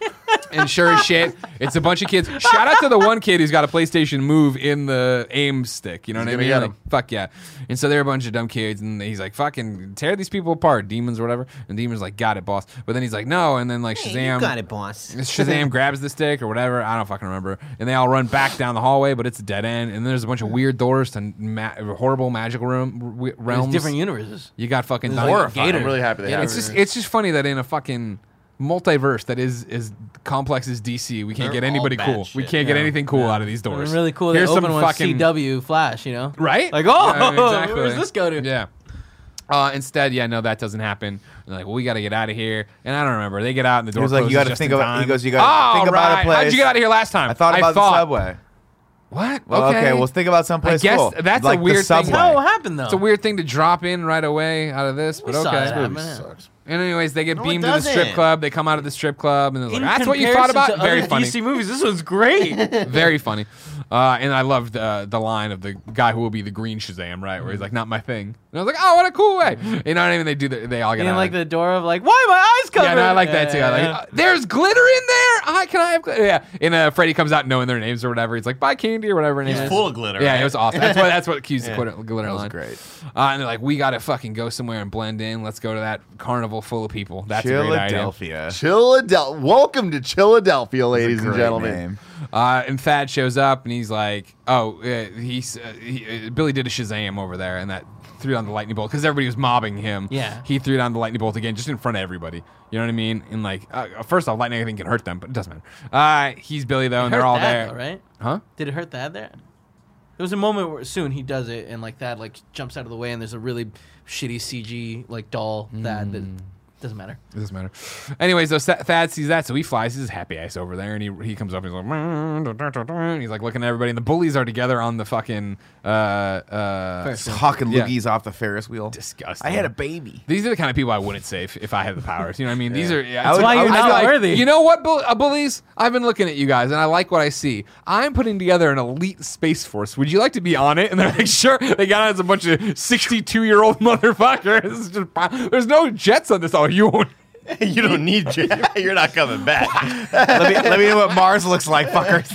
B: And sure as shit, it's a bunch of kids. Shout out to the one kid who's got a PlayStation Move in the aim stick. You know what I
A: gonna
B: mean?
A: get
B: Like,
A: him.
B: fuck yeah. And so they're a bunch of dumb kids, and he's like, fucking tear these people apart, demons or whatever. And demons like, got it, boss. But then he's like, no. And then like Shazam,
C: boss.
B: Shazam grabs the stick or whatever. I don't fucking remember. And they all run back down the hallway, but it's a dead end. And then there's a bunch of weird doors to ma- horrible magical room w-
D: There's
B: realms.
D: different universes.
B: you got fucking
D: There's like
B: horrified.
D: Gator.
A: I'm really happy they
D: Gator.
A: have
B: It's just it's just funny that in a fucking multiverse that is as complex as DC, we can't
C: They're
B: get anybody
C: all
B: cool.
C: bad
B: We
C: shit.
B: can't get anything cool out of these
D: It
B: doors.
D: was really cool. They
B: Here's
D: opened
B: some
D: with
B: fucking
D: CW Flash, you know?
B: right?
D: Like, oh,
B: exactly.
D: where does this go to?
B: Yeah. Uh, instead, yeah, no, that doesn't happen. They're like, well, we got to get out of here, and I don't remember. They get out, and the
E: He
B: door
E: was like, you
B: got
E: gotta
B: to
E: think about- he goes, you gotta think about a
B: Oh, How'd
E: place."
B: you get out of here last time?
E: I thought about the subway.
B: What?
E: Well, okay. Well, think about
B: I
E: someplace
B: guess
E: cool.
B: that's a
E: like the
B: weird thing.
E: subway.
D: How it happened, though?
B: it's a weird thing to drop in right away out of this, but
D: saw
B: okay.
D: that.
A: Movie
D: man.
A: sucks.
B: And anyways, they get
C: No, it
B: beamed to the strip
C: doesn't.
B: club. They come out of the strip club, and they're like,
D: In
B: "That's what you thought
D: comparison
B: about."
D: to
B: Very
D: other
B: funny.
D: DC movies. This one's great.
B: Very funny. Uh, and I loved uh, the line of the guy who will be the green Shazam, right?
D: Mm-hmm.
B: Where he's like, not my thing. And I was like, oh, what a cool way. You know what I mean? They do the, They all get
D: and
B: out
D: like
B: of it.
D: the door of like, why are my eyes covered?
B: Yeah, no, I like that too. I like,
D: Yeah.
B: uh, there's glitter in there. I can I have glitter? Yeah. And uh, Freddy comes out knowing their names or whatever. He's like, buy candy or whatever. her name
C: He's
B: is.
C: full of glitter.
B: Yeah,
C: right?
B: it was awesome. That's what that's what cues the
C: Yeah.
B: glitter, glitter
E: That was
B: line.
E: great.
B: Uh, and they're like, we gotta fucking go somewhere and blend in. Let's go to that carnival full of people. That's a great idea.
E: Philadelphia.
A: Philadelphia. Welcome to Philadelphia, ladies and
E: Great
A: gentlemen.
E: name.
B: Uh, and Thad shows up and he's like, "Oh, uh, he's uh, he, uh, Billy did a Shazam over there, and that threw down the lightning bolt because everybody was mobbing him.
D: Yeah.
B: he threw down the lightning bolt again, just in front of everybody. You know what I mean? And like, uh, first off, lightning I think can hurt them, but it doesn't matter. Uh, he's Billy though, and
D: Hurt
B: they're all
D: Thad,
B: there,
D: though, right?
B: Huh?
D: Did it hurt Thad there? There was a moment where soon he does it, and like Thad like jumps out of the way, and there's a really shitty CG like doll Thad
B: Hmm.
D: that doesn't matter.
B: It doesn't matter. Anyways, so Sa- Thad sees that, so he flies his happy ass over there, and he he comes up, and he's like, "Mm, da, da, da, da," and he's like looking at everybody, and the bullies are together on the fucking uh uh.
D: Fair.
E: Hawking
B: Yeah.
E: loogies off the Ferris wheel.
B: Disgusting.
E: I had a baby.
B: These are the kind of people I wouldn't save if I had the powers. You know what I mean? These are. Yeah,
E: That's
B: it's-
E: why you're
B: I'd be
E: not
D: worthy.
B: You know what, bull- uh, bullies? I've been looking at you guys, and I like what I see. I'm putting together an elite space force. Would you like to be on it? And they're like, sure. They got on as a bunch of 62-year-old motherfuckers. It's just pile- There's no jets on this. Oh, you won't.
C: you don't need you. You're not coming back.
E: let, me, let me know what Mars looks like, fuckers.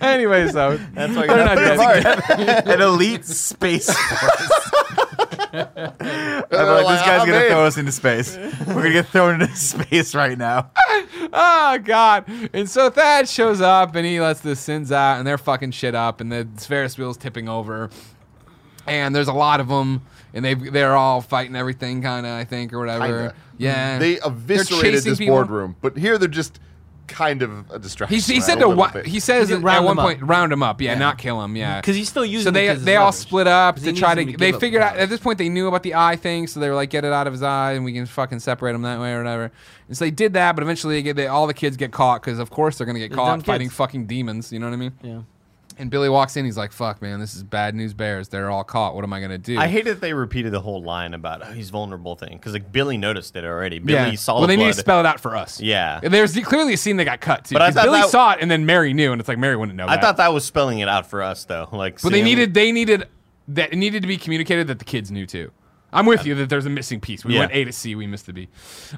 B: Anyway, so
C: That's why
B: they're
C: you're
B: not
C: not.
B: dead.
E: An elite space force. I'm
A: They're
E: like,
A: like,
E: this guy's
A: "I'm
E: gonna
A: in."
E: throw us into space. We're gonna get thrown into space right now.
B: oh god and so thad shows up and he lets the sins out and they're fucking shit up and the ferris wheel's tipping over and there's a lot of them and they they're all fighting everything kind of i think or whatever
A: Kinda. Mm-hmm.
B: yeah
A: They
B: Eh. They're
A: eviscerated
B: chasing
A: this
B: people.
A: boardroom, but here they're just kind of a distraction.
B: he, he
A: right?
B: said
A: A
B: to
A: little
B: wa-
A: bit.
B: he says
D: He said
B: at
D: round
B: one
D: them
B: point
D: up.
B: round him up yeah, not kill him yeah
D: Because he's still using.
B: so they
D: it 'cause it's
B: they all
D: leverage.
B: split up
D: 'Cause
B: to
D: he
B: try
D: needs
B: to,
D: him to
B: they
D: give up
B: figured out
D: leverage.
B: at this point they knew about the eye thing so they were like get it out of his eye and we can fucking separate him that way or whatever and so they did that but eventually they get, they, all the kids get caught because of course they're gonna get
D: They're dumb
B: caught
D: kids.
B: fighting fucking demons you know what I mean
D: Yeah.
B: and Billy walks in he's like fuck man this is bad news bears they're all caught what am I gonna do
C: I hate that they repeated the whole line about oh, he's vulnerable thing because like Billy noticed it already. Billy
B: yeah.
C: saw
B: well
C: the
B: they need
C: blood.
B: to spell it out for us
C: Yeah.
B: And there's the- clearly a scene that got cut too
C: But I
B: 'cause
C: thought
B: Billy
C: that-
B: saw it and then Mary knew and it's like Mary wouldn't know
C: I
B: that.
C: thought that was spelling it out for us though. Like,
B: But they
C: seeing-
B: needed they needed that it needed to be communicated that the kids knew too. I'm with you that there's a missing piece. We
C: Yeah.
B: went A to C, we missed the B.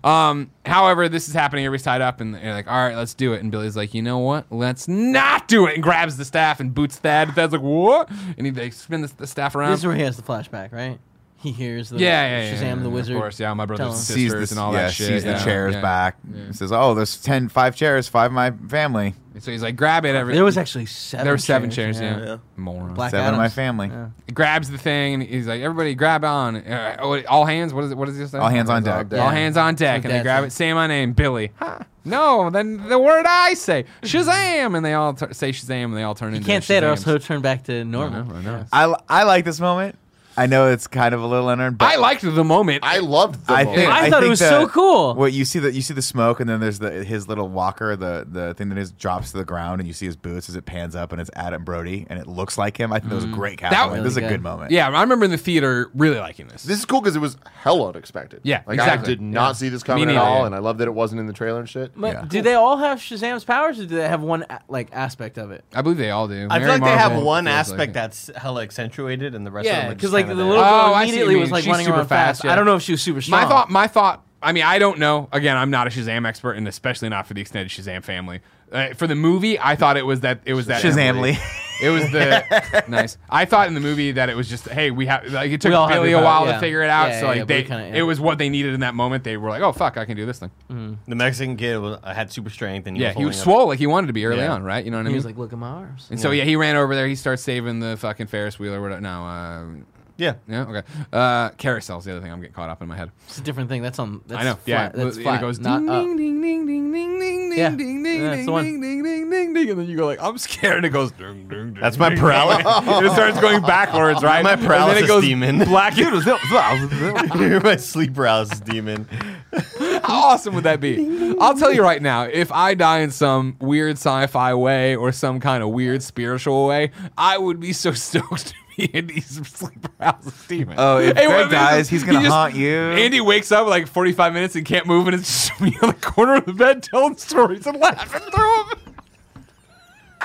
B: Um, however, this is happening. Everybody's tied up, and they're like, "All right, let's do it." And Billy's like, "You know what? Let's not do it." And grabs the staff and boots Thad. Thad's like, "What?" And he, they spin the, the staff around.
D: This is where he has the flashback, right? He hears the
B: yeah, yeah, yeah,
D: Shazam
B: yeah,
D: the wizard.
B: Of course, yeah, my brothers
D: Tell
B: and
D: him.
B: sisters and all
E: yeah,
B: that shit.
E: Sees the
B: yeah,
E: chairs
B: yeah.
E: back. Says, "Oh, there's 10, five chairs, five my family,
B: And so he's like, "Grab it!" Every
D: There was actually seven.
B: there were seven chairs. yeah, moron.
D: Black
E: seven of my
D: Adams.
E: family."
D: Yeah.
B: He grabs the thing and he's like, "Everybody, grab on! Uh, oh, all hands! What is it? What is this?
E: All hands on
A: All
E: deck.
A: deck.
B: All hands on deck,
D: Like
B: and they
D: that
B: grab
D: thing.
B: it. Say my name, Billy. Huh. No, then the word I say, Shazam, and they all tur say Shazam, and they all turn
D: You
B: into.
D: can't say it, or else
B: Shazams.
D: he'll turn back to
B: I
D: normal.
B: know, I know.
E: I, I like this moment. I know it's kind of a little unearned, but
B: I liked the moment.
A: I loved the
E: I
A: moment.
E: think
D: I thought it
E: think
D: was
E: the-
D: so cool.
E: What you see that you see the smoke, and then there's the his little walker, the the thing that is drops to the ground, and you see his boots as it pans up, and it's Adam Brody, and it looks like him. I think Mm. that was a great capture.
B: was
E: this is a good
D: really good.
E: moment.
B: yeah, I remember in the theater really liking this.
A: This is cool because it was hella unexpected.
B: Yeah,
A: like I
B: exactly.
A: did not
B: Yeah.
A: see this coming
B: Me
A: at
B: neither,
A: all,
B: yeah.
A: and I love that it wasn't in the trailer and shit.
D: But
E: Yeah.
D: do they all have Shazam's powers, or do they have one a- like aspect of it?
B: I believe they all do.
C: I feel
B: Mary
C: like they have
B: Marvel
C: one
B: feels like
C: aspect
B: it.
C: that's hella accentuated, and the rest of
D: Yeah,
C: them
D: because like the little
B: there.
D: girl
B: Oh, I see what
D: immediately
B: you
D: was
B: mean.
D: like
B: She's
D: running
B: super
D: around fast.
B: fast, yeah.
D: I don't know if she was super strong.
B: My thought, my thought. I mean, I don't know. Again, I'm not a Shazam expert, and especially not for the extended Shazam family. Uh, for the movie, I thought it was that it was that
E: Shazamly.
B: It was the nice. I thought in the movie that it was just hey, we have like it took
D: We all have
B: Billy
D: it,
B: a
D: but-
B: while
D: yeah.
B: to figure it out.
D: Yeah,
B: so
D: yeah,
B: like
D: yeah, but
B: they,
D: we kinda- yeah.
B: it was what they needed in that moment. They were like, oh fuck, I can do this thing.
C: the Mexican kid was, had super strength, and he
B: Yeah,
C: was
B: he was
C: holding up-
B: swole like he wanted to be early
C: Yeah.
B: on, right? You know what I mean?
D: He was like, "Look at my arms."
B: and so yeah, he ran over there. He starts saving the fucking Ferris wheel or whatever. No, uh,
C: Yeah,
B: yeah, okay. Uh, Carousel's the other thing I'm getting caught up in my head.
D: It's a different thing. That's on. That's
B: I know.
D: Flat.
B: Yeah,
D: that's
B: it
D: flat.
B: goes
D: not
B: ding
D: up.
B: ding ding ding ding ding ding
D: Yeah.
B: ding ding ding
D: Yeah, that's
B: ding
D: the one.
B: ding ding ding ding ding, and then you go like, I'm scared. And it goes ding ding. ding,
C: that's my
B: ding.
C: paralysis.
B: And it starts going backwards, right?
C: my
B: And then it
C: paralysis
B: goes
C: demon.
B: Black. Dude, was that-
C: You're my sleep paralysis demon.
B: How awesome would that be? I'll tell you right now, if I die in some weird sci-fi way or some kind of weird spiritual way, I would be so stoked to be Andy's sleep paralysis demon.
E: Oh, if
B: Hey, what
E: Greg
B: if
E: dies,
B: it's-
E: he's gonna
B: he just-
E: haunt you.
B: Andy wakes up like 45 minutes and can't move, and it's just me on the corner of the bed telling stories and laughing through them.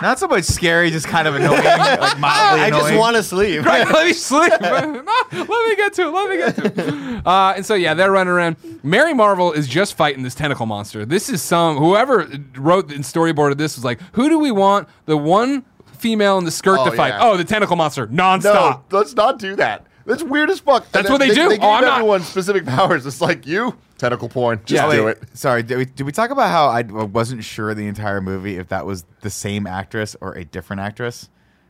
E: Not so much scary, just kind of annoying, like mildly
C: I
E: annoying.
C: just want to sleep.
B: Greg, let me sleep. No, let me get to it. Let me get to it. Uh, and so yeah, they're running around. Mary Marvel is just fighting this tentacle monster. This is some whoever wrote and storyboarded this was like, who do we want the one female in the skirt
A: Oh,
B: to fight?
A: yeah.
B: Oh, the tentacle monster,
A: No,
B: nonstop.
A: let's not do that. That's weird as fuck.
B: That's
A: And
B: what they do.
A: They
B: Oh,
A: gave
B: I'm not-
A: everyone specific powers. It's like you tentacle porn. Just
E: Oh,
A: do
E: wait,
A: it.
E: Sorry, did we, did we talk about how I d- wasn't sure the entire movie if that was the same actress or a different actress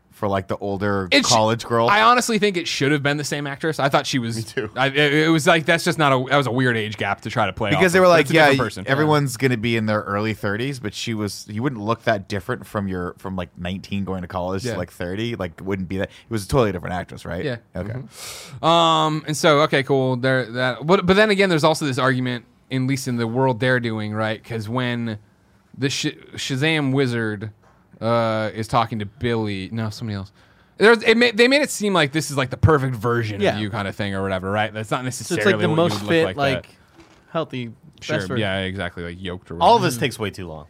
E: for like the older
B: It sh-
E: college girl?
B: I honestly think it should have been the same actress. I thought she was. Me
A: too.
B: I, it, it was like that's just not a. That was a weird age gap to try to play
E: because
B: off
E: they
B: of.
E: were like,
B: That's a
E: yeah,
B: different
E: y-
B: person.
E: everyone's going to be in their early 30s, but she was, you wouldn't look that different from your, from like 19 going to college
B: Yeah.
E: to like 30. Like, wouldn't be that. It was a totally different actress, right?
B: Yeah.
E: Okay.
B: Mm-hmm. Um, and so okay, cool. There that, but but then again, there's also this argument, in, at least in the world they're doing, right? Because when the Sh- Shazam wizard uh, is talking to Billy, no, somebody else. There's, it ma- they made it seem like this is like the perfect version
D: Yeah.
B: of you kind of thing or whatever, right? That's not
D: So
B: necessarily
D: it's like the
B: what
D: most
B: you would
D: fit,
B: look
D: like,
B: like, that.
D: healthy.
B: sure,
D: best version.
B: yeah, exactly, like yoked or whatever.
C: All of this takes way too long.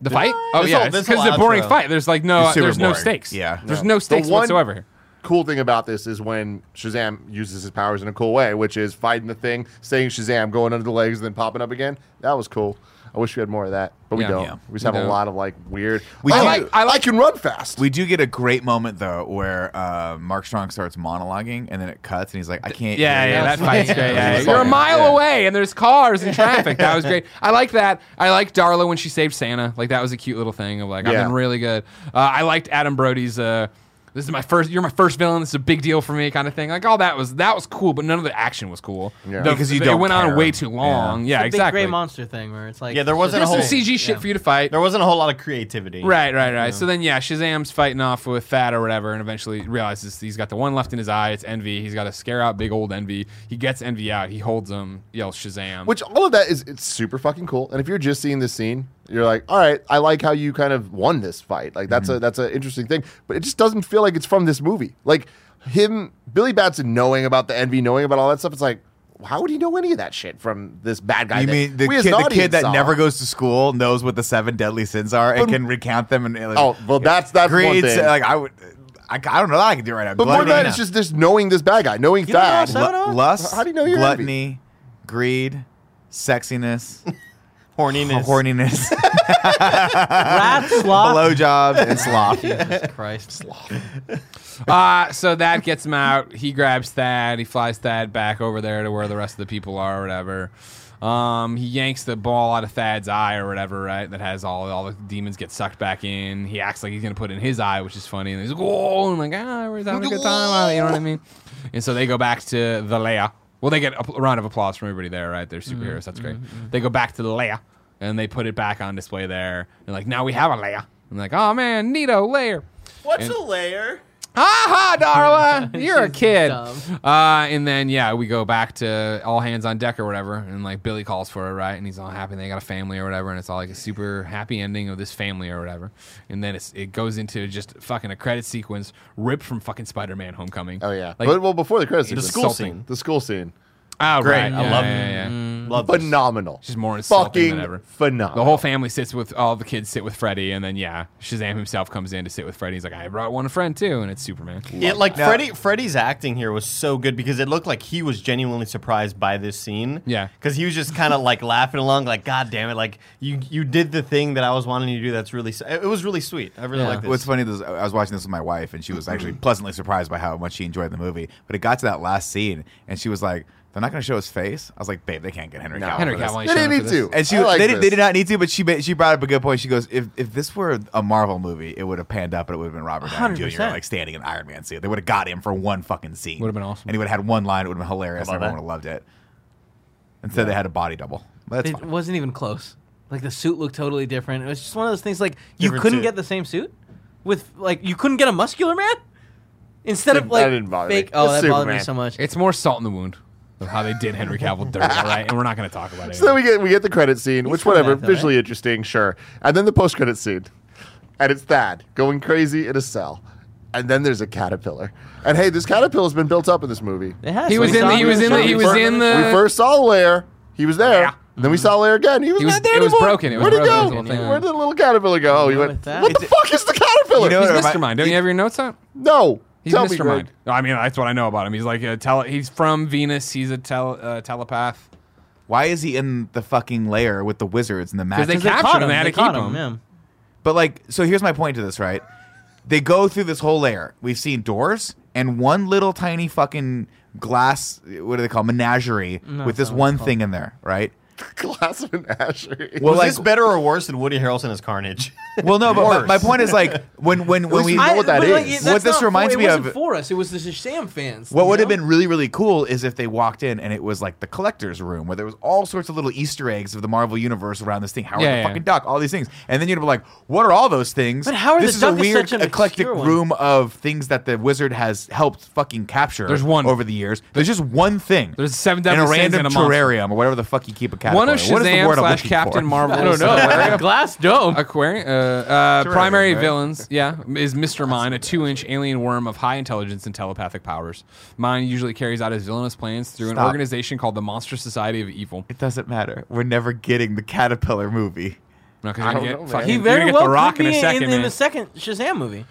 B: the fight. Oh
C: This
B: yeah,
C: whole-
B: because
C: this
B: it's, 'cause
C: whole
B: it's a boring
C: outro.
B: fight. There's like no,
E: It's super
B: there's no
E: boring.
B: stakes.
E: Yeah.
B: there's no stakes
A: The one-
B: whatsoever here.
A: Cool thing about this is when Shazam uses his powers in a cool way, which is fighting the thing, saying Shazam, going under the legs, and then popping up again. That was cool. I wish we had more of that, but we
B: Yeah.
A: don't.
E: Yeah.
A: We just have
B: We
A: a
B: don't.
A: lot of like weird.
E: We
A: I
E: do.
A: like. I, like, I can run fast.
E: We do get a great moment though where uh, Mark Strong starts monologuing and then it cuts and he's like, I can't.
B: Yeah,
E: hear
B: yeah,
E: you."
B: that fight's
A: Yeah,
B: great. Yeah,
A: it's
B: You're a
A: fun.
B: mile
A: Yeah.
B: away, and there's cars and traffic. That was great. I like that. I liked Darla when she saved Santa. Like that was a cute little thing of like I've
A: Yeah.
B: been really good. Uh, I liked Adam Brody's. Uh, this is my first. You're my first villain. This is a big deal for me, kind of thing. Like all that was that was cool, but none of the action was cool.
A: Yeah.
B: The-
E: Because you
B: it
E: don't
B: went on
E: care.
B: way too long.
D: It's
B: Yeah,
D: a
B: exactly.
D: Big gray monster thing where it's like
C: Yeah, there
D: it's
C: wasn't
D: just
B: There's some
C: whole-
B: CG shit for you to fight.
C: There wasn't a whole lot of creativity.
B: Right, right, right. So then, yeah, Shazam's fighting off with Thad or whatever, and eventually realizes he's got the one left in his eye. It's Envy. He's got to scare out big old Envy. He gets Envy out. He holds him, yells Shazam.
A: Which all of that is it's super fucking cool. And if you're just seeing this scene, you're like, all right, I like how you kind of won this fight. Like
E: Mm-hmm.
A: that's a that's an interesting thing. But it just doesn't feel like it's from this movie. Like him, Billy Batson knowing about the envy, knowing about all that stuff. It's like, how would he know any of that shit from this bad guy?
E: You
A: that
E: mean the
A: we as
E: kid,
A: an
E: the kid
A: audience
E: that
A: saw?
E: never goes to school knows what the seven deadly sins are and
A: But-
E: can recount them and uh, like,
A: Oh, well, that's that's one
E: grades.
A: thing.
E: Like I would, I, I don't know that I can do it right now.
A: but more than
E: Gluttony,
A: that, it's just this knowing this bad guy, knowing
D: don't know
A: Thad.
D: how to-
E: lu- lust,
A: How do you know you're
E: gluttony, greed, sexiness,
C: Horniness.
E: horniness,
D: rat sloth.
E: blowjob, and sloth.
D: Jesus Christ, sloth.
B: Uh, so that gets him out. He grabs Thad. He flies Thad back over there to where the rest of the people are or whatever. Um, he yanks the ball out of Thad's eye or whatever, right? That has all all the demons get sucked back in. He acts like he's gonna put it in his eye, which is funny. And he's like, "Whoa!" and like, "Ah, we're having a good time." You know what I mean? And so they go back to the Leia. Well, they get a pl- round of applause from everybody there, right? They're superheroes. That's great. They go back to the Leia and they put it back on display there. And like, now we have a Leia. And like, oh man, neato Leia.
C: What's
B: And-
C: a layer?
B: ha, Darla, you're a
D: She's
B: kid.
D: dumb.
B: Uh, and then yeah, we go back to all hands on deck or whatever, and like Billy calls for it, right? And he's all happy. They got a family or whatever, and it's all like a super happy ending of this family or whatever. And then it's, it goes into just fucking a credit sequence ripped from fucking Spider-Man: Homecoming.
A: Oh yeah.
B: like
A: but well, before the credits,
C: The
A: sequence,
C: school scene.
A: the school scene,
B: oh,
C: Great.
B: right,
C: I
B: yeah,
C: love
B: yeah, yeah,
C: it.
B: yeah.
C: Mm-hmm. Love this.
A: phenomenal.
B: She's more insulting
A: fucking
B: than ever.
A: phenomenal.
B: The whole family sits with all the kids sit with Freddy, and then yeah, Shazam himself comes in to sit with Freddy. He's like, I brought one friend too, and it's Superman.
C: It like
E: Now-
C: Freddy Freddy's acting here was so good because it looked like he was genuinely surprised by this scene.
B: Yeah.
C: Because he was just kind of like laughing along, like, God damn it, like you you did the thing that I was wanting you to do. That's really s- it was really sweet. I really
B: Yeah.
C: like this.
E: What's funny is I was watching this with my wife, and she was actually pleasantly surprised by how much she enjoyed the movie. But it got to that last scene, and she was like, "They're not going to show his face." I was like, "Babe, they can't get Henry
A: No.
E: Cavill." for
B: Henry
E: this."
B: Cavill. ain't
A: They
B: showing
A: didn't
B: up
A: need
B: for
A: to.
B: this.
E: And she
A: I
E: was-
A: like
E: they, did, they
A: this.
E: did not need to, but she made, she brought up a good point. She goes, "If if this were a Marvel movie, it would have panned up, and it would have been Robert Downey Jr.
D: 100%.
E: like standing in Iron Man suit. They would have got him for one fucking scene.
B: Would've been awesome.
E: and he would have had one line. It would have been hilarious.
C: How
E: and
C: about
E: Everyone would have loved it. Instead, they had a body double. But that's
D: It
E: fine.
D: wasn't even close. Like the suit looked totally different. It was just one of those things. Like you
C: Different
D: couldn't
C: suit.
D: get the same suit with like you couldn't get a muscular man instead of
A: That
D: like
A: didn't bother me.
D: fake. Oh, that
A: That's
D: bothered me
A: Superman.
D: so much.
B: It's more salt in the wound of how they did Henry Cavill dirty, all right? And we're not going to talk about it.
A: So then we get we get the credit scene, which
D: from
A: whatever,
D: that, though,
A: visually interesting, sure. And then the post credit scene, and it's Thad going crazy in a cell, and then there's a caterpillar. And hey, this caterpillar's been built up in this movie.
D: It has
B: He
D: to
B: was
D: be
B: in the- he
D: soft.
B: was in the- he
A: We
B: was
A: fir-
B: in the-
A: We first saw Lair. He was there.
B: Uh. Yeah.
A: And then we saw Lair again. He was,
B: He was-
A: not there
B: it was
A: anymore.
B: broken. It was
A: Where'd he
B: broken,
A: go?
B: his little thing.
A: Where'd the little caterpillar go? he
D: Yeah,
A: went.
D: with that.
A: What the fuck is the caterpillar?
E: You know
B: He's
E: what it remi-
B: Mr. Mind. Don't you have your notes up?
A: no.
B: He's
A: Tell
B: Mr.
A: me, Greg.
B: Mind. I mean, that's what I know about him. He's like a tele. He's from Venus. He's a tel- uh, telepath.
E: Why is he in the fucking lair with the wizards and the
B: they
E: magic?
D: They
B: Captured
D: caught
B: him, they had to
D: caught
B: keep him.
D: yeah.
E: But like, so here's my point to this, right? They go through this whole layer. We've seen doors and one little tiny fucking glass. What do they call menagerie with this one thing in there, right?
A: Glass of Menagerie.
E: Well,
C: was
E: like,
C: this better or worse than Woody Harrelson as Carnage?
E: well, no, but
C: Worse.
E: my, my point is like when when when
A: least
E: we
A: you know what that
D: but,
A: is.
D: that's
E: What this
D: not
E: reminds
D: for,
E: me
D: it wasn't
E: of-
D: for us. It was the Shazam fans.
E: What
D: you
E: would have
D: know?
E: been really, really cool is if they walked in and it was like the collector's room where there was all sorts of little Easter eggs of the Marvel universe around this thing. Howard
B: Yeah,
E: the
B: yeah.
E: fucking Duck, all these things. And then you'd be like, what are all those things?
D: But Howard
E: this
D: the
E: is
D: Duck
E: a
D: is
E: weird
D: such an
E: eclectic
D: obscure one.
E: room of things that the wizard has helped fucking capture
B: There's one.
E: over the years. There's just one thing.
B: There's seven
E: in a
B: deadly sins and
E: random
B: a monster.
E: terrarium or whatever the fuck you keep a cat.
B: One of
E: for. What is the
B: Shazam
E: word I'm
B: slash
E: looking
B: Captain
E: for?
B: Marvel.
D: glass dome.
B: Aquarium, uh, uh, primary
E: right?
B: villains, yeah, is Mr. Mine, a two-inch alien worm of high intelligence and telepathic powers. Mine usually carries out his villainous plans through an
E: Stop.
B: organization called the Monster Society of Evil.
E: It doesn't matter. We're never getting the caterpillar movie.
B: No,
A: I
B: 'cause you're gonna
A: don't
B: get
A: know, man.
B: fucking-
D: He
B: you're
D: very
B: gonna get
D: well
B: the rock
D: could
B: in
D: be
B: a second.
D: in,
B: man.
D: the second Shazam movie.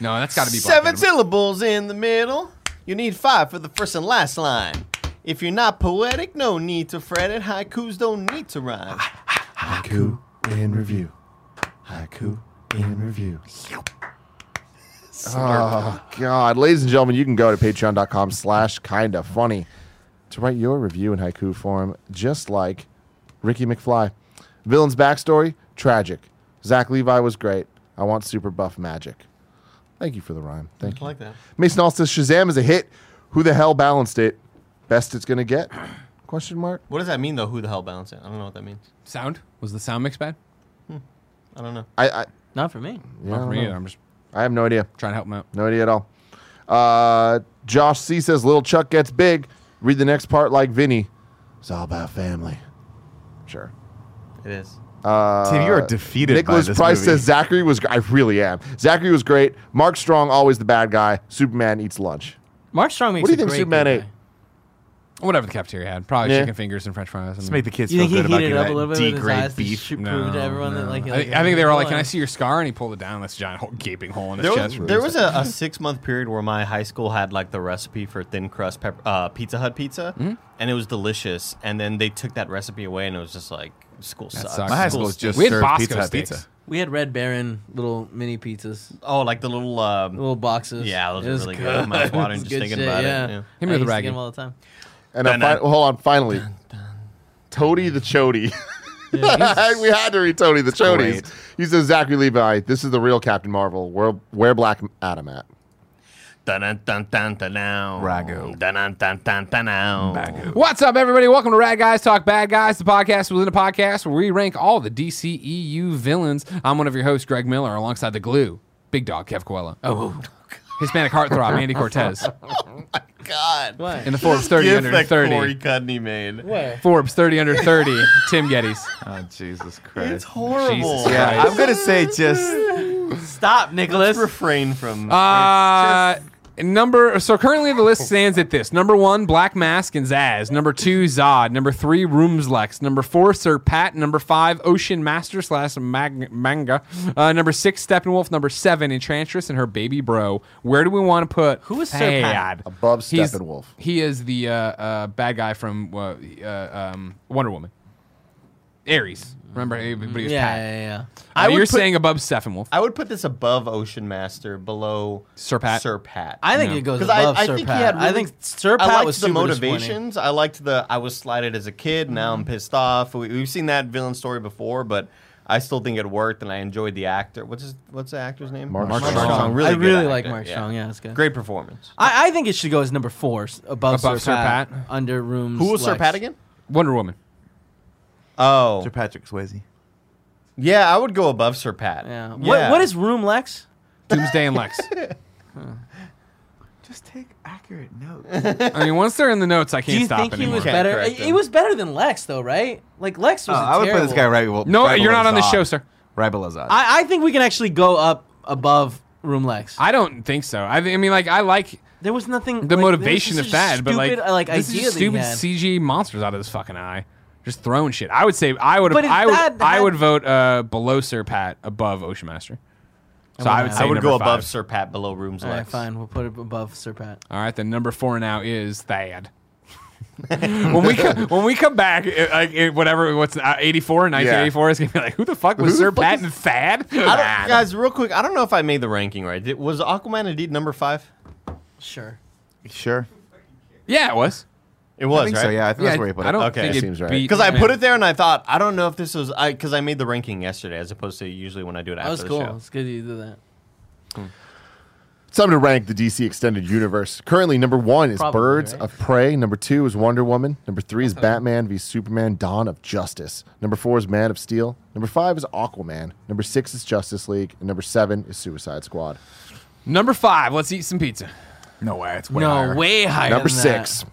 B: no, that's got to be Black
C: Seven
B: Adam.
C: syllables in the middle. You need five for the first and last line. If you're not poetic, no need to fret it. Haikus don't need to rhyme.
A: Haiku in review. Haiku in review. Oh God, ladies and gentlemen, you can go to patreon.com slash kinda funny to write your review in haiku form, just like Ricky McFly. Villain's backstory, tragic. Zach Levi was great. I want super buff magic. Thank you for the rhyme. Thank
C: I
A: you.
C: like that.
A: Mason All says Shazam is a hit. Who the hell balanced it? Best it's gonna get? Question mark.
C: What does that mean though? Who the hell balanced it? I don't know what that means.
B: Sound was the sound mix bad?
C: I don't know.
A: I I,
D: Not for me.
A: yeah, I
B: Not
A: don't
B: for me.
A: know.
B: either. I'm just
A: I have no idea.
B: trying to help him out.
A: No idea at all. Uh, Josh C says, "Little Chuck gets big." Read the next part like Vinny. It's all about family. Sure.
C: It is.
E: Tim, you are defeated.
A: Uh, Nicholas
E: by this
A: Price
E: movie.
A: says Zachary was. gr- I really am. Zachary was great. Mark Strong always the bad guy. Superman eats lunch.
D: Mark Strong makes
A: What do you
D: a
A: think
D: great
A: Superman
D: good
A: ate?
D: guy.
B: Whatever the cafeteria had, probably
A: Yeah.
B: chicken fingers and French fries.
E: Let's make the kids
D: You
E: feel
D: think he
E: good about
D: heated
E: getting
D: it up
E: that
D: a little bit with
E: D
D: his
E: grade
D: eyes to
E: beef.
D: sh- prove to everyone that like, he
B: I,
D: liked
B: think, I think they were like,
D: it.
B: "Can I see your scar?" And he pulled it down. That's a giant hole, gaping hole in his
C: There was,
B: chest.
C: there was a, a six month period where my high school had like the recipe for thin crust pep- uh, Pizza Hut pizza,
B: Hmm?
C: and it was delicious. And then they took that recipe away, and it was just like school sucks.
B: sucks.
E: My high school
C: School
E: was
C: stinks.
E: just
B: We had
E: served
B: Bosco
E: Pizza Hut
B: sticks.
E: pizza.
D: We had Red Baron little mini pizzas,
C: oh, like the little um,
D: little boxes.
C: yeah, those
D: It
C: are
D: was
C: really good. My mouth watering
D: It was
C: just
D: good
C: thinking
D: shit,
C: about
D: yeah.
C: it. yeah.
B: Him
D: I
B: with
D: used
B: the
D: to get
B: raggy.
D: them all the time.
A: And a
C: Dun,
A: fi-
C: dun.
A: hold on, finally, Tony the Chody. we had to read Tony the Chodies.
E: great.
A: He says Zachary Levi. This is the real Captain Marvel. Where where Black Adam at?
C: Dun dun dun dun dun now.
E: Ragu.
C: Dun dun dun dun dun now.
B: What's up, everybody? Welcome to Rad Guys Talk Bad Guys, the podcast within a podcast where we rank all the E DCEU villains. I'm one of your hosts, Greg Miller, alongside the glue, Big Dog Kev Coelho. Oh, Hispanic heartthrob Andy Cortez
C: God.
D: What?
B: in the Forbes 30
C: Gif
B: under
C: that Corey
B: 30.
C: Cudney made.
D: Where?
B: Forbes 30 under 30. Tim Geddes.
E: Oh, Jesus
C: It's
E: Christ.
C: horrible.
B: Jesus
E: yeah,
B: Christ.
E: I'm gonna say just
D: Stop, Nicholas.
C: Let's refrain from.
B: Uh, number so currently the list stands at this: number one, Black Mask and Zaz; number two, Zod; number three, Roomslex; number four, Sir Pat; number five, Ocean Master slash Mag- Manga; uh, number six, Steppenwolf; number seven, Enchantress and her baby bro. Where do we want to put
D: Who is Sir Pat?
B: Thad?
A: Above
B: He's-
A: Steppenwolf.
B: He is the uh, uh, bad guy from uh, uh, um, Wonder Woman. Ares. Remember, everybody was
D: yeah,
B: Pat.
D: yeah, yeah.
B: Uh,
C: I would
B: you're
C: put-
B: saying above Steppenwolf.
C: I would put this above Ocean Master, below
B: Sir Pat.
C: Sir Pat.
D: I think
B: No.
D: it goes
C: Because I,
D: above
C: I
D: Sir
C: think
D: Pat.
C: he had. Really,
D: I think Sir
C: I
D: Pat
C: liked
D: was
C: the
D: super disappointing.
C: motivations. I liked the. I was slighted as a kid. Now I'm pissed off. We, we've seen that villain story before, but I still think it worked, and I enjoyed the actor. What's his, What's the actor's name?
A: Mark
C: Mark
A: Strong.
C: Strong.
A: Strong.
C: Really
D: I
C: good
D: really
C: actor,
D: like Mark Strong. Yeah, that's good.
C: Great performance.
D: I, I think it should go as number four, s- above,
B: Above
D: Sir,
B: Sir
D: Pat,
B: Pat.
D: under rooms.
C: Who was Sir
D: Lex.
C: Pat again?
B: Wonder Woman.
C: Oh,
E: Sir Patrick Swayze.
C: yeah, I would go above Sir Pat.
D: Yeah. What, what is room Lex?
B: Doomsday and Lex.
E: Just take accurate notes.
B: I mean, once they're in the notes, I can't
D: Do you
B: stop
D: think he
B: anymore.
D: was
C: Can't
D: better?
C: correct
D: It,
C: him.
D: it was better than Lex, though, right? Like Lex was. a
E: Uh, Oh, I would put this
D: terrible-
E: guy right. Well,
B: No,
E: right
B: you're
E: below
B: not on the
E: Zod.
B: show, sir.
E: Right below Zod.
D: I, I think we can actually go up above room Lex.
B: I don't think so. I, th- I mean, like, I like
D: there was nothing.
B: the
D: like,
B: motivation
D: there
B: of
D: was just such
B: Thad, but like,
D: stupid, uh, like
B: this
D: idea
B: is just
D: that he
B: stupid
D: had.
B: CG monsters out of this fucking eye, just throwing shit. I would say I would
D: But if
B: I would
D: Thad
B: I
D: had-
B: would vote uh, below Sir Pat, above Ocean Master.
D: Oh,
B: So I would say
C: I would
B: number
C: go
B: five.
C: above Sir Pat, below Rooms
D: All right,
C: Lex.
D: fine. We'll put it above Sir Pat.
B: All right, then number four now is Thad. when we co- when we come back, it, like it, whatever, what's uh, eighty four, nineteen eighty four is gonna be like, who the fuck was
A: Who the
B: Sir
A: fuck
B: Pat
A: is-
B: and Thad?
C: I don't-
B: Ah,
C: guys, real quick, I don't know if I made the ranking right. Did, was Aquaman indeed number five?
D: Sure.
E: sure.
B: yeah, it was.
C: It was,
E: I think
C: right?
E: so. Yeah, I think
B: Yeah,
E: that's where you put
B: I don't
E: it.
C: Okay.
B: think it
A: Seems right.
B: beat-
C: Because I
B: yeah.
C: put it there and I thought, I don't know if this was, I because I made the ranking yesterday as opposed to usually when I do it
D: That
C: after
D: was
C: the
D: cool.
C: show.
D: It's good you did that.
A: It's time to rank the DC Extended Universe. Currently, number one is
D: Probably,
A: Birds
D: right?
A: of Prey. Number two is Wonder Woman. Number three is Batman v Superman Dawn of Justice. Number four is Man of Steel. Number five is Aquaman. Number six is Justice League. And number seven is Suicide Squad.
B: Number five, let's eat some pizza.
E: No way. It's way
D: no,
E: higher.
D: way higher.
A: number
D: than
A: six.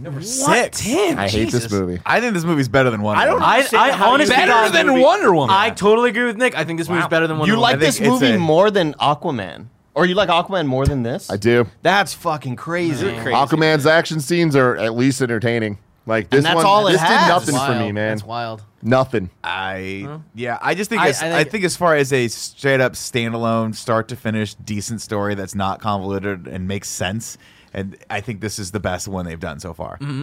D: That.
E: six.
D: Tim,
A: I hate
D: uh, Jesus.
A: this movie.
E: I think this movie's better than one.
C: I don't know.
D: I, I
C: How you-
D: honestly
C: Better
D: thought
B: than
D: the movie-
B: Wonder Woman.
D: I totally agree with Nick. I think this movie's better than Wonder
C: You
D: Woman.
E: I
C: like
E: think
C: this
E: it's
C: movie
E: a-
C: more than Aquaman? Or you like Aquaman more than this?
A: I do.
C: That's fucking crazy.
A: Aquaman's action scenes are at least entertaining. Like this
C: that's
A: one,
C: all it
A: this
C: has.
A: did nothing
D: wild.
A: for me, man.
D: That's wild.
A: Nothing.
E: I yeah, I just think
D: I-
E: as,
D: I
E: I,
D: think-
E: think, as far as a straight up standalone, start to finish, decent story that's not convoluted and makes sense, and I think this is the best one they've done so far.
A: Yeah, I mean,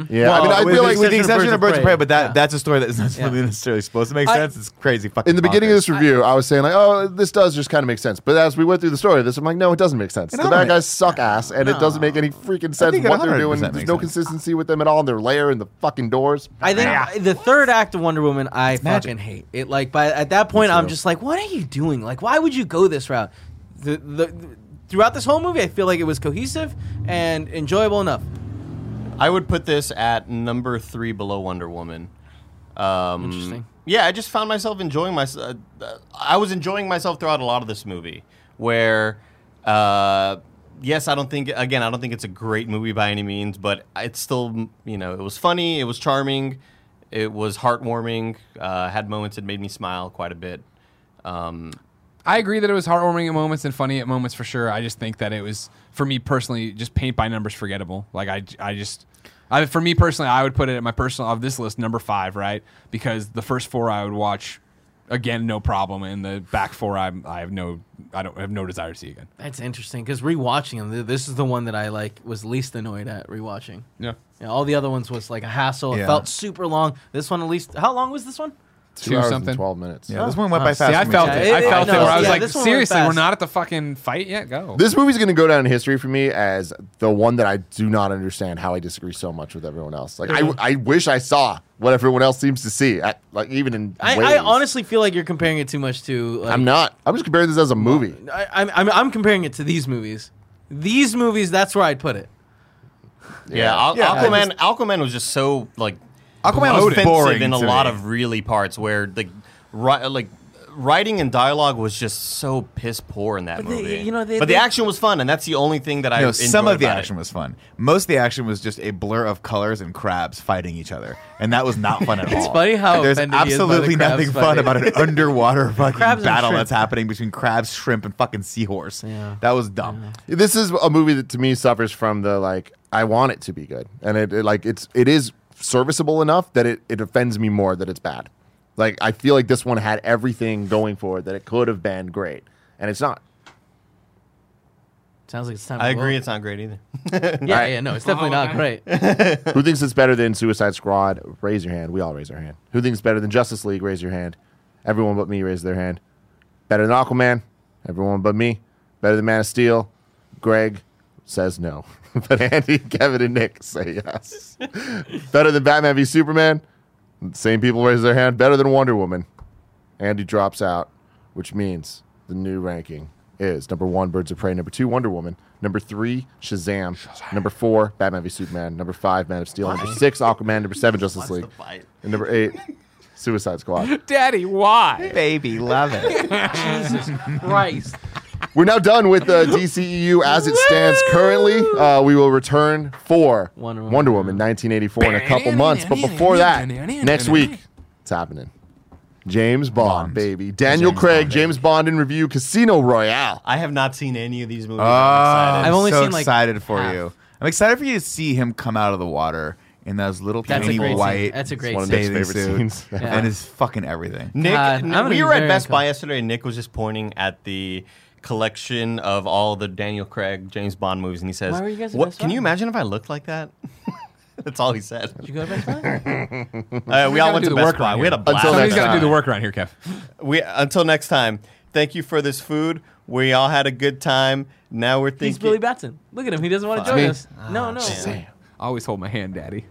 A: I
E: Oh, with,
A: feel
E: the-
A: like
E: with the exception of Birds of Prey, but that
D: yeah.
E: that's a story that's not really
D: Yeah.
E: necessarily supposed to make
D: I-
E: sense. It's crazy fucking.
A: in the beginning of
E: bonkers.
A: this review, I, was saying like, "Oh, this does just kind of make sense." But as we went through the story of this, I'm like, "No, it doesn't make sense.
E: It
A: the
E: don't
A: bad
E: make-
A: guys suck ass, and it doesn't make any freaking sense
E: think it
A: what they're
E: 100%
A: doing. There's
E: makes
A: no
E: sense.
A: consistency with them at all in their lair and the fucking doors."
D: I think
B: Yeah.
D: the third act of Wonder Woman, I
E: magic.
D: fucking hate it. Like, by at that point, I'm
A: too.
D: just like, what are you doing? Like, why would you go this route? The, the, the- throughout this whole movie, I feel like it was cohesive and enjoyable enough.
C: I would put this at number three below Wonder Woman. Um,
D: Interesting.
C: Yeah, I just found myself enjoying myself. I was enjoying myself throughout a lot of this movie. Where, uh, yes, I don't think again, I don't think it's a great movie by any means, but it's still you know it was funny, it was charming, it was heartwarming. Uh, had moments that made me smile quite a bit. Um,
B: I agree that it was heartwarming at moments and funny at moments for sure. I just think that it was, for me personally, just paint by numbers forgettable. Like I, I just, I, for me personally, I would put it at my personal of this list number five, right? Because the first four I would watch again, no problem, and the back four I, I have no, I don't I have no desire to see again.
D: That's interesting because rewatching them, th- this is the one that I like was least annoyed at rewatching.
B: Yeah,
D: You know, all the other ones was like a hassle. It
E: Yeah.
D: felt super long. This one, at least, how long was this one?
A: Two,
B: Two
A: hours
B: something.
A: and twelve minutes.
E: yeah, this one went by
B: see,
E: fast.
B: I
E: for me,
B: felt
E: too.
B: it.
D: Yeah,
B: I
D: it-
B: felt it.
D: no,
B: Where I was
D: yeah,
B: like,
D: this one went
B: seriously, we're
D: fast.
B: not at the fucking fight yet. Go.
A: This movie's going to go down in history for me as the one that I do not understand how I disagree so much with everyone else. Like, I, I wish I saw what everyone else seems to see. At, like, even in ways.
D: I, I honestly feel like you're comparing it too much to. Like,
A: I'm not. I'm just comparing this as a movie.
D: I, I'm, I'm, I'm comparing it to these movies. These movies, that's where I'd put it.
C: yeah, Al-
E: Yeah, I
C: Aquaman. Aquaman was just so like
E: Aquaman was
C: offensive
E: boring
C: in a
E: to
C: lot
E: me.
C: of really parts where like, ri- like writing and dialogue was just so piss poor in that
D: But they-
C: movie.
D: you know, they-
C: but
D: they-
C: the action was fun, and that's the only thing that I
E: No, some
C: enjoyed
E: of the
C: about it.
E: action was fun. Most of the action was just a blur of colors and crabs fighting each other, and that was not fun at all.
D: It's funny how
E: there's
D: offended he is by the
E: absolutely
D: crabs
E: nothing fun
D: fighting.
E: about an underwater fucking
D: Crabs and
E: battle
D: shrimp.
E: that's happening between crabs, shrimp, and fucking seahorse.
D: Yeah.
E: That was dumb.
A: this is a movie that to me suffers from the like I want it to be good, and it, it, like it's it is serviceable enough that it it offends me more that it's bad. Like I feel like this one had everything going for it that it could have been great, and it's not.
D: Sounds like it's time.
C: I
D: to go.
C: agree, it's not great either.
D: Yeah, yeah, no, it's definitely not great.
A: Who thinks it's better than Suicide Squad? Raise your hand. We all raise our hand. Who thinks it's better than Justice League? Raise your hand. Everyone but me raised their hand. Better than Aquaman? Everyone but me. Better than Man of Steel? Greg says no. but Andy, Kevin, and Nick say yes. better than Batman v Superman? Same people raise their hand. Better than Wonder Woman? Andy drops out, which means the new ranking is number one, Birds of Prey, number two, Wonder Woman, number three, Shazam, number four, Batman v Superman, number five, Man of Steel, number six, Aquaman, number seven, Justice League, and number eight, Suicide Squad.
B: Daddy, why?
E: Baby, love it.
D: Christ.
A: We're now done with uh, the DCEU E as it stands currently. Uh, we will return for Wonder
D: Wonder
A: Woman,
D: Woman.
A: 1984 in a couple months. But before that, next week, it's happening. James Bond,
E: Bond.
A: baby. Daniel
E: James
A: Craig,
E: Bond,
A: James Bond in review, Casino Royale.
C: I have not seen any of these movies.
E: I'm,
C: I'm excited.
D: I've only
E: so
D: seen, like,
E: excited for
D: half.
E: you. I'm excited for you to see him come out of the water in those little
D: That's a
E: tiny
D: great scene.
E: white.
D: That's a great
A: One of
D: scene.
A: Nick's
E: bathing
A: favorite
E: suit,
A: scenes.
D: Yeah.
E: and his fucking everything.
C: Nick, Nick-
D: God, I'm gonna
C: we
D: be
C: were at
D: very
C: Best Buy
D: uncomfortable.
C: yesterday, and Nick was just pointing at the collection of all the Daniel Craig James Bond movies, and he says,
D: Why were you guys at
C: "What?
D: Best
C: Can
D: Buy?
C: you imagine if I looked like that?" That's all he said.
D: Did you go to Best Buy?
C: Uh, we all went
B: do the
C: to Best
B: work
C: Buy.
B: around
C: We had a
B: here.
C: blast.
A: Until
B: Somebody's
A: next
B: got to do
A: time.
B: the work around here, Kev.
C: We until next time. Thank you for this food. We all had a good time. Now we're thinking.
D: He's Billy Batson. Look at him. He doesn't want to join us. No, no.
A: Damn.
B: I always hold my hand, Daddy.